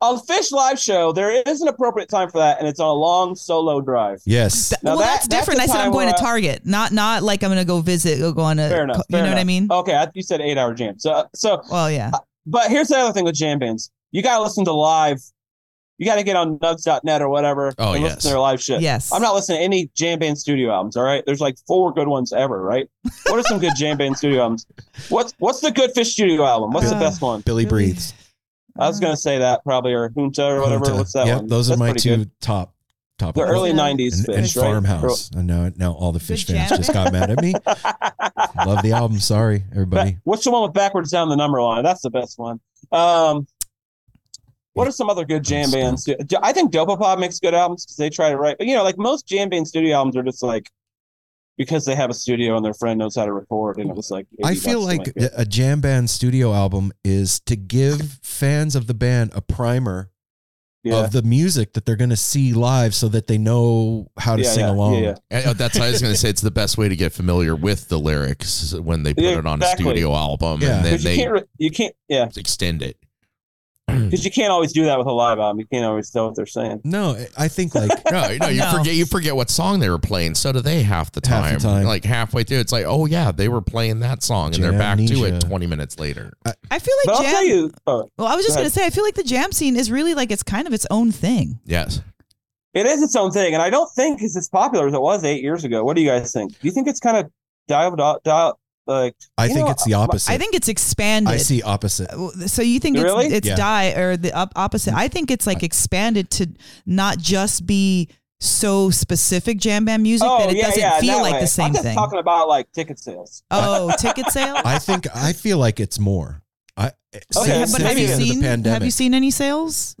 Speaker 7: A fish live show, there is an appropriate time for that, and it's on a long solo drive.
Speaker 1: Yes.
Speaker 2: Th-
Speaker 7: Now
Speaker 2: well,
Speaker 7: that-
Speaker 2: that's
Speaker 7: that's
Speaker 2: different.
Speaker 7: the
Speaker 2: I said I'm
Speaker 7: time
Speaker 2: going
Speaker 7: where
Speaker 2: to
Speaker 7: I-
Speaker 2: Target, not not like I'm gonna go visit or go on a.
Speaker 7: Fair enough.
Speaker 2: you know
Speaker 7: fair
Speaker 2: what I
Speaker 7: enough. Oh,
Speaker 2: mean?
Speaker 7: Okay, I- you said eight hour jam. So, uh, so,
Speaker 2: Well, yeah.
Speaker 7: but here's the other thing with jam bands: you gotta listen to live. You gotta get on Nugs.net or whatever.
Speaker 3: Oh,
Speaker 7: and
Speaker 3: yes.
Speaker 7: listen to their live shit.
Speaker 2: Yes.
Speaker 7: I'm not listening to any jam band studio albums. All right, there's like four good ones ever. Right? What are some good jam band studio albums? What's What's the good Fish studio album? What's the
Speaker 2: Uh,
Speaker 7: best one?
Speaker 1: Billy
Speaker 2: Really?
Speaker 1: breathes.
Speaker 7: I was gonna say that probably or Junta or whatever.
Speaker 1: Junta.
Speaker 7: What's that
Speaker 1: Yep,
Speaker 7: one?
Speaker 1: Those
Speaker 7: That's
Speaker 1: are my
Speaker 7: pretty
Speaker 1: two
Speaker 7: good.
Speaker 1: top top.
Speaker 7: The
Speaker 1: ones.
Speaker 7: early '90s
Speaker 1: and,
Speaker 7: Fish,
Speaker 1: and
Speaker 7: right?
Speaker 1: Farmhouse. I know now all the fish
Speaker 2: Good
Speaker 1: fans
Speaker 2: jam.
Speaker 1: just got mad at me. Love the album. Sorry, everybody.
Speaker 7: Ba- what's the one with backwards down the number line? That's the best one. Um, what are some other good jam bands? Do- I think Dopapod makes good albums because they try to write. But you know, like most jam band studio albums are just like because they have a studio and their friend knows how to record, and it was like
Speaker 1: I
Speaker 7: 80
Speaker 1: feel
Speaker 7: bucks to
Speaker 1: like
Speaker 7: make it.
Speaker 1: a jam band studio album is to give fans of the band a primer
Speaker 7: yeah,
Speaker 1: of the music that they're going to see live, so that they know how to
Speaker 7: Yeah,
Speaker 1: sing
Speaker 7: yeah,
Speaker 1: along.
Speaker 7: yeah, yeah.
Speaker 3: And, uh, that's what I was going to say. It's the best way to get familiar with the lyrics is when they put
Speaker 7: Yeah,
Speaker 3: it on
Speaker 7: exactly.
Speaker 3: a studio album
Speaker 1: Yeah.
Speaker 3: and then
Speaker 7: 'Cause you
Speaker 3: they
Speaker 7: can't, re- you can't, yeah,
Speaker 3: extend it.
Speaker 1: Hmm.
Speaker 7: because you can't always do that with a live album. You can't always tell what they're saying.
Speaker 1: No, I think like
Speaker 3: No, no, you
Speaker 2: No.
Speaker 3: forget you forget what song they were playing. So do they half the
Speaker 1: Half
Speaker 3: time.
Speaker 1: the time.
Speaker 3: Like halfway through, it's like, oh yeah, they were playing that song, and they're back to
Speaker 1: Amnesia.
Speaker 3: it twenty minutes later.
Speaker 2: I feel
Speaker 7: But
Speaker 2: like
Speaker 7: I'll
Speaker 2: jam.
Speaker 7: tell you, oh,
Speaker 2: well, I was just
Speaker 7: Go
Speaker 2: gonna
Speaker 7: ahead.
Speaker 2: say I feel like the jam scene is really like it's kind of its own thing.
Speaker 3: Yes,
Speaker 7: it is its own thing, and I don't think it's as popular as it was eight years ago. What do you guys think? Do you think it's kind of dialed, dialed like
Speaker 1: I
Speaker 7: You
Speaker 1: think
Speaker 7: know,
Speaker 1: it's the opposite.
Speaker 2: I think it's expanded.
Speaker 1: I see opposite.
Speaker 2: So you think
Speaker 7: Really?
Speaker 2: it's, it's
Speaker 1: Yeah.
Speaker 2: die or the op- opposite? I think it's like expanded to not just be so specific jam band music that it doesn't feel
Speaker 7: Oh, that
Speaker 2: like
Speaker 7: way.
Speaker 2: the same
Speaker 7: I'm just
Speaker 2: thing.
Speaker 7: talking about like ticket sales.
Speaker 2: oh, ticket sale.
Speaker 1: I think I feel like it's more. I
Speaker 7: Okay,
Speaker 1: since,
Speaker 2: but
Speaker 1: since
Speaker 2: have you
Speaker 1: the end of
Speaker 2: seen
Speaker 1: the pandemic,
Speaker 2: have you seen any sales?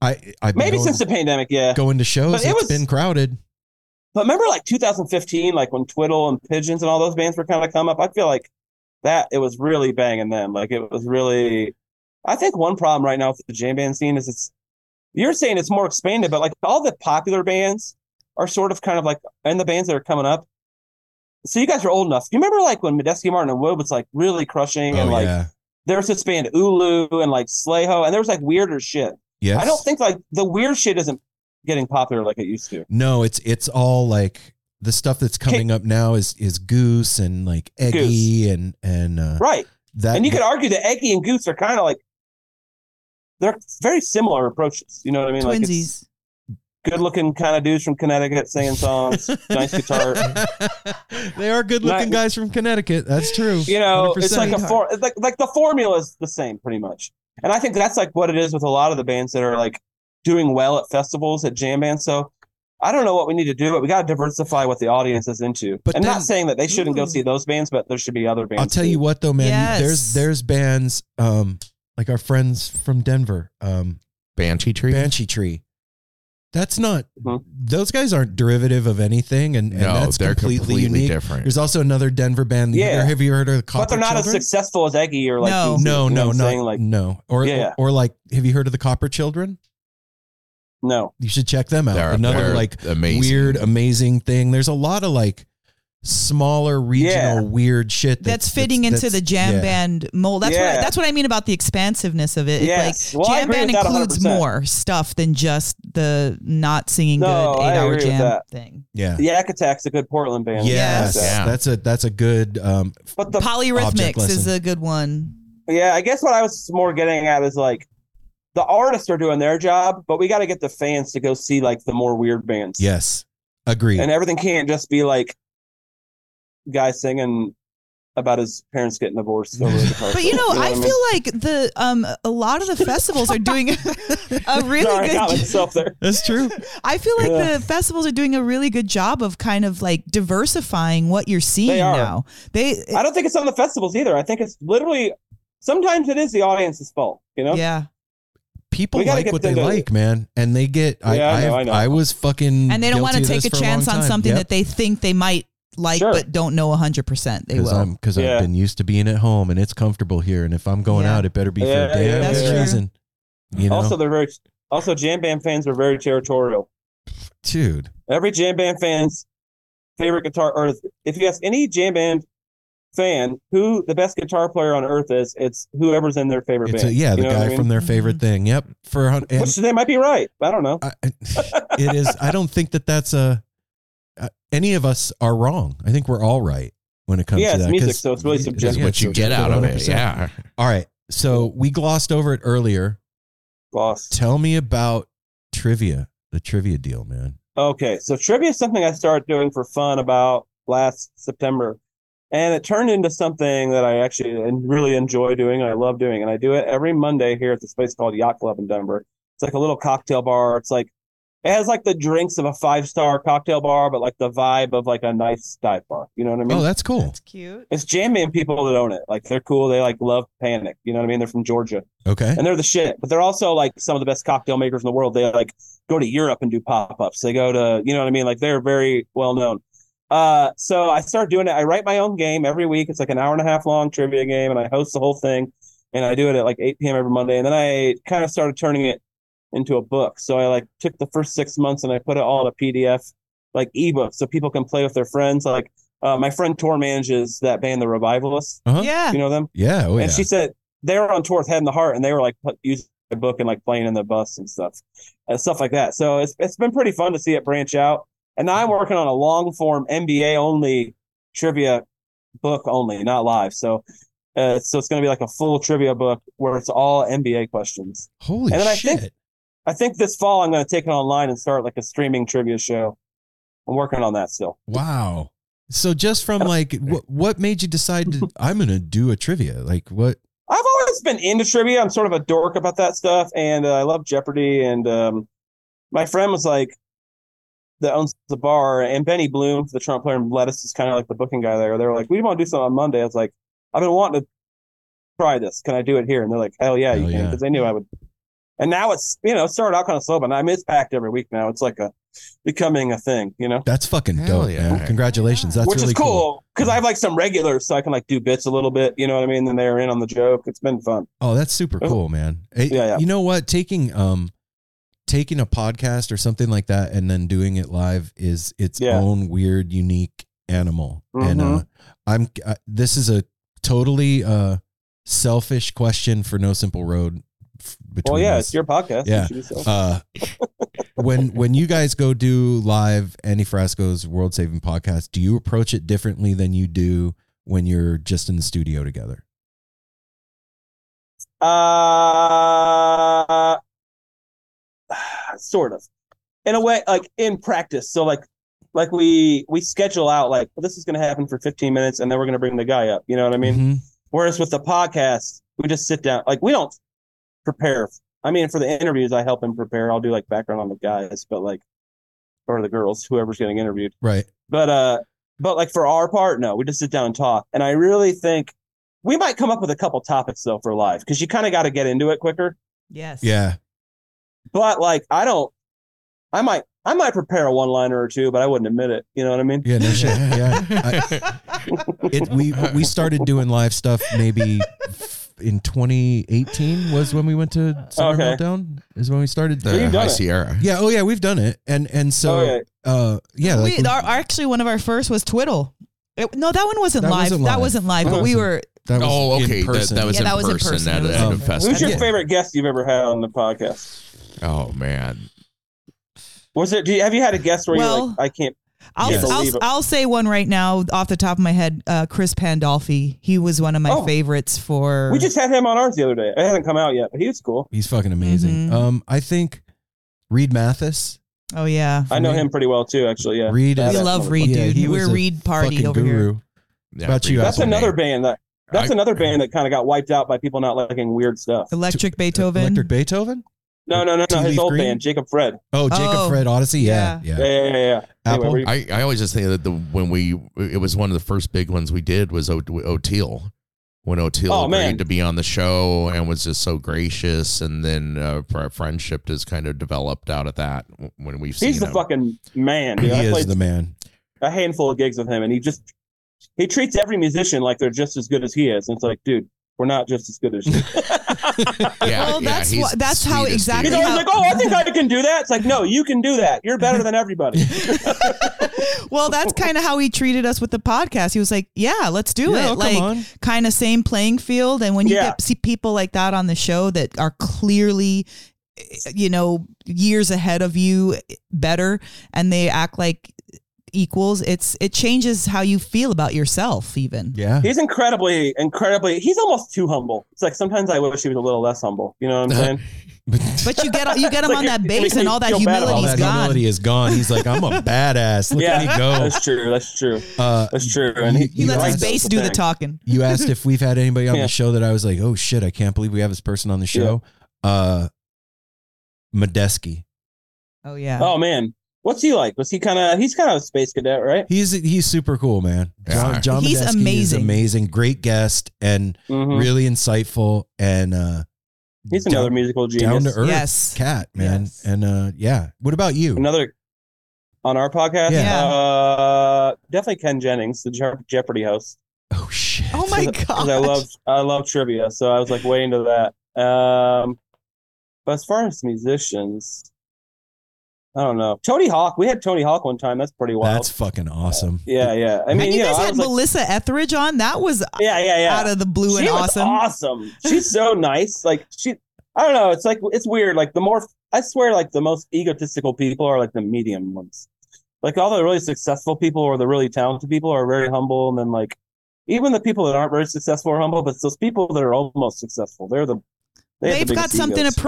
Speaker 1: I I've been
Speaker 7: Maybe
Speaker 1: going,
Speaker 7: since the pandemic, yeah.
Speaker 1: going to shows.
Speaker 7: But it
Speaker 1: it's
Speaker 7: was-
Speaker 1: been crowded.
Speaker 7: But remember, like 2015, like when Twiddle and Pigeons and all those bands were kind of come up. I feel like that it was really banging them. Like it was really. I think one problem right now with the jam band scene is it's. You're saying it's more expanded, but like all the popular bands are sort of kind of like, and the bands that are coming up. So you guys are old enough. You remember like when Medeski Martin and Wood was like really crushing, and
Speaker 1: oh
Speaker 7: like
Speaker 1: yeah,
Speaker 7: there was this band Ulu and like Slayho, and there was like weirder shit.
Speaker 1: yes.
Speaker 7: I don't think like the weird shit isn't getting popular like it used to.
Speaker 1: No, it's it's all like the stuff that's coming up now is is Goose and like Eggy and and uh,
Speaker 7: Right.
Speaker 1: that.
Speaker 7: and you could argue that Eggy and Goose are kind of like they're very similar approaches. You know what I mean? Like it's
Speaker 2: Twinsies.
Speaker 7: good looking kind of dudes from Connecticut singing songs, nice guitar.
Speaker 1: they are good looking
Speaker 7: Not-
Speaker 1: guys from Connecticut. That's true.
Speaker 7: You know, it's
Speaker 1: 100%.
Speaker 7: like a for it's like like the formula is the same pretty much. And I think that's like what it is with a lot of the bands that are like doing well at festivals at jam bands. So I don't know what we need to do, but we got to diversify what the audience is into.
Speaker 1: But
Speaker 7: I'm
Speaker 1: then-
Speaker 7: not saying that they shouldn't
Speaker 2: Ooh.
Speaker 7: go see those bands, but there should be other bands.
Speaker 1: I'll tell you what though, man.
Speaker 2: Yes.
Speaker 1: There's there's bands um like our friends from Denver, um
Speaker 3: Banshee tree.
Speaker 1: Banshee Tree. That's not
Speaker 7: Mhm.
Speaker 1: those guys aren't derivative of anything and, and
Speaker 3: no,
Speaker 1: that's
Speaker 3: they're
Speaker 1: completely, unique.
Speaker 3: different.
Speaker 1: There's also another Denver band.
Speaker 7: Yeah.
Speaker 1: Have you heard of the Copper
Speaker 7: but they're not
Speaker 1: Children?
Speaker 7: as successful as Eggy or like
Speaker 2: No.
Speaker 7: these-
Speaker 1: No,
Speaker 7: you know
Speaker 1: no,
Speaker 7: what I'm
Speaker 1: no,
Speaker 7: saying? like
Speaker 1: no. Or,
Speaker 7: Yeah.
Speaker 1: or like, have you heard of the Copper Children?
Speaker 7: no.
Speaker 1: You should check them out.
Speaker 3: They're-
Speaker 1: Another
Speaker 3: they're
Speaker 1: like
Speaker 3: amazing.
Speaker 1: weird, amazing thing. There's a lot of like smaller regional
Speaker 7: Yeah.
Speaker 1: weird shit
Speaker 2: that's, fitting into the jam
Speaker 1: yeah.
Speaker 2: band mold. That's what I,
Speaker 7: Yeah.
Speaker 2: that's what I mean about the expansiveness of it. It's
Speaker 7: Yes.
Speaker 2: like
Speaker 7: Well, I
Speaker 2: jam
Speaker 7: agree
Speaker 2: band
Speaker 7: with that
Speaker 2: includes
Speaker 7: 100%.
Speaker 2: more stuff than just the not singing
Speaker 7: No,
Speaker 2: good
Speaker 7: I
Speaker 2: eight hour
Speaker 7: agree with
Speaker 2: jam
Speaker 7: that.
Speaker 2: thing.
Speaker 1: Yeah.
Speaker 7: Yak Attack's a good Portland band.
Speaker 1: Yes.
Speaker 7: So-
Speaker 3: Yeah.
Speaker 1: That's a that's a good um
Speaker 7: But the
Speaker 1: Object
Speaker 2: Polyrhythmics is
Speaker 1: lesson.
Speaker 2: a good one.
Speaker 7: Yeah, I guess what I was more getting at is like the artists are doing their job, but we got to get the fans to go see like the more weird bands.
Speaker 1: yes. Agree.
Speaker 7: And everything can't just be like guy singing about his parents getting divorced over the guitar.
Speaker 2: But you know,
Speaker 7: what
Speaker 2: I
Speaker 7: mean?
Speaker 2: feel like the um a lot of the festivals are doing a really
Speaker 7: Sorry, I got
Speaker 2: good
Speaker 7: myself there.
Speaker 1: that's true.
Speaker 2: I feel like
Speaker 7: Yeah.
Speaker 2: the festivals are doing a really good job of kind of like diversifying what you're seeing
Speaker 7: are.
Speaker 2: now. They
Speaker 7: I don't think it's on the festivals either. I think it's literally sometimes it is the audience's fault. You know,
Speaker 2: yeah.
Speaker 1: People
Speaker 7: We gotta
Speaker 1: like
Speaker 7: get
Speaker 1: what they
Speaker 7: them to-
Speaker 1: like, man, and they get. I,
Speaker 7: Yeah, I know,
Speaker 1: I,
Speaker 7: I know.
Speaker 1: I was fucking,
Speaker 2: And they don't want
Speaker 1: Mm, guilty
Speaker 2: to
Speaker 1: of
Speaker 2: take a
Speaker 1: this for long
Speaker 2: chance on
Speaker 1: time.
Speaker 2: something
Speaker 1: Yep.
Speaker 2: that they think they might like
Speaker 7: Sure.
Speaker 2: but don't know 100%. They
Speaker 1: because
Speaker 2: will.
Speaker 1: I'm because I've
Speaker 7: Yeah.
Speaker 1: been used to being at home and it's comfortable here. And if I'm going
Speaker 2: Yeah.
Speaker 1: out, it better be
Speaker 7: Yeah,
Speaker 1: for a damn
Speaker 7: yeah,
Speaker 2: That's yeah. true.
Speaker 1: reason. You know,
Speaker 7: also they're very also jam band fans are very territorial.
Speaker 1: dude.
Speaker 7: Every jam band fan's favorite guitar, or if you ask any jam band fan who the best guitar player on earth is, it's whoever's in their favorite
Speaker 1: It's a,
Speaker 7: band.
Speaker 1: yeah,
Speaker 7: You
Speaker 1: the
Speaker 7: know what
Speaker 1: guy
Speaker 7: I mean?
Speaker 1: from their favorite thing. Yep, for a hun- and
Speaker 7: Which they might be right. I don't know.
Speaker 1: I, it is. I don't think that that's a uh, any of us are wrong. I think we're all right when it comes
Speaker 7: Yeah,
Speaker 1: to
Speaker 7: it's
Speaker 1: that.
Speaker 7: music,
Speaker 1: 'cause-
Speaker 7: so it's really
Speaker 1: it is
Speaker 7: subjective.
Speaker 3: is
Speaker 7: Yeah,
Speaker 3: what you get out of it.
Speaker 1: 100%.
Speaker 3: Yeah.
Speaker 1: All right. So we glossed over it earlier.
Speaker 7: Lost.
Speaker 1: Tell me about trivia, the trivia deal, man.
Speaker 7: Okay, so trivia is something I started doing for fun about last September, and it turned into something that I actually en- really enjoy doing. and I love doing, and I do it every Monday here at this place called Yacht Club in Denver. It's like a little cocktail bar. It's like it has like the drinks of a five star cocktail bar, but like the vibe of like a nice dive bar. You know what I mean?
Speaker 1: Oh, that's cool.
Speaker 2: That's cute.
Speaker 7: It's jam band people that own it. Like they're cool. They like love Panic. You know what I mean? They're from Georgia
Speaker 1: Okay.
Speaker 7: and they're the shit. But they're also like some of the best cocktail makers in the world. They like go to Europe and do pop ups. They go to you know what I mean. Like they're very well known. Uh, so I start doing it. I write my own game every week. It's like an hour and a half long trivia game, and I host the whole thing. And I do it at like 8 p.m. every Monday. And then I kind of started turning it into a book. So I like took the first six months and I put it all in a PDF, like ebook, so people can play with their friends. Like uh, my friend Tor manages that band, The Revivalists.
Speaker 1: Uh-huh. Yeah.
Speaker 2: Yeah.
Speaker 7: You know them?
Speaker 1: Oh, yeah.
Speaker 7: and she said they were on tour with Head in the Heart, and they were like put, using my book and like playing in the bus and stuff, and stuff like that. So it's it's been pretty fun to see it branch out. And now I'm working on a long form MBA only trivia book only, not live. So. Uh, so it's going to be like a full trivia book where it's all MBA questions.
Speaker 1: Holy
Speaker 7: and then I
Speaker 1: shit.
Speaker 7: think- I think this fall I'm going to take it online and start like a streaming trivia show. I'm working on that still.
Speaker 1: wow. So just from like what what made you decide to I'm gonna do a trivia? Like what
Speaker 7: I've always been into trivia. I'm sort of a dork about that stuff, and uh, I love Jeopardy. And um, my friend was like, that owns the bar, and Benny Bloom, the Trump player, and Lettuce is kind of like the booking guy there. They were like, "We want to do something on Monday." I was like, "I've been wanting to try this. Can I do it here?" And they're like, "Hell yeah, you
Speaker 1: Hell
Speaker 7: can,"
Speaker 1: yeah.
Speaker 7: because they knew I would. And now it's you know it started out kind of slow, but I mean it's packed every week now. It's like a becoming a thing, you know
Speaker 1: that's fucking
Speaker 3: Hell
Speaker 1: dope,
Speaker 3: yeah.
Speaker 1: man. Congratulations. That's
Speaker 7: which
Speaker 1: really
Speaker 7: is cool because I have like some regulars, so I can like do bits a little bit. You know what I mean? Then they're in on the joke. It's been fun.
Speaker 1: Oh, that's super
Speaker 7: Oh.
Speaker 1: cool, man. It-
Speaker 7: Yeah, yeah.
Speaker 1: You know what? Taking um taking a podcast or something like that and then doing it live is its
Speaker 7: Yeah.
Speaker 1: own weird, unique animal. And
Speaker 7: Mhm.
Speaker 1: uh, I'm uh, this is a totally uh selfish question for No Simple Road. f- Between
Speaker 7: Well, yeah,
Speaker 1: us.
Speaker 7: it's your podcast.
Speaker 1: Yeah.
Speaker 7: You should do so.
Speaker 1: uh when when you guys go do live Andy Frasco's World Saving Podcast, do you approach it differently than you do when you're just in the studio together?
Speaker 7: Uh, sort of, in a way, like in practice. So like, like we we schedule out like well, this is going to happen for 15 minutes, and then we're going to bring the guy up. You know what I mean?
Speaker 1: Mhm.
Speaker 7: Whereas with the podcast, we just sit down. Like we don't prepare I mean, for the interviews, I help him prepare. I'll do like background on the guys, but like, or the girls, whoever's getting interviewed.
Speaker 1: Right.
Speaker 7: But uh, but like for our part, no, we just sit down and talk. And I really think we might come up with a couple topics though for live because you kind of got to get into it quicker.
Speaker 2: Yes.
Speaker 1: Yeah.
Speaker 7: But like, I don't. I might I might prepare a one liner or two, but I wouldn't admit it. You know what I mean?
Speaker 1: Yeah. No shit. Yeah. I, it, we we started doing live stuff maybe in 2018 was when we went to Summer
Speaker 7: Okay.
Speaker 1: Meltdown. Is when we started.
Speaker 7: So
Speaker 3: The
Speaker 7: you've done
Speaker 3: High
Speaker 7: it.
Speaker 3: Sierra.
Speaker 1: Yeah. Oh yeah, we've done it, and and so
Speaker 7: Oh, yeah.
Speaker 1: uh yeah, like
Speaker 2: we,
Speaker 1: we-
Speaker 2: our, actually, one of our first was Twiddle. It- no, that one wasn't
Speaker 1: That
Speaker 2: live.
Speaker 1: wasn't live.
Speaker 2: That wasn't live,
Speaker 1: That
Speaker 2: but we
Speaker 1: wasn't-
Speaker 2: were.
Speaker 1: that was
Speaker 3: Oh,
Speaker 1: in
Speaker 3: okay. That,
Speaker 1: person. Um,
Speaker 3: that was,
Speaker 2: Yeah,
Speaker 3: in,
Speaker 2: that was in
Speaker 3: person
Speaker 2: person.
Speaker 3: at
Speaker 2: It was
Speaker 3: Adam
Speaker 1: in
Speaker 3: Fest.
Speaker 7: Who's your
Speaker 1: Yeah.
Speaker 7: favorite guest you've ever had on the podcast?
Speaker 3: Oh man.
Speaker 7: Was it? Do you, have you had a guest where
Speaker 2: Well-
Speaker 7: you're like, I can't?
Speaker 2: I'll,
Speaker 7: Yes.
Speaker 2: I'll, I'll say one right now off the top of my head. Uh, Chris Pandolfi. He was one of my
Speaker 7: Oh.
Speaker 2: favorites for.
Speaker 1: er
Speaker 7: We just had him on ours the other day. It hasn't come out yet, but he was cool.
Speaker 1: He's fucking amazing.
Speaker 2: Mhm.
Speaker 1: Um, I think Reed Mathis.
Speaker 2: oh yeah,
Speaker 7: I know him pretty well too, actually. Yeah,
Speaker 1: Reed
Speaker 7: Yeah,
Speaker 1: is
Speaker 2: we
Speaker 7: that-
Speaker 2: love Reed,
Speaker 1: yeah,
Speaker 2: dude.
Speaker 1: he was
Speaker 2: We're
Speaker 1: a
Speaker 2: Reed party
Speaker 1: fucking
Speaker 2: over
Speaker 1: guru.
Speaker 2: here.
Speaker 3: Yeah,
Speaker 1: About
Speaker 3: pretty
Speaker 1: you,
Speaker 7: that's
Speaker 3: awesome
Speaker 7: another
Speaker 3: name.
Speaker 7: band that that's
Speaker 3: I-
Speaker 7: another band that kind of got wiped out by people not liking weird stuff.
Speaker 2: Electric Beethoven.
Speaker 1: Electric Beethoven.
Speaker 7: No, no, no,
Speaker 1: Tea
Speaker 7: no. His
Speaker 1: Leaf
Speaker 7: old
Speaker 1: Green?
Speaker 7: band, Jacob Fred.
Speaker 1: Oh, Jacob
Speaker 2: Oh,
Speaker 1: Fred Odyssey. Yeah, yeah.
Speaker 7: Yeah, yeah, yeah. yeah.
Speaker 1: Apple?
Speaker 7: were you-
Speaker 3: I, I always just think that the when we it was one of the first big ones we did was o- O'Teal when O'Teal
Speaker 7: Oh,
Speaker 3: agreed
Speaker 7: man.
Speaker 3: to be on the show and was just so gracious, and then uh, our friendship has kind of developed out of that when we've seen
Speaker 7: He's the
Speaker 3: him.
Speaker 7: fucking man, dude. I
Speaker 1: He is
Speaker 7: played
Speaker 1: the man.
Speaker 7: a handful of gigs with him, and he just he treats every musician like they're just as good as he is. And it's like, dude, we're not just as good as you.
Speaker 3: Yeah,
Speaker 2: Well,
Speaker 3: yeah,
Speaker 2: that's
Speaker 3: he's
Speaker 2: wha-
Speaker 3: the
Speaker 2: that's how
Speaker 3: sweetest
Speaker 2: exactly-
Speaker 7: He's
Speaker 3: dude.
Speaker 7: always like, oh, I think I can do that. It's like, no, you can do that. You're better than everybody.
Speaker 2: well, that's kind of how he treated us with the podcast. He was like, "Yeah, let's do
Speaker 1: Yeah,
Speaker 2: it."
Speaker 1: come
Speaker 2: like,
Speaker 1: on.
Speaker 2: kind of same playing field. And when you
Speaker 7: Yeah.
Speaker 2: get see people like that on the show that are clearly, you know, years ahead of you, better, and they act like equals, it's it changes how you feel about yourself. Even
Speaker 1: Yeah.
Speaker 7: He's incredibly, incredibly. He's almost too humble. It's like sometimes I wish he was a little less humble. You know what I'm saying?
Speaker 2: but you get you get him
Speaker 7: Like,
Speaker 2: on that
Speaker 7: it- it makes
Speaker 2: base, and
Speaker 7: me
Speaker 2: all that
Speaker 7: feel bad about
Speaker 1: All
Speaker 2: humility's
Speaker 1: that
Speaker 2: gone.
Speaker 1: humility is gone. He's like, I'm a badass. Look at me go.
Speaker 7: that's true. That's true.
Speaker 1: Uh,
Speaker 7: That's true. And he,
Speaker 2: He
Speaker 1: You
Speaker 2: lets
Speaker 1: know,
Speaker 2: his
Speaker 1: that's
Speaker 2: base do the
Speaker 7: talk.
Speaker 2: talking.
Speaker 1: you asked if we've had anybody on
Speaker 7: Yeah.
Speaker 1: the show that I was like, oh shit, I can't believe we have this person on the show. Uh, Medeski.
Speaker 2: Oh yeah.
Speaker 7: Oh man, what's he like? Was he kind of? He's kind of a space cadet, right?
Speaker 1: He's he's super cool, man.
Speaker 3: Yeah.
Speaker 1: John, John
Speaker 2: He's
Speaker 1: Medeski is
Speaker 2: amazing.
Speaker 1: amazing, great guest, and
Speaker 7: Mhm.
Speaker 1: really insightful. And uh,
Speaker 7: He's
Speaker 1: down-
Speaker 7: another musical
Speaker 1: down to
Speaker 7: genius.
Speaker 1: earth
Speaker 2: Yes.
Speaker 1: cat, man.
Speaker 2: Yes.
Speaker 1: And uh, yeah. What about you?
Speaker 7: Another on our podcast.
Speaker 2: Yeah.
Speaker 7: Uh, definitely Ken Jennings, the Je- Jeopardy host.
Speaker 1: oh shit.
Speaker 2: Oh my
Speaker 7: Because
Speaker 2: god.
Speaker 7: I love I love trivia, so I was like way into that. Um, but as far as musicians, I don't know. Tony Hawk. We had Tony Hawk one time. That's pretty wild.
Speaker 1: That's fucking awesome.
Speaker 7: yeah, yeah. I mean,
Speaker 2: and
Speaker 7: you,
Speaker 2: you,
Speaker 7: know,
Speaker 2: guys
Speaker 7: I
Speaker 2: had
Speaker 7: was like,
Speaker 2: Melissa Etheridge on. That was
Speaker 7: yeah, yeah, yeah.
Speaker 2: out of the blue
Speaker 7: she
Speaker 2: and
Speaker 7: was
Speaker 2: awesome.
Speaker 7: awesome. She's so nice. Like she, I don't know. It's like it's weird. Like the more I swear, like the most egotistical people are like the medium ones. Like all the really successful people or the really talented people are very humble, and then like even the people that aren't very successful are humble. But it's those people that are almost successful, they're the they have the
Speaker 2: They've got
Speaker 7: biggest
Speaker 2: something
Speaker 7: egos.
Speaker 2: to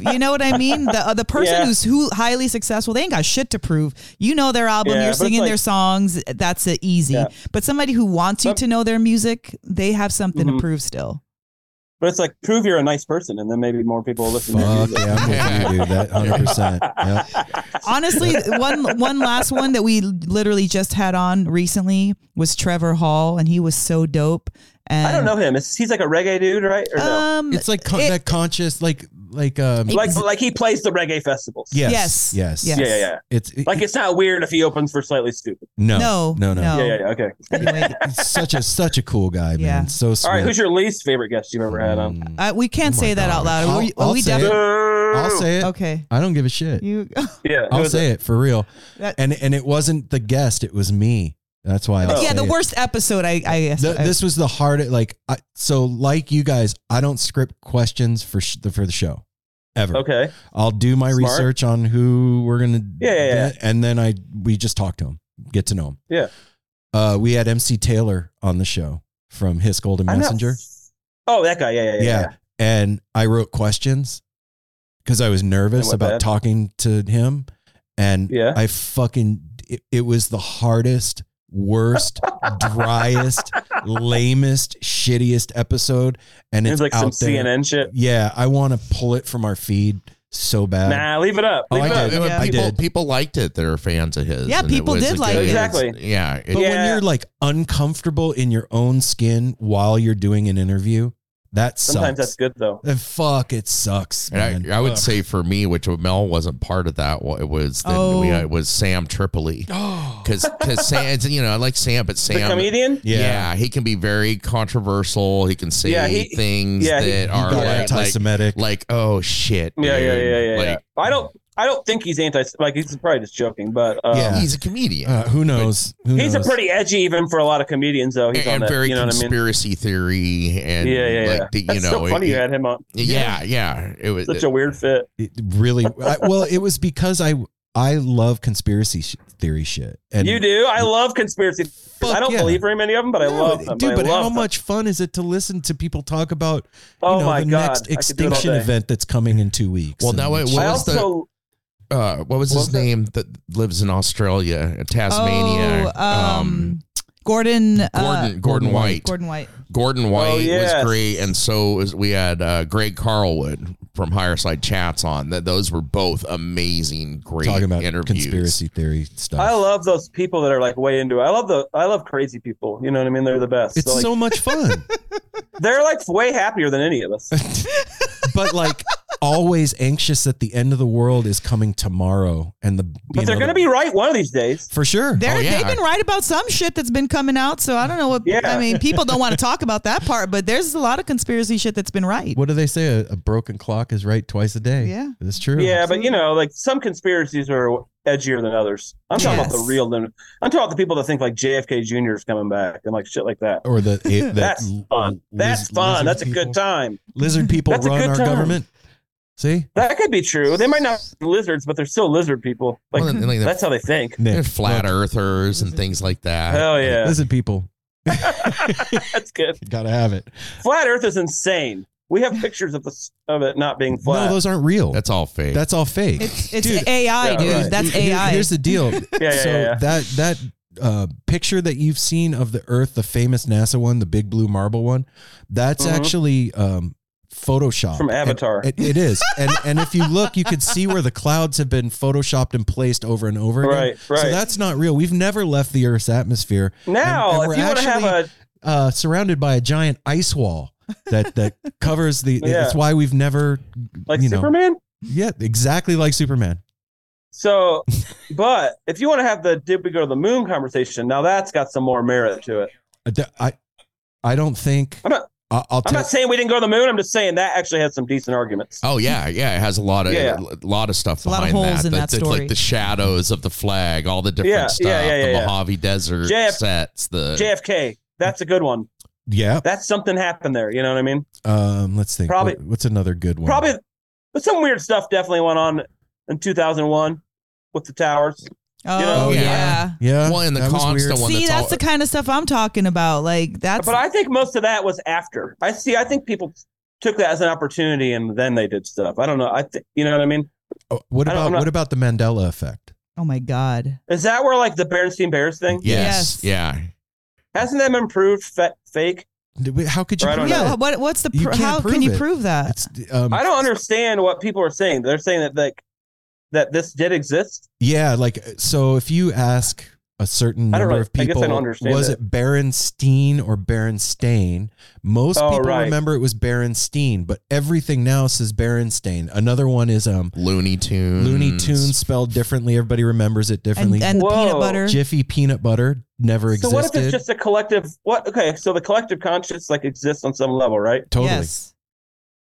Speaker 2: prove. You know what I mean? The uh, the person
Speaker 7: Yeah.
Speaker 2: who's who highly successful, they ain't got shit to prove. You know their album,
Speaker 7: Yeah,
Speaker 2: you're
Speaker 7: but it's
Speaker 2: singing their
Speaker 7: like-
Speaker 2: songs. That's uh, easy.
Speaker 7: Yeah.
Speaker 2: But somebody who wants you
Speaker 7: But-
Speaker 2: to know their music, they have something
Speaker 7: Mhm.
Speaker 2: to prove still.
Speaker 7: but it's like prove you're a nice person, and then maybe more people will listen. to your
Speaker 1: Fuck
Speaker 7: music.
Speaker 1: yeah, I'm with you, dude. That 100%. Yep.
Speaker 2: Honestly, one one last one that we literally just had on recently was Trevor Hall, and he was so dope. And
Speaker 7: I don't know him. It's, he's like a reggae dude, right? Or no?
Speaker 2: Um,
Speaker 1: It's like con-
Speaker 2: it-
Speaker 1: that conscious, like, like, um,
Speaker 2: It-
Speaker 7: like like he plays the reggae festivals.
Speaker 1: yes,
Speaker 2: yes,
Speaker 1: yes,
Speaker 2: yes.
Speaker 7: Yeah, yeah, yeah.
Speaker 1: It's it-
Speaker 7: Like it's not weird if he opens for slightly stupid.
Speaker 1: no,
Speaker 2: no,
Speaker 1: no, no.
Speaker 7: Yeah, yeah, yeah. Okay.
Speaker 2: Anyway,
Speaker 1: It's such a such a cool guy, man.
Speaker 2: Yeah.
Speaker 1: So sweet.
Speaker 7: All right, who's your least favorite guest you've ever had on?
Speaker 1: Mm,
Speaker 2: Uh, we can't
Speaker 3: Oh my
Speaker 2: say that out
Speaker 3: gosh.
Speaker 2: loud.
Speaker 1: I'll-
Speaker 2: we
Speaker 1: I'll
Speaker 2: we
Speaker 1: say
Speaker 2: definitely
Speaker 1: Mm. I'll say it.
Speaker 2: okay.
Speaker 1: I don't give a shit.
Speaker 2: You
Speaker 7: Yeah, who
Speaker 1: I'll
Speaker 7: is it?
Speaker 1: say it for real.
Speaker 2: That-
Speaker 1: And and it wasn't the guest; it was me. That's why. I'll
Speaker 2: yeah,
Speaker 1: say
Speaker 2: the
Speaker 1: it.
Speaker 2: worst episode. I I guess
Speaker 1: The- this was the hardest. Like I, so, like you guys, I don't script questions for sh- the, for the show, ever.
Speaker 7: Okay.
Speaker 1: I'll do my
Speaker 7: Smart.
Speaker 1: research on who we're gonna
Speaker 7: Yeah, yeah, yeah.
Speaker 1: and then I we just talk to him, get to know him.
Speaker 7: Yeah.
Speaker 1: Uh, we had MC Taylor on the show from His Golden
Speaker 7: I'm not-
Speaker 1: Messenger.
Speaker 7: Oh, that guy. Yeah, yeah, yeah.
Speaker 1: Yeah. And I wrote questions because I was nervous
Speaker 7: went
Speaker 1: about
Speaker 7: bad.
Speaker 1: talking to him. And
Speaker 7: Yeah.
Speaker 1: I fucking, it, it was the hardest, worst, driest, lamest, shittiest episode, and it's,
Speaker 7: It's like some
Speaker 1: out there.
Speaker 7: CNN shit.
Speaker 1: Yeah, I want to pull it from our feed so bad.
Speaker 7: Nah, leave it
Speaker 1: Oh,
Speaker 7: up.
Speaker 3: I
Speaker 7: Leave
Speaker 3: liked
Speaker 7: it up.
Speaker 3: it.
Speaker 2: Yeah.
Speaker 1: I
Speaker 3: People,
Speaker 1: did.
Speaker 3: people liked it. They're fans of his.
Speaker 2: Yeah,
Speaker 3: and it
Speaker 2: people
Speaker 3: was
Speaker 2: did
Speaker 3: a
Speaker 2: like
Speaker 3: good-
Speaker 2: it.
Speaker 7: Exactly.
Speaker 3: Yeah. it-
Speaker 1: But when
Speaker 7: Yeah.
Speaker 1: you're like uncomfortable in your own skin while you're doing an interview, that sucks.
Speaker 7: Sometimes that's good though.
Speaker 1: And fuck, it sucks, man.
Speaker 3: and I, I would
Speaker 1: Ugh.
Speaker 3: say for me, which Mel wasn't part of that, wa- it was then we,
Speaker 2: Oh.
Speaker 3: it was Sam Tripoli
Speaker 1: Oh,
Speaker 3: because Sam, you know, I like Sam, but
Speaker 7: The
Speaker 3: Sam,
Speaker 7: comedian.
Speaker 1: yeah.
Speaker 3: Yeah. he can be very controversial. He can say
Speaker 7: Yeah, he-
Speaker 3: things
Speaker 7: yeah, he-
Speaker 3: that
Speaker 1: You
Speaker 3: are
Speaker 1: got
Speaker 3: like, like,
Speaker 1: anti-Semitic.
Speaker 3: like, oh shit.
Speaker 7: Yeah, yeah,
Speaker 3: dude.
Speaker 7: yeah, yeah, yeah.
Speaker 3: Like,
Speaker 7: I don't. I don't think he's anti. Like he's probably just joking, but um,
Speaker 1: Yeah.
Speaker 3: oh, he's a comedian.
Speaker 1: uh, who knows? Who
Speaker 7: he's a
Speaker 1: knows?
Speaker 7: pretty edgy even for a lot of comedians though. He's on
Speaker 3: and
Speaker 7: that.
Speaker 3: very
Speaker 7: you know what I mean?
Speaker 3: conspiracy theory and
Speaker 7: yeah, yeah, yeah.
Speaker 3: like the, you
Speaker 7: That's
Speaker 3: know
Speaker 7: so funny
Speaker 3: it-
Speaker 7: you had him on.
Speaker 3: yeah, yeah. It was
Speaker 7: Such a weird fit.
Speaker 1: It really. I, well, it was because I I love conspiracy sh- theory shit. And
Speaker 7: you do. I love conspiracy.
Speaker 1: Fuck
Speaker 7: I don't
Speaker 1: yeah.
Speaker 7: believe very many of them, but I
Speaker 1: No,
Speaker 7: love them.
Speaker 1: dude.
Speaker 7: I
Speaker 1: But
Speaker 7: love
Speaker 1: how
Speaker 7: them.
Speaker 1: much fun is it to listen to people talk about
Speaker 7: Oh
Speaker 1: you know,
Speaker 7: my
Speaker 1: the
Speaker 7: god!
Speaker 1: next
Speaker 7: I could do it all
Speaker 1: extinction
Speaker 7: day.
Speaker 1: event that's coming in two weeks?
Speaker 3: Well, now
Speaker 1: And-
Speaker 3: it- What
Speaker 7: I
Speaker 3: was the-
Speaker 7: also
Speaker 3: uh, what was
Speaker 7: What
Speaker 3: his
Speaker 7: was that?
Speaker 3: name that lives in Australia, uh, Tasmania?
Speaker 2: Oh, um, Gordon. Gordon.
Speaker 3: Gordon,
Speaker 2: Uh,
Speaker 3: Gordon White.
Speaker 2: Gordon White.
Speaker 1: Oh,
Speaker 7: Oh,
Speaker 3: Gordon White
Speaker 7: yes.
Speaker 3: was great, and so was, we had uh, Greg Carlwood from Higher Side Chats on. That those were both amazing, great
Speaker 1: talking about
Speaker 3: interviews.
Speaker 1: conspiracy theory stuff.
Speaker 7: I love those people that are like way into it. I love the I love crazy people. You know what I mean? They're the best.
Speaker 1: it's
Speaker 7: like,
Speaker 1: so much fun,
Speaker 7: they're like way happier than any of us.
Speaker 1: but like always anxious that the end of the world is coming tomorrow, and the
Speaker 7: But they're going to be right one of these days.
Speaker 1: for sure.
Speaker 2: They're,
Speaker 3: Oh, yeah.
Speaker 2: They've been right about some shit that's been coming out, so I don't know what.
Speaker 7: Yeah.
Speaker 2: I mean, people don't want to talk about that part, but there's a lot of conspiracy shit that's been right.
Speaker 1: What do they say? A, a broken clock is right twice a day.
Speaker 2: Yeah.
Speaker 1: that's true.
Speaker 7: Yeah, but you know, like some conspiracies are edgier than others. I'm talking about
Speaker 2: Yes.
Speaker 7: the real. I'm talking about the people that think like JFK Jr. is coming back and like shit like that.
Speaker 1: or the, the
Speaker 7: That's fun. That's fun. That's a good time.
Speaker 1: Lizard people
Speaker 7: That's a
Speaker 1: run
Speaker 7: good
Speaker 1: our
Speaker 7: time.
Speaker 1: government. See,
Speaker 7: That could be true. They might not be lizards, but they're still lizard people. Like
Speaker 3: Well, and, like,
Speaker 7: that's how they think.
Speaker 3: they're
Speaker 1: Nick,
Speaker 3: flat
Speaker 1: look,
Speaker 3: earthers and things like that.
Speaker 7: Hell yeah,
Speaker 1: Lizard people,
Speaker 7: that's good.
Speaker 1: gotta have it.
Speaker 7: Flat Earth is insane. We have pictures of the of it not being flat.
Speaker 1: No, those aren't real. That's
Speaker 3: That's all fake.
Speaker 1: that's all fake.
Speaker 2: It's it's
Speaker 1: Dude.
Speaker 2: AI,
Speaker 7: Yeah,
Speaker 2: dude.
Speaker 7: right.
Speaker 2: That's
Speaker 1: Here-
Speaker 2: AI.
Speaker 1: Here's the deal.
Speaker 7: yeah, yeah,
Speaker 1: so
Speaker 7: yeah.
Speaker 1: that that uh, picture that you've seen of the Earth, the famous NASA one, the big blue marble one, that's
Speaker 7: Mhm.
Speaker 1: actually um, Photoshop
Speaker 7: From
Speaker 1: And-
Speaker 7: Avatar.
Speaker 1: it- it is, and and if you look, you could see where the clouds have been photoshopped and placed over and over again.
Speaker 7: Right, right.
Speaker 1: So that's not real. We've never left the Earth's atmosphere.
Speaker 7: now,
Speaker 1: and- and
Speaker 7: if you
Speaker 1: we're
Speaker 7: want to have a
Speaker 1: uh, surrounded by a giant ice wall that that covers the.
Speaker 7: Yeah.
Speaker 1: It's why we've never
Speaker 7: like
Speaker 1: you know.
Speaker 7: Superman,
Speaker 1: Yeah, exactly like Superman.
Speaker 7: so, but if you want to have the did we go to the moon conversation, now that's got some more merit to it.
Speaker 1: I d- I, I don't think.
Speaker 7: I'm not-
Speaker 1: I- I'll
Speaker 7: I'm
Speaker 1: tell-
Speaker 7: not saying we didn't go to the moon. I'm just saying that actually has some decent arguments.
Speaker 3: Oh yeah, yeah. It has a lot of
Speaker 7: Yeah.
Speaker 3: a lot of stuff
Speaker 2: a lot of
Speaker 3: behind
Speaker 2: holes
Speaker 3: that.
Speaker 2: in
Speaker 3: The-
Speaker 2: that
Speaker 3: the-
Speaker 2: story.
Speaker 3: Like the shadows of the flag, all the different
Speaker 7: Yeah, yeah,
Speaker 3: stuff.
Speaker 7: yeah,
Speaker 3: the
Speaker 7: yeah.
Speaker 3: Mojave Desert
Speaker 7: JF
Speaker 3: sets. The
Speaker 7: JFK, that's a good one.
Speaker 1: yeah.
Speaker 7: That's something happened there. You know what I mean?
Speaker 1: Um. Let's think.
Speaker 7: Probably-
Speaker 1: What- what's another good one?
Speaker 7: Probably, but some weird stuff definitely went on in 2001 with the towers.
Speaker 2: oh
Speaker 3: Oh,
Speaker 2: yeah.
Speaker 3: yeah.
Speaker 1: Yeah.
Speaker 3: Well, and the
Speaker 1: that was
Speaker 3: constant
Speaker 1: weird.
Speaker 3: one
Speaker 2: See,
Speaker 3: that's,
Speaker 2: that's
Speaker 3: all,
Speaker 2: the kind of stuff I'm talking about. Like that's
Speaker 7: But I think most of that was after. I see. I think people took that as an opportunity and then they did stuff. I don't know. I think you know what I mean.
Speaker 1: Oh, What
Speaker 7: I don't-
Speaker 1: about
Speaker 7: I'm not-
Speaker 1: what about the Mandela effect?
Speaker 2: oh my god.
Speaker 7: Is that where like the Bernstein Bears thing?
Speaker 3: yes,
Speaker 2: Yes.
Speaker 3: yeah.
Speaker 7: Hasn't that been proved fa- fake?
Speaker 1: Did we- How could you?
Speaker 7: Or I
Speaker 1: prove
Speaker 7: don't
Speaker 2: Yeah,
Speaker 1: that?
Speaker 2: what what's the
Speaker 1: You
Speaker 2: pr-
Speaker 1: can't
Speaker 2: how
Speaker 1: prove
Speaker 2: can you
Speaker 1: it.
Speaker 2: prove that?
Speaker 1: It's, um,
Speaker 7: I don't understand what people are saying. They're saying that like that this did exist.
Speaker 1: Yeah, like so if you ask a certain
Speaker 7: I don't
Speaker 1: number
Speaker 7: know.
Speaker 1: of
Speaker 7: I guess I
Speaker 1: people
Speaker 7: don't understand
Speaker 1: was
Speaker 7: it.
Speaker 1: it Berenstein or Berenstain, most
Speaker 7: Oh,
Speaker 1: people
Speaker 7: right.
Speaker 1: remember it was Berenstein, but everything now says Berenstain. Another one is um
Speaker 3: Looney Tunes.
Speaker 1: Looney Tunes spelled differently, everybody remembers it differently.
Speaker 2: And, and the
Speaker 7: Whoa.
Speaker 2: peanut butter.
Speaker 1: Jiffy peanut butter never
Speaker 7: So
Speaker 1: existed.
Speaker 7: what if it's just a collective? What? Okay, so the collective conscious like exists on some level, right?
Speaker 1: totally.
Speaker 2: Yes.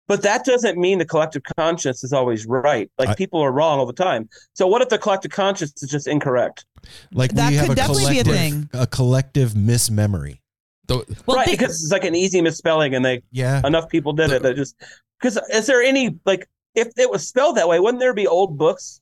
Speaker 7: But that doesn't mean the collective conscious is always right. Like
Speaker 1: I-
Speaker 7: people are wrong all the time. So what if the collective conscious is just incorrect?
Speaker 1: Like
Speaker 2: That
Speaker 1: we have
Speaker 2: could
Speaker 1: a
Speaker 2: definitely be a
Speaker 1: collective
Speaker 2: thing.
Speaker 1: a collective mismemory.
Speaker 3: The-
Speaker 2: Well,
Speaker 7: right,
Speaker 2: they-
Speaker 7: because it's like an easy misspelling, and they
Speaker 1: Yeah.
Speaker 7: enough people did it that just because is there any like if it was spelled that way, wouldn't there be old books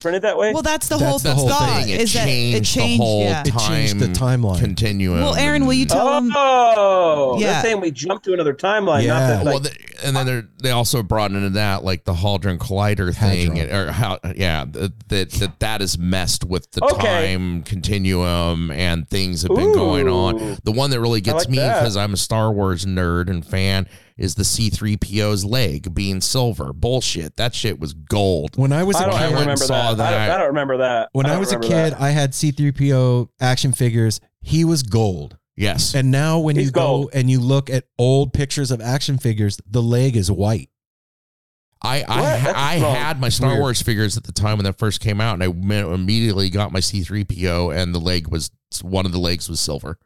Speaker 7: printed that way?
Speaker 2: well, that's the
Speaker 1: That's
Speaker 2: whole
Speaker 1: the
Speaker 3: whole
Speaker 2: thought
Speaker 3: thing. It
Speaker 2: is that it
Speaker 3: changed the
Speaker 2: changed.
Speaker 3: whole
Speaker 2: yeah.
Speaker 1: It changed the
Speaker 3: Time
Speaker 1: timeline.
Speaker 3: Continuum.
Speaker 2: Well, Aaron, will you
Speaker 3: and-
Speaker 2: tell 'em-
Speaker 7: oh,
Speaker 2: Yeah.
Speaker 7: they're saying we jumped to another timeline.
Speaker 1: Yeah.
Speaker 7: Not that, like,
Speaker 3: well, the, and then they're, they also brought into that like the Hadron Collider thing,
Speaker 1: Hadron.
Speaker 3: or how yeah th- that that that is messed with the
Speaker 7: Okay.
Speaker 3: time continuum and things have been going
Speaker 7: Ooh.
Speaker 3: on. The one that really gets
Speaker 7: like
Speaker 3: me
Speaker 7: that.
Speaker 3: because I'm a Star Wars nerd and fan is the C3PO's leg being silver. Bullshit, that shit was gold.
Speaker 1: When I was a
Speaker 7: I don't
Speaker 3: I
Speaker 1: kid,
Speaker 3: went and
Speaker 7: remember
Speaker 3: saw
Speaker 7: that. I, don't,
Speaker 3: that.
Speaker 7: I don't remember that.
Speaker 1: when
Speaker 7: I
Speaker 1: I,
Speaker 7: don't
Speaker 1: was a
Speaker 7: remember that.
Speaker 1: kid, I had C3PO action figures. He was gold.
Speaker 3: Yes,
Speaker 1: And now when
Speaker 7: He's
Speaker 1: you go
Speaker 7: gold.
Speaker 1: and you look at old pictures of action figures, the leg is white.
Speaker 3: I
Speaker 7: What? That's
Speaker 3: I, I
Speaker 7: wrong.
Speaker 3: had my Star
Speaker 1: Weird.
Speaker 3: Wars figures at the time when that first came out, and I me- immediately got my C-3PO, and the leg was one of the legs was silver.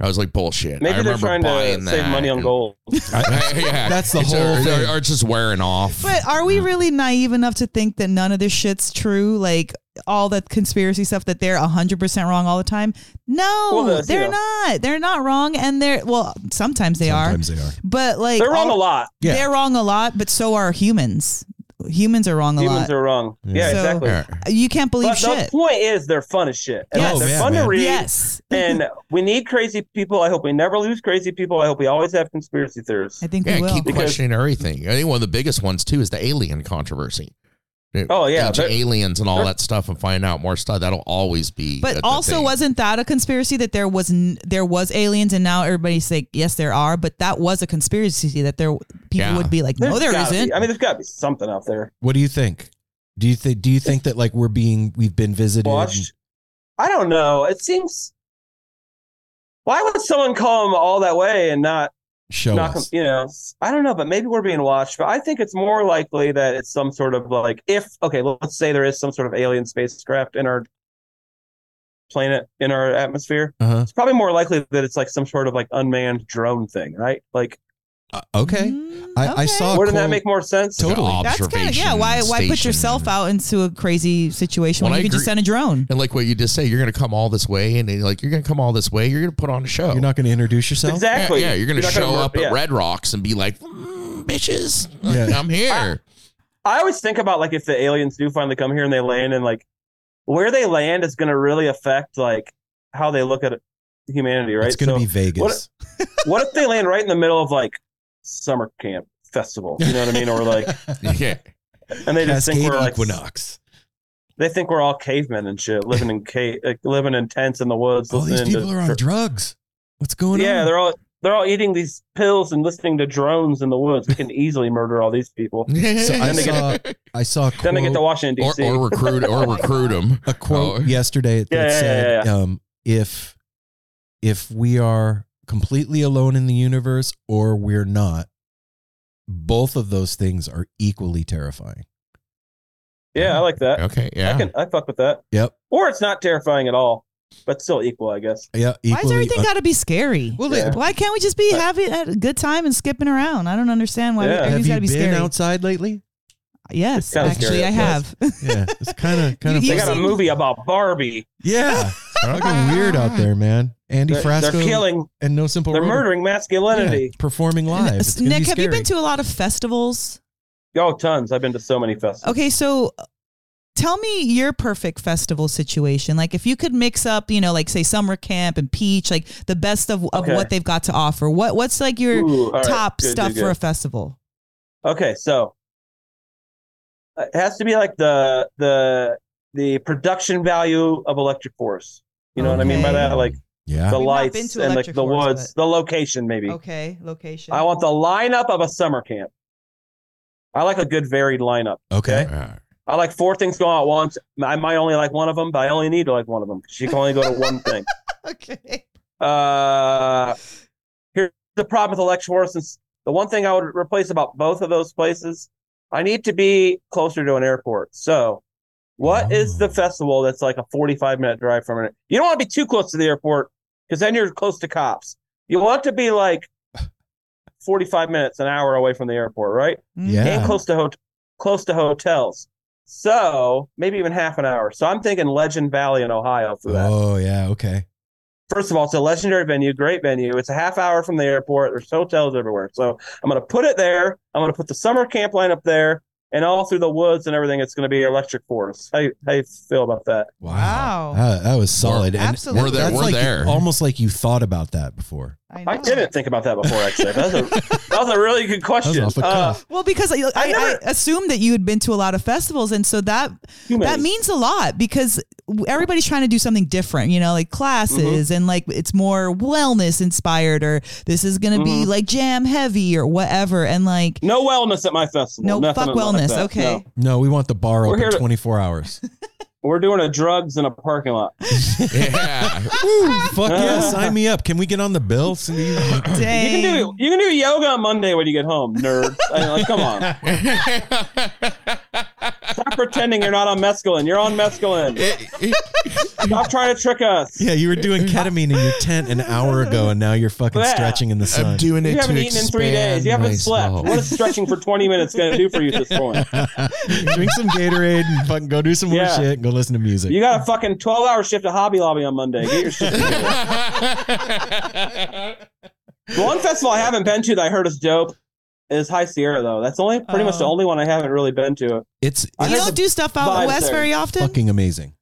Speaker 3: I was like, bullshit. I
Speaker 7: Maybe they're
Speaker 3: remember
Speaker 7: trying
Speaker 3: buying
Speaker 7: to save
Speaker 3: that.
Speaker 7: money on gold.
Speaker 3: yeah,
Speaker 1: That's the
Speaker 3: It's-
Speaker 1: whole
Speaker 3: or,
Speaker 1: thing.
Speaker 3: Or, it's just wearing off.
Speaker 2: But are we really naive enough to think that none of this shit's true? Like all that conspiracy stuff that they're 100% wrong all the time? No,
Speaker 7: Well, that's-
Speaker 2: they're
Speaker 7: yeah.
Speaker 2: not. They're not wrong. And they're, well, sometimes they
Speaker 1: Sometimes
Speaker 2: are.
Speaker 1: they are.
Speaker 2: But like,
Speaker 7: They're wrong
Speaker 2: all-
Speaker 7: a lot.
Speaker 1: Yeah.
Speaker 2: They're wrong a lot, but so are humans. Humans are wrong a
Speaker 7: Humans
Speaker 2: lot.
Speaker 7: are wrong. Yeah,
Speaker 2: So-
Speaker 7: exactly.
Speaker 3: Yeah.
Speaker 2: you can't believe
Speaker 7: But the
Speaker 2: shit.
Speaker 7: point is, they're fun as shit. And
Speaker 2: Yes.
Speaker 7: They're
Speaker 1: Oh, yeah,
Speaker 7: fun
Speaker 1: man.
Speaker 7: to read.
Speaker 2: Yes.
Speaker 7: and we need crazy people. I hope we never lose crazy people. I hope we always have conspiracy theorists.
Speaker 2: I think
Speaker 3: Yeah,
Speaker 2: we will.
Speaker 3: keep
Speaker 7: Because-
Speaker 3: questioning everything. I think one of the biggest ones too is the alien controversy.
Speaker 7: Oh, yeah,
Speaker 3: Age of
Speaker 7: they're-
Speaker 3: aliens and all
Speaker 7: they're-
Speaker 3: that stuff, and find out more stuff. That'll always be. a-
Speaker 2: But
Speaker 3: a
Speaker 2: also,
Speaker 3: thing.
Speaker 2: wasn't that a conspiracy that there was n- there was aliens, and now everybody's like, yes, there are, but that was a conspiracy that there people
Speaker 3: Yeah.
Speaker 2: would be like, no,
Speaker 7: There's
Speaker 2: there
Speaker 7: gotta
Speaker 2: isn't.
Speaker 7: Be, I mean, there's got to be something out there.
Speaker 1: What do you think? Do you think do you think that like we're being we've been visited?
Speaker 7: Watched. I don't know. It seems. Why would someone call them all that way and not
Speaker 1: Show
Speaker 7: not
Speaker 1: us.
Speaker 7: you know? I don't know, but maybe we're being watched. But I think it's more likely that it's some sort of like if okay, let's say there is some sort of alien spacecraft in our planet in our atmosphere.
Speaker 1: Uh-huh.
Speaker 7: It's probably more likely that it's like some sort of like unmanned drone thing, right? Like
Speaker 1: Uh, okay.
Speaker 2: Mm,
Speaker 1: I- I saw-
Speaker 7: Wouldn't
Speaker 1: Oh,
Speaker 7: that
Speaker 1: Cool.
Speaker 7: make more sense?
Speaker 1: To- Totally.
Speaker 3: An
Speaker 2: That's kind of yeah.
Speaker 3: observation
Speaker 2: Why why put
Speaker 3: station.
Speaker 2: yourself out into a crazy situation
Speaker 3: Well,
Speaker 2: when
Speaker 3: I
Speaker 2: you can just
Speaker 3: agree.
Speaker 2: send a drone?
Speaker 3: And like what you just say, you're going to come all this way, and then, like you're going to come all this way. You're going to put on a show.
Speaker 1: You're not going to introduce yourself.
Speaker 7: Exactly.
Speaker 3: Yeah, yeah, you're going to
Speaker 7: not
Speaker 3: show
Speaker 7: mur-
Speaker 3: up at
Speaker 7: yeah.
Speaker 3: Red Rocks and be like, "Mm, bitches,
Speaker 1: Yeah.
Speaker 3: I'm here.
Speaker 7: I always think about like if the aliens do finally come here and they land, and like where they land is going to really affect like how they look at humanity, right?
Speaker 1: It's going to
Speaker 7: so
Speaker 1: be Vegas.
Speaker 7: what- what if they land right in the middle of like summer camp festival? You know what I mean? Or like,
Speaker 3: yeah.
Speaker 7: and they just
Speaker 1: Cascade
Speaker 7: think we're like
Speaker 1: Equinox.
Speaker 7: they think we're all cavemen and shit, living in cave, like, living in tents in the woods.
Speaker 1: All these
Speaker 7: listening to-
Speaker 1: people are on drugs. What's going
Speaker 7: yeah,
Speaker 1: on?
Speaker 7: they're all they're all eating these pills and listening to drones in the woods. We can easily murder all these people.
Speaker 1: So I
Speaker 7: Then they get-
Speaker 1: saw I saw a quote,
Speaker 7: Then they get to Washington
Speaker 3: or,
Speaker 7: D.C.
Speaker 3: or recruit or recruit them.
Speaker 1: a
Speaker 2: Oh.
Speaker 1: quote yesterday that
Speaker 7: Yeah, yeah,
Speaker 1: said,
Speaker 7: yeah,
Speaker 1: Um, "If if we are completely alone in the universe, or we're not, both of those things are equally terrifying."
Speaker 7: yeah, I like that.
Speaker 3: Okay, yeah.
Speaker 7: I can I fuck with that.
Speaker 1: Yep.
Speaker 7: Or it's not terrifying at all, but still equal, I guess.
Speaker 1: Yeah.
Speaker 2: Why does
Speaker 1: equally uh,
Speaker 2: everything
Speaker 1: un-
Speaker 2: got to be scary?
Speaker 1: Well,
Speaker 7: Yeah.
Speaker 2: Why can't we just be
Speaker 7: But-
Speaker 2: having a good time and skipping around? I don't understand why
Speaker 7: Yeah.
Speaker 1: have
Speaker 2: everything's
Speaker 1: you
Speaker 2: got to
Speaker 1: been
Speaker 2: be scary.
Speaker 1: outside lately?
Speaker 2: yes,
Speaker 7: It's kinda
Speaker 2: actually,
Speaker 7: scary,
Speaker 2: I
Speaker 7: yes.
Speaker 2: have.
Speaker 1: Yeah, it's kind of kind of
Speaker 2: You
Speaker 7: They got a
Speaker 2: seen-
Speaker 7: movie about Barbie.
Speaker 1: yeah. Fucking weird out there, man. Andy
Speaker 7: They're, they're
Speaker 1: Frasco
Speaker 7: killing.
Speaker 1: and No Simple
Speaker 7: They're
Speaker 1: Road are-
Speaker 7: murdering
Speaker 1: yeah,
Speaker 7: masculinity.
Speaker 1: performing live. It's gonna
Speaker 2: Nick,
Speaker 1: be
Speaker 2: have you
Speaker 1: scary.
Speaker 2: been to a lot of festivals?
Speaker 7: Oh, tons. I've been to so many festivals.
Speaker 2: Okay, so tell me your perfect festival situation. Like if you could mix up, you know, like say summer camp and peach, like the best of, of
Speaker 7: Okay.
Speaker 2: what they've got to offer. What what's like your
Speaker 7: Ooh, all right.
Speaker 2: top
Speaker 7: Good,
Speaker 2: stuff
Speaker 7: good,
Speaker 2: for a
Speaker 7: good.
Speaker 2: festival?
Speaker 7: Okay, so uh, it has to be like the the the production value of Electric Force. You know what I mean by
Speaker 2: Okay.
Speaker 7: that? Like
Speaker 1: yeah.
Speaker 7: the
Speaker 2: We've not been
Speaker 7: lights
Speaker 2: to
Speaker 7: and like
Speaker 2: Electric
Speaker 7: the
Speaker 2: Forest,
Speaker 7: woods, the location maybe.
Speaker 2: Okay, location.
Speaker 7: I want the lineup of a summer camp. I like a good varied lineup.
Speaker 1: Okay.
Speaker 7: I like four things going on at once. I might only like one of them, but I only need to like one of them. She can only go to one thing.
Speaker 2: okay.
Speaker 7: Uh, here's the problem with Electric Forest. is The one thing I would replace about both of those places, I need to be closer to an airport. So, what is the
Speaker 1: Oh.
Speaker 7: festival that's like a 45 minute drive from it? You don't want to be too close to the airport because then you're close to cops. You want to be like 45 minutes, an hour away from the airport, right? and
Speaker 1: Yeah.
Speaker 7: close to hot close to hotels. So maybe even half an hour. So I'm thinking Legend Valley in Ohio for that.
Speaker 1: Oh yeah. Okay.
Speaker 7: First of all, it's a legendary venue, great venue. It's a half hour from the airport. There's hotels everywhere. So I'm gonna put it there. I'm gonna put the summer camp line up there, and all through the woods and everything. It's gonna be electric forest. How you, how you feel about that?
Speaker 1: Wow.
Speaker 2: Wow.
Speaker 1: Ah, that was solid. And
Speaker 2: Absolutely.
Speaker 3: We're there.
Speaker 1: that's
Speaker 3: We're
Speaker 1: like-
Speaker 3: there.
Speaker 1: Almost like you thought about that before.
Speaker 2: Mm-hmm.
Speaker 7: I didn't think about that before. Actually, that was a, that was a really good question.
Speaker 1: off the
Speaker 7: Uh,
Speaker 1: cuff.
Speaker 2: Well, because I, I,
Speaker 7: never-
Speaker 2: I assumed that you had been to a lot of festivals, and so that
Speaker 7: too many.
Speaker 2: that means a lot because w- everybody's trying to do something different, you know, like
Speaker 7: Mm-hmm.
Speaker 2: classes and like it's more wellness inspired, or this is going to be like jam heavy or whatever, and like
Speaker 7: Mm-hmm. no wellness at my festival.
Speaker 2: no
Speaker 7: Nothing
Speaker 2: fuck
Speaker 7: like
Speaker 2: wellness.
Speaker 7: that.
Speaker 2: okay,
Speaker 7: No.
Speaker 1: No, we want the bar
Speaker 7: We're here
Speaker 1: open
Speaker 7: to-
Speaker 1: 24 hours.
Speaker 7: We're doing a drugs in a parking lot.
Speaker 3: Yeah.
Speaker 1: Fuck yeah, sign me up. Can we get on the bill? Cindy?
Speaker 7: You
Speaker 2: dang.
Speaker 7: can do you can do yoga on Monday when you get home, nerd. I mean, like, come on, stop pretending you're not on mescaline. You're on mescaline. Stop trying to trick us.
Speaker 1: yeah, you were doing ketamine in your tent an hour ago, and now you're fucking
Speaker 7: Yeah.
Speaker 1: stretching in the sun.
Speaker 3: I'm doing it
Speaker 7: You haven't
Speaker 3: to
Speaker 7: eaten in three
Speaker 3: expand
Speaker 7: days. You haven't slept.
Speaker 3: myself.
Speaker 7: What is stretching for 20 minutes going to do for you at this point?
Speaker 1: Drink some Gatorade and fucking go do some more
Speaker 7: Yeah.
Speaker 1: shit and go listen to music.
Speaker 7: You got a fucking 12 hour shift at Hobby Lobby on Monday. Get your shit. together. The one festival I haven't been to that I heard is dope is High Sierra though. That's only pretty much the
Speaker 2: Oh.
Speaker 7: only one I haven't really been to. Uh,
Speaker 1: it's
Speaker 7: I
Speaker 2: You
Speaker 7: heard
Speaker 2: don't
Speaker 7: the
Speaker 2: do stuff out
Speaker 7: vibes
Speaker 2: west
Speaker 7: there.
Speaker 2: very often.
Speaker 1: fucking amazing.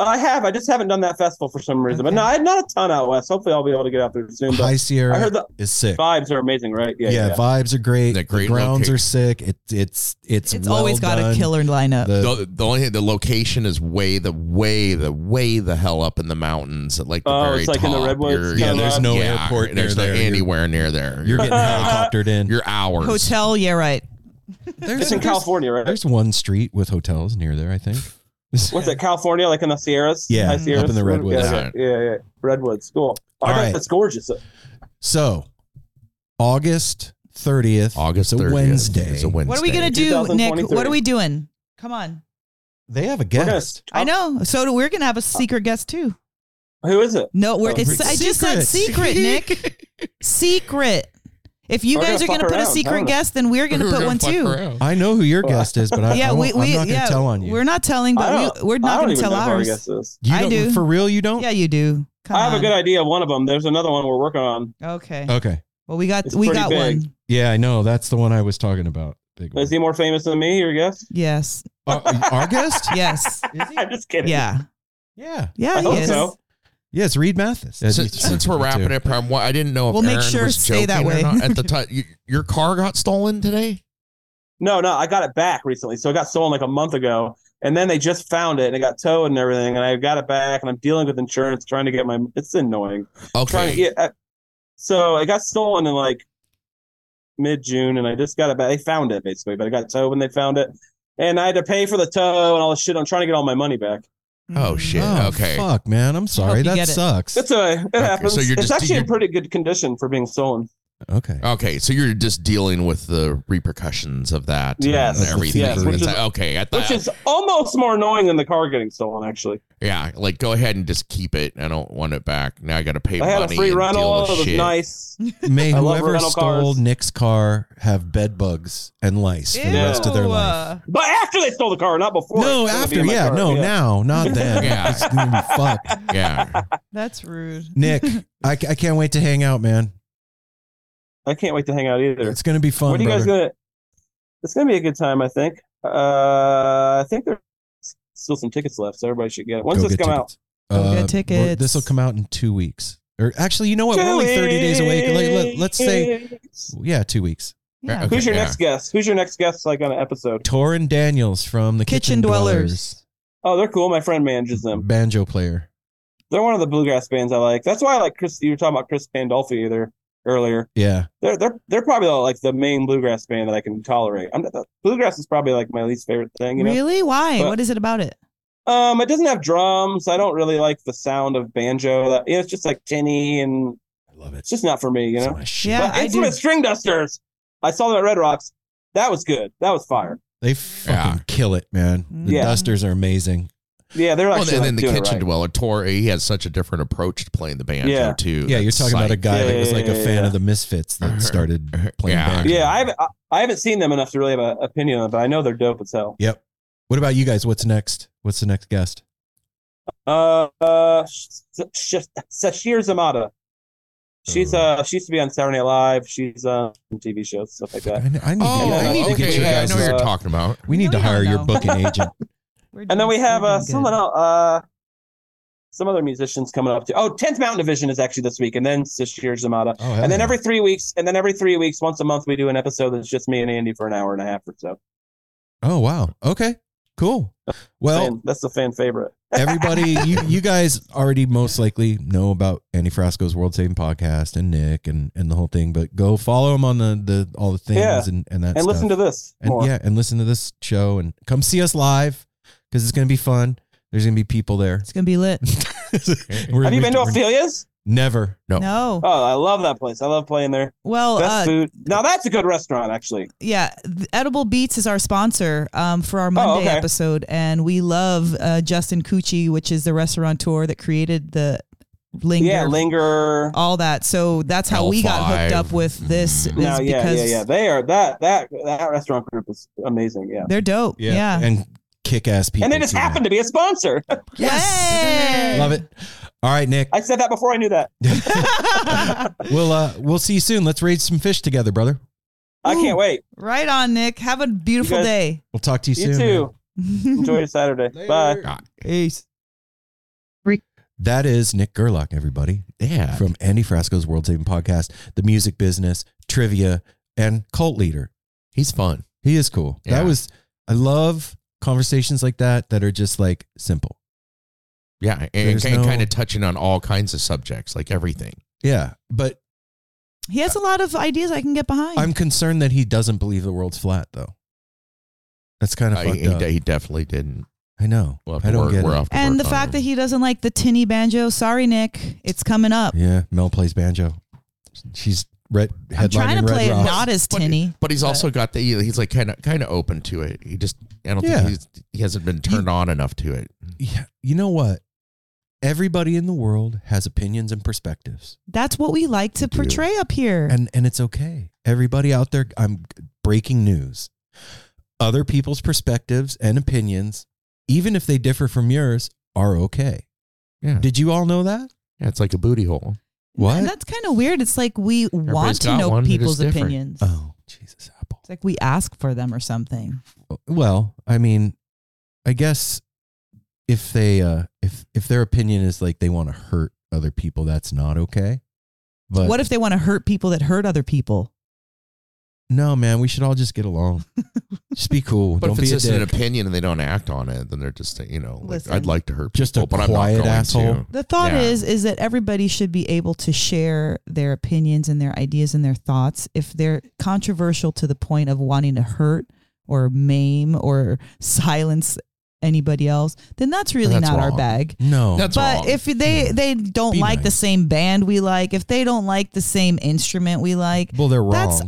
Speaker 7: I have. I just haven't done that festival for some reason. But no, I had not a ton out west. Hopefully, I'll be able to get out there soon. But
Speaker 1: High Sierra
Speaker 7: uh, I heard the
Speaker 1: is sick.
Speaker 7: vibes are amazing, right?
Speaker 1: yeah, vibes are great.
Speaker 3: The
Speaker 1: The,
Speaker 3: great
Speaker 1: grounds
Speaker 3: location.
Speaker 1: are sick. It, it's it's
Speaker 2: It's
Speaker 1: well
Speaker 2: always got
Speaker 1: done.
Speaker 2: a killer lineup.
Speaker 1: The-
Speaker 3: the, the only thing, the location is way the way the way the hell up in the mountains at like the
Speaker 7: Oh,
Speaker 3: very
Speaker 7: it's like in
Speaker 3: top.
Speaker 7: the Redwoods
Speaker 3: You're-
Speaker 7: kinda vibe?
Speaker 1: Yeah,
Speaker 3: There's
Speaker 1: near
Speaker 3: no
Speaker 1: there.
Speaker 3: anywhere near there.
Speaker 1: you're getting helicoptered in.
Speaker 3: you're hours.
Speaker 2: Hotel, yeah, right.
Speaker 1: there's,
Speaker 7: It's in
Speaker 1: there's-
Speaker 7: California, right?
Speaker 1: There's one street with hotels near there, I think.
Speaker 7: What's it, California, like in the Sierras?
Speaker 1: Yeah,
Speaker 7: High
Speaker 1: up
Speaker 7: Sierras?
Speaker 1: in the Redwoods.
Speaker 7: Yeah, yeah, yeah, yeah. Redwoods, cool. I
Speaker 1: All
Speaker 7: bet
Speaker 1: right.
Speaker 7: that's gorgeous.
Speaker 1: So, August 30th.
Speaker 3: August
Speaker 1: it's a
Speaker 3: 30th.
Speaker 1: Wednesday.
Speaker 3: It's a Wednesday.
Speaker 2: What are we gonna do, Nick?
Speaker 7: 2023.
Speaker 2: What are we doing? Come on.
Speaker 1: They have a
Speaker 7: We're gonna-
Speaker 1: guest.
Speaker 2: I know. So do- we're gonna have a
Speaker 7: Uh,
Speaker 2: secret guest too.
Speaker 7: Who is it?
Speaker 2: No, we're,
Speaker 7: Oh,
Speaker 2: it's, I just said secret,
Speaker 1: secret.
Speaker 2: Nick. secret. If you
Speaker 7: We're
Speaker 2: guys
Speaker 7: gonna
Speaker 2: are going to
Speaker 7: fuck
Speaker 2: put a
Speaker 7: around. I
Speaker 2: secret
Speaker 7: don't know.
Speaker 2: guest, then we're going to
Speaker 3: We're
Speaker 2: put
Speaker 3: gonna
Speaker 2: one
Speaker 3: fuck
Speaker 2: too.
Speaker 3: around.
Speaker 1: I know who your guest is, but I,
Speaker 2: Yeah,
Speaker 1: I
Speaker 2: we,
Speaker 1: won't,
Speaker 2: we
Speaker 1: I'm not going to
Speaker 2: yeah,
Speaker 1: tell on you.
Speaker 2: We're not telling,
Speaker 7: I
Speaker 2: but we,
Speaker 7: don't-
Speaker 2: we're
Speaker 7: I
Speaker 2: not
Speaker 7: don't
Speaker 2: going to
Speaker 7: even
Speaker 2: tell
Speaker 7: know who our
Speaker 2: ours.
Speaker 7: guest is.
Speaker 1: you
Speaker 2: I
Speaker 1: don't,
Speaker 2: do.
Speaker 1: For real, you don't?
Speaker 2: Yeah, you do. Come
Speaker 7: I have
Speaker 2: on.
Speaker 7: a good idea of one of them. There's another one we're working on.
Speaker 2: Okay.
Speaker 1: Okay.
Speaker 2: Well, we got
Speaker 7: It's
Speaker 2: we
Speaker 7: pretty
Speaker 2: got
Speaker 7: big.
Speaker 2: one.
Speaker 1: Yeah, I know. That's the one I was talking about. Big one.
Speaker 7: Is he more famous than me, your guess?
Speaker 2: Yes.
Speaker 1: Uh, our guest?
Speaker 2: Yes.
Speaker 7: I'm just kidding.
Speaker 2: yeah.
Speaker 1: Yeah.
Speaker 2: Yeah.
Speaker 7: I hope
Speaker 2: Yes.
Speaker 7: so.
Speaker 1: Yeah, it's Reed Mathis.
Speaker 3: since, since we're wrapping it, up, I didn't know if
Speaker 2: We'll make
Speaker 3: Aaron
Speaker 2: sure
Speaker 3: was
Speaker 2: to stay
Speaker 3: joking
Speaker 2: that
Speaker 3: or
Speaker 2: way.
Speaker 3: not at the time. You- your car got stolen today.
Speaker 7: No, no, I got it back recently. So it got stolen like a month ago. And then they just found it and it got towed and everything. And I got it back and I'm dealing with insurance trying to get my. It's annoying. Trying
Speaker 3: Okay,
Speaker 7: to, yeah, I- so it got stolen in like mid June and I just got it back. They found it basically, but it got towed when they found it. And I had to pay for the tow and all this shit. I'm trying to get all my money back.
Speaker 3: Oh, shit.
Speaker 1: Oh,
Speaker 3: Okay.
Speaker 1: Fuck, man. I'm sorry.
Speaker 2: you
Speaker 1: That
Speaker 2: get it.
Speaker 1: sucks.
Speaker 7: It's a, it
Speaker 3: Okay,
Speaker 7: happens.
Speaker 3: so you're
Speaker 7: it's
Speaker 3: just-
Speaker 7: actually
Speaker 3: you're-
Speaker 7: in pretty good condition for being stolen.
Speaker 1: okay.
Speaker 3: okay. So you're just dealing with the repercussions of that.
Speaker 7: Yes,
Speaker 3: and everything.
Speaker 7: yes, which is-
Speaker 3: It's like, okay, I
Speaker 7: Which
Speaker 3: thought.
Speaker 7: is almost more annoying than the car getting stolen, actually.
Speaker 3: yeah, like go ahead and just keep it. I don't want it back. Now I got to pay
Speaker 7: I
Speaker 3: money.
Speaker 7: had a free
Speaker 3: and
Speaker 7: rental.
Speaker 3: Deal with
Speaker 7: It was
Speaker 3: shit.
Speaker 7: nice.
Speaker 1: May
Speaker 7: I love
Speaker 1: whoever
Speaker 7: rental
Speaker 1: stole
Speaker 7: cars.
Speaker 1: Nick's car have bed bugs and lice for the rest of their
Speaker 2: Ew.
Speaker 1: life.
Speaker 7: But after they stole the car, not before.
Speaker 1: No,
Speaker 7: It's gonna be
Speaker 1: after.
Speaker 7: in my
Speaker 1: Yeah,
Speaker 7: car,
Speaker 1: no, now, not then.
Speaker 3: Yeah.
Speaker 1: It's gonna be fucked.
Speaker 3: Yeah.
Speaker 2: That's rude.
Speaker 1: Nick, I, I can't wait to hang out, man.
Speaker 7: I can't wait to hang out either.
Speaker 1: It's going to be fun.
Speaker 7: what are you guys
Speaker 1: brother.
Speaker 7: gonna? It's gonna be a good time, I think. Uh, I think there's still some tickets left, so everybody should get it. When's
Speaker 1: Go
Speaker 7: this
Speaker 1: get
Speaker 7: come out?
Speaker 1: tickets.
Speaker 2: Go get tickets.
Speaker 1: This will come out in two weeks. Or actually, you know what? We're only 30 days away. Let, us say,
Speaker 7: Who's
Speaker 1: yeah, two weeks.
Speaker 2: Yeah.
Speaker 3: Okay,
Speaker 7: your
Speaker 3: yeah.
Speaker 7: next guest? Who's your next guest? Like on an episode?
Speaker 1: Torin Daniels from the
Speaker 2: Kitchen
Speaker 1: Kitchen,
Speaker 2: Dwellers.
Speaker 1: Dwellers.
Speaker 7: Oh, they're cool. My friend manages them.
Speaker 1: banjo player.
Speaker 7: They're one of the bluegrass bands I like. That's why I like Chris. You were talking about Chris Pandolfi either earlier.
Speaker 1: Yeah.
Speaker 7: They're they're they're probably like the main bluegrass band that I can tolerate. I'm, bluegrass is probably like my least favorite thing. You know.
Speaker 2: Really? Why?
Speaker 7: But-
Speaker 2: what is it about it?
Speaker 7: Um, it doesn't have drums. I don't really like the sound of banjo. That- It's just like tinny, and
Speaker 1: I love it.
Speaker 7: it's just not for me, you
Speaker 1: It's
Speaker 7: know.
Speaker 1: my shit.
Speaker 2: Yeah,
Speaker 7: But
Speaker 2: I do.
Speaker 7: instrument string dusters. I saw them at Red Rocks. That was good. That was fire.
Speaker 1: They fucking kill it, man. The
Speaker 7: Yeah.
Speaker 1: dusters are amazing.
Speaker 7: Yeah, they're
Speaker 3: Well,
Speaker 7: actually
Speaker 3: and then
Speaker 7: like,
Speaker 3: the
Speaker 7: doing it
Speaker 3: kitchen
Speaker 7: right.
Speaker 3: dweller, Tor, he has such a different approach to playing the banjo
Speaker 7: Yeah.
Speaker 3: too.
Speaker 1: Yeah, you're
Speaker 3: That's
Speaker 1: talking about a
Speaker 3: like-
Speaker 1: guy that was
Speaker 7: Yeah,
Speaker 1: like a
Speaker 7: yeah,
Speaker 1: fan
Speaker 7: yeah.
Speaker 1: of the Misfits that started playing
Speaker 3: Yeah.
Speaker 1: banjo.
Speaker 7: Yeah, I haven't I, I haven't seen them enough to really have an opinion on it, but I know they're dope as hell.
Speaker 1: Yep. What about you guys? What's next? What's the next guest?
Speaker 7: Uh, uh, Sh- Sh- Sashir Zamata. She's
Speaker 1: Oh.
Speaker 7: uh, she used to be on Saturday Night Live. She's uh, on TV shows stuff like that.
Speaker 1: I, I need,
Speaker 3: Oh,
Speaker 1: to, I need
Speaker 7: okay,
Speaker 1: to get your
Speaker 3: yeah,
Speaker 1: guys.
Speaker 3: I know what you're
Speaker 7: uh,
Speaker 3: talking about.
Speaker 1: we
Speaker 2: No,
Speaker 1: need to
Speaker 2: we don't
Speaker 1: hire your
Speaker 2: know.
Speaker 1: booking agent.
Speaker 2: We're
Speaker 7: And
Speaker 2: doing-
Speaker 7: then we have
Speaker 2: we're
Speaker 7: uh,
Speaker 2: doing good.
Speaker 7: someone else. Uh, some other musicians coming up too. Oh, 10th Mountain Division is actually this week, and then this year's Zamata.
Speaker 1: Oh, hell
Speaker 7: and then
Speaker 1: yeah.
Speaker 7: every three weeks, and then every three weeks, once a month, we do an episode that's just me and Andy for an hour and a half or so.
Speaker 1: Oh wow. Okay. Cool. Well,
Speaker 7: Fan- that's the fan favorite.
Speaker 1: everybody, you, you guys already most likely know about Andy Frasco's World Saving Podcast and Nick and, and the whole thing, but go follow him on the, the all the things
Speaker 7: Yeah.
Speaker 1: and, and that
Speaker 7: And
Speaker 1: stuff.
Speaker 7: listen to this
Speaker 1: and
Speaker 7: more.
Speaker 1: yeah, and listen to this show and come see us live because it's gonna be fun. There's gonna be people there.
Speaker 2: It's gonna be lit.
Speaker 1: We're-
Speaker 7: Have you
Speaker 1: we-
Speaker 7: been to
Speaker 1: we're-
Speaker 7: Ophelia's?
Speaker 1: Never.
Speaker 3: No.
Speaker 2: No.
Speaker 7: Oh, I love that place. I love playing there.
Speaker 2: Well,
Speaker 7: Best
Speaker 2: uh,
Speaker 7: food. Now that's a good restaurant, actually.
Speaker 2: yeah, th- Edible Beats is our sponsor um, for our Monday
Speaker 7: Oh, okay.
Speaker 2: episode, and we love uh, Justin Cucci, which is the restaurateur that created the Linger,
Speaker 7: Yeah, linger.
Speaker 2: all that. So that's how we got hooked
Speaker 3: L5.
Speaker 2: up with this. Is
Speaker 7: No, Mm-hmm. Oh, yeah,
Speaker 2: because
Speaker 7: yeah, yeah. They are that that that restaurant group is amazing. Yeah,
Speaker 2: They're dope. Yeah.
Speaker 1: And kick ass people.
Speaker 7: and they just
Speaker 1: too, man.
Speaker 7: happen to be a sponsor.
Speaker 2: Yay!
Speaker 1: Love it. All right, Nick.
Speaker 7: I said that before I knew that.
Speaker 1: We'll uh we'll see you soon. Let's raise some fish together, brother.
Speaker 7: I
Speaker 2: Ooh.
Speaker 7: can't wait.
Speaker 2: Right on, Nick. Have a beautiful
Speaker 7: You guys-
Speaker 2: day.
Speaker 1: We'll talk to you,
Speaker 7: You
Speaker 1: soon. man.
Speaker 7: too. Enjoy your Saturday. Bye.
Speaker 2: Peace.
Speaker 1: That is Nick Gerlach, everybody,
Speaker 3: Yeah.
Speaker 1: from Andy Frasco's World Saving Podcast, the music business, trivia, and cult leader.
Speaker 3: He's fun.
Speaker 1: He is cool.
Speaker 3: Yeah.
Speaker 1: That was I love conversations like that that are just like simple.
Speaker 3: Yeah. And,
Speaker 1: There's
Speaker 3: and
Speaker 1: no-
Speaker 3: kind of touching on all kinds of subjects, like everything.
Speaker 1: Yeah, but
Speaker 2: He has a lot of ideas I can get behind.
Speaker 1: I'm concerned that he doesn't believe the world's flat, though. That's kind of
Speaker 3: Uh,
Speaker 1: fucked
Speaker 3: he,
Speaker 1: up.
Speaker 3: de- he definitely didn't.
Speaker 1: I know.
Speaker 3: We'll have to
Speaker 1: I don't
Speaker 3: work,
Speaker 1: get
Speaker 3: we're
Speaker 1: it.
Speaker 3: off to
Speaker 2: and the
Speaker 3: work on
Speaker 2: fact
Speaker 3: him.
Speaker 2: that he doesn't like the tinny banjo. Sorry, Nick. It's coming up.
Speaker 1: Yeah, Mel plays banjo. She's red.
Speaker 2: I'm trying to
Speaker 1: headlining Red
Speaker 2: play it
Speaker 1: Rocks.
Speaker 2: not as
Speaker 3: But-
Speaker 2: tinny.
Speaker 3: But he's also got the he's like kind of kind of open to it. He just I don't
Speaker 1: Yeah.
Speaker 3: think he's, he hasn't been turned on enough to it.
Speaker 1: Yeah, you know what? Everybody in the world has opinions and perspectives.
Speaker 2: That's what we like to portray up here.
Speaker 1: and and it's okay everybody out there i'm breaking news other people's perspectives and opinions even if they differ from yours are okay
Speaker 3: Yeah.
Speaker 1: did you all know that
Speaker 3: Yeah, it's like a booty hole.
Speaker 1: what
Speaker 2: And that's kind of weird. It's like we want to
Speaker 3: got
Speaker 2: know
Speaker 3: one, they're just
Speaker 2: people's
Speaker 3: different.
Speaker 2: opinions.
Speaker 1: oh jesus apple
Speaker 2: It's like we ask for them or something.
Speaker 1: well i mean i guess if they uh if if their opinion is like they want to hurt other people that's not okay but
Speaker 2: what if they want to hurt people that hurt other people?
Speaker 1: no man we should all just get along just be cool
Speaker 3: But
Speaker 1: don't
Speaker 3: if it's
Speaker 1: be
Speaker 3: just
Speaker 1: a dick.
Speaker 3: an opinion and they don't act on it, then they're just you know like,
Speaker 2: Listen.
Speaker 3: I'd like to hurt
Speaker 1: Just a
Speaker 3: people, but I'm not
Speaker 1: quiet
Speaker 3: going
Speaker 1: asshole.
Speaker 3: to.
Speaker 2: The thought
Speaker 3: Yeah.
Speaker 2: is is that everybody should be able to share their opinions and their ideas and their thoughts if they're controversial to the point of wanting to hurt or maim or silence anybody else, then that's really
Speaker 3: That's
Speaker 2: not our
Speaker 3: wrong.
Speaker 2: bag.
Speaker 1: no
Speaker 3: That's
Speaker 2: but
Speaker 3: wrong.
Speaker 2: if they they don't
Speaker 1: Be
Speaker 2: like the
Speaker 1: nice.
Speaker 2: same band we like, if they don't like the same instrument we like,
Speaker 1: well they're wrong
Speaker 2: that's on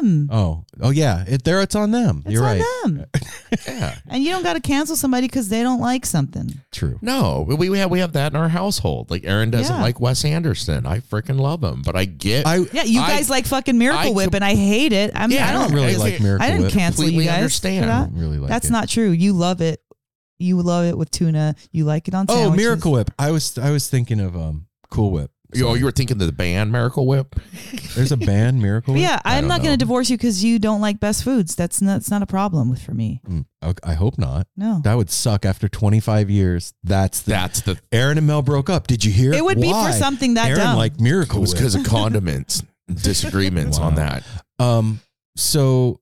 Speaker 2: them.
Speaker 1: Oh, oh yeah. It, there, it's on them.
Speaker 2: It's
Speaker 1: You're
Speaker 2: on
Speaker 1: right.
Speaker 2: them.
Speaker 3: yeah.
Speaker 2: And you don't got to cancel somebody because they don't like something.
Speaker 1: True.
Speaker 3: No, we, we have we have that in our household. Like Aaron doesn't
Speaker 2: Yeah.
Speaker 3: like Wes Anderson. I freaking love him, but I get
Speaker 1: I
Speaker 2: Yeah, you
Speaker 3: I-
Speaker 2: guys like fucking Miracle
Speaker 3: I
Speaker 2: Whip,
Speaker 3: com-
Speaker 2: and I hate it. I'm,
Speaker 3: Yeah,
Speaker 2: I
Speaker 1: I
Speaker 2: don't
Speaker 1: don't really
Speaker 3: I
Speaker 1: like
Speaker 3: think-
Speaker 1: Miracle
Speaker 2: I didn't
Speaker 1: Whip.
Speaker 2: cancel you
Speaker 3: completely
Speaker 2: guys.
Speaker 3: understand.
Speaker 2: for
Speaker 1: I
Speaker 2: that.
Speaker 1: don't really like
Speaker 2: That's
Speaker 1: it.
Speaker 2: not true. You love it. You love it with tuna. You like it on
Speaker 1: Oh,
Speaker 2: sandwiches.
Speaker 1: Miracle Whip. I was I was thinking of um Cool Whip.
Speaker 3: you know, you were thinking of the band Miracle Whip.
Speaker 1: There's a band Miracle
Speaker 2: But
Speaker 1: Whip.
Speaker 2: yeah,
Speaker 3: I
Speaker 2: I'm
Speaker 3: don't
Speaker 2: not going
Speaker 3: know.
Speaker 2: to divorce you because you don't like best foods. That's not, that's not a problem with for me.
Speaker 1: Mm, I, I hope not.
Speaker 2: No.
Speaker 1: That would suck after 25 years. That's the
Speaker 3: That's the
Speaker 1: Aaron and Mel broke up. Did you hear?
Speaker 2: it would be for
Speaker 1: Why?
Speaker 2: something that
Speaker 1: Aaron
Speaker 2: dumb.
Speaker 1: liked
Speaker 3: it
Speaker 1: Miracle
Speaker 3: was
Speaker 1: Whip.
Speaker 3: because of condiments disagreements on
Speaker 1: Wow.
Speaker 3: that.
Speaker 1: Um. So,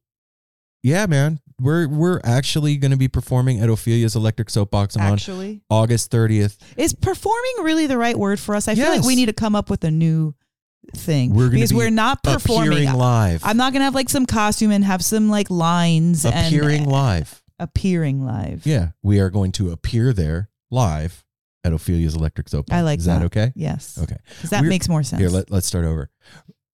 Speaker 1: yeah, man, we're we're actually going to be performing at Ophelia's Electric Soapbox on
Speaker 2: actually,
Speaker 1: August 30th.
Speaker 2: is performing really the right word for us? I feel like we
Speaker 1: Yes.
Speaker 2: need to come up with a new thing
Speaker 1: We're gonna
Speaker 2: because
Speaker 1: be
Speaker 2: we're not performing.
Speaker 1: Appearing live.
Speaker 2: I'm not going to have like some costume and have some like lines
Speaker 1: appearing
Speaker 2: and uh,
Speaker 1: live.
Speaker 2: appearing live.
Speaker 1: Yeah, we are going to appear there live at Ophelia's Electric Soap.
Speaker 2: I like
Speaker 1: Is that,
Speaker 2: that.
Speaker 1: okay?
Speaker 2: Yes.
Speaker 1: Okay.
Speaker 2: Because that
Speaker 1: We're-
Speaker 2: makes more sense.
Speaker 1: Here, let, let's start over.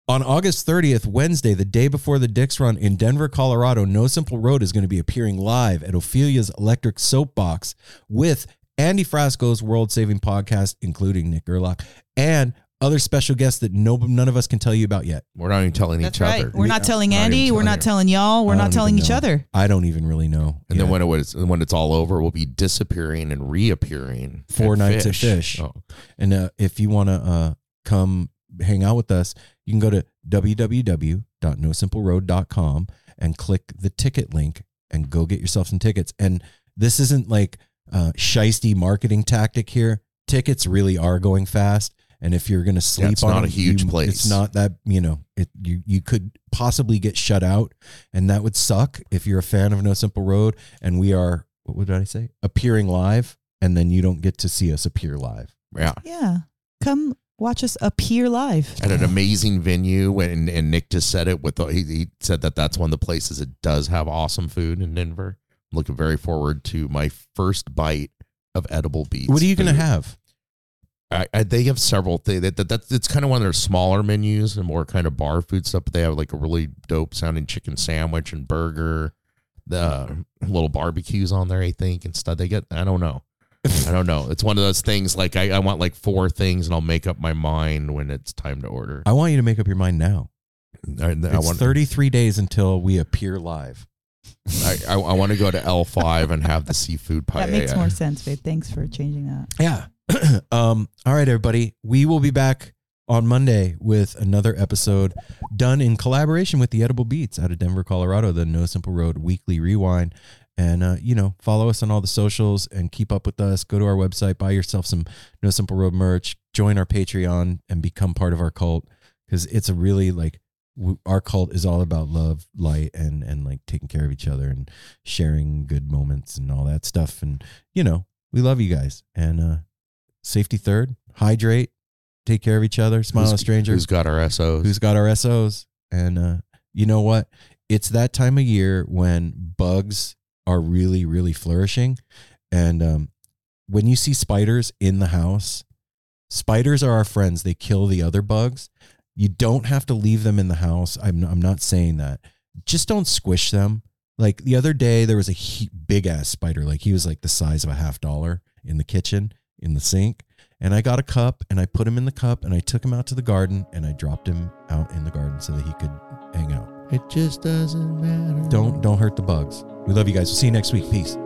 Speaker 1: On August 30th, Wednesday, the day before the Dicks Run in Denver, Colorado, No Simple Road is going to be appearing live at Ophelia's Electric Soapbox with Andy Frasco's World Saving Podcast, including Nick Gerlach, and other special guests that no, none of us can tell you about yet.
Speaker 3: We're not even telling
Speaker 2: That's
Speaker 3: each
Speaker 2: right.
Speaker 3: other.
Speaker 2: We're not telling
Speaker 3: even
Speaker 2: Andy. we're not
Speaker 3: you.
Speaker 2: telling y'all. We're
Speaker 1: I
Speaker 2: not
Speaker 1: don't
Speaker 2: telling
Speaker 1: even
Speaker 2: each
Speaker 1: know.
Speaker 2: other.
Speaker 1: I don't even really know.
Speaker 3: And then
Speaker 1: yet.
Speaker 3: when it was when it's all over, we'll be disappearing and reappearing.
Speaker 1: Four
Speaker 3: at
Speaker 1: nights at Fish.
Speaker 3: Oh.
Speaker 1: And uh, if you want to uh, come hang out with us, you can go to www.nosimpleroad.com and click the ticket link and go get yourself some tickets. And this isn't like uh, shisty marketing tactic here. tickets really are going fast. And if you're going to sleep
Speaker 3: it's
Speaker 1: on
Speaker 3: not a
Speaker 1: them,
Speaker 3: huge
Speaker 1: you-
Speaker 3: place.
Speaker 1: It's not that you know it. You you could possibly get shut out, and that would suck if you're a fan of No Simple Road. And we are what would I say appearing live, and then you don't get to see us appear live.
Speaker 3: Yeah.
Speaker 2: Yeah. Come watch us appear live.
Speaker 3: At an amazing venue, and, and Nick just said it with the, he, he said that that's one of the places that does have awesome food in Denver. I'm looking very forward to my first bite of edible beets.
Speaker 1: what are you going to
Speaker 3: food.
Speaker 1: have?
Speaker 3: I, I, they have several things that, that that's it's kind of one of their smaller menus and more kind of bar food stuff. But they have like a really dope sounding chicken sandwich and burger, the uh, little barbecues on there, I think, and stuff. They get I don't know, I don't know. It's one of those things like I, I want like four things and I'll make up my mind when it's time to order.
Speaker 1: I want you to make up your mind now.
Speaker 3: I, I
Speaker 1: Uh, It's
Speaker 3: want
Speaker 1: 33 days until we appear live.
Speaker 3: I, I, I want to go to L five and have the seafood paella.
Speaker 1: Oh,
Speaker 2: That makes more sense, babe. Thanks for changing that.
Speaker 1: Yeah. um, all right, everybody. We will be back on Monday with another episode done in collaboration with the Edible Beats out of Denver, Colorado, the No Simple Road Weekly Rewind. And, uh, you know, follow us on all the socials and keep up with us. Go to our website, buy yourself some No Simple Road merch, join our Patreon, and become part of our cult because it's a really like, w- our cult is all about love, light, and and like taking care of each other and sharing good moments and all that stuff. And you know, we love you guys. And uh, safety third, hydrate, take care of each other, smile
Speaker 3: Who's-
Speaker 1: at strangers.
Speaker 3: Who's got our SOs?
Speaker 1: who's got our SOs? And uh, you know what? It's that time of year when bugs are really, really flourishing. And um, when you see spiders in the house, spiders are our friends. They kill the other bugs. You don't have to leave them in the house. I'm, I'm not saying that. Just don't squish them. Like the other day, there was a he- big ass spider. Like he was like the size of a half dollar in the kitchen, in the sink. And I got a cup and I put him in the cup and I took him out to the garden and I dropped him out in the garden so that he could hang out.
Speaker 3: it just doesn't matter.
Speaker 1: Don't don't hurt the bugs. We love you guys. We'll see you next week. Peace.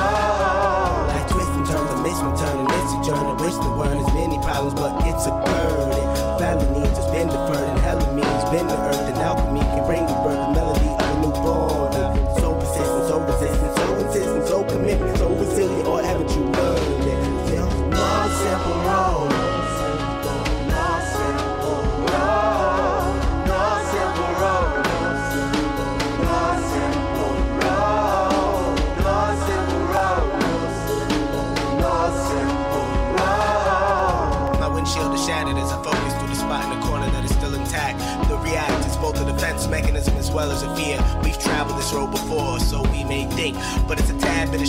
Speaker 8: I twist and turn the mission, turn the mission, turn the wish the word is many problems, but it's a burden. Felonies has been deferred, and hell of means been the earth, and alchemy can bring the birth, the melody of a newborn. So persistent, so resistant, so insistent, so commitment, so resilient, or haven't you learned it? No simple road. No simple road. No simple road. No simple road. No simple road. My windshield is shattered as I focus through the spot in the corner that is still intact. The react is both a defense mechanism as well as a fear. We've traveled this road before, so we may think, but it's a tad bit of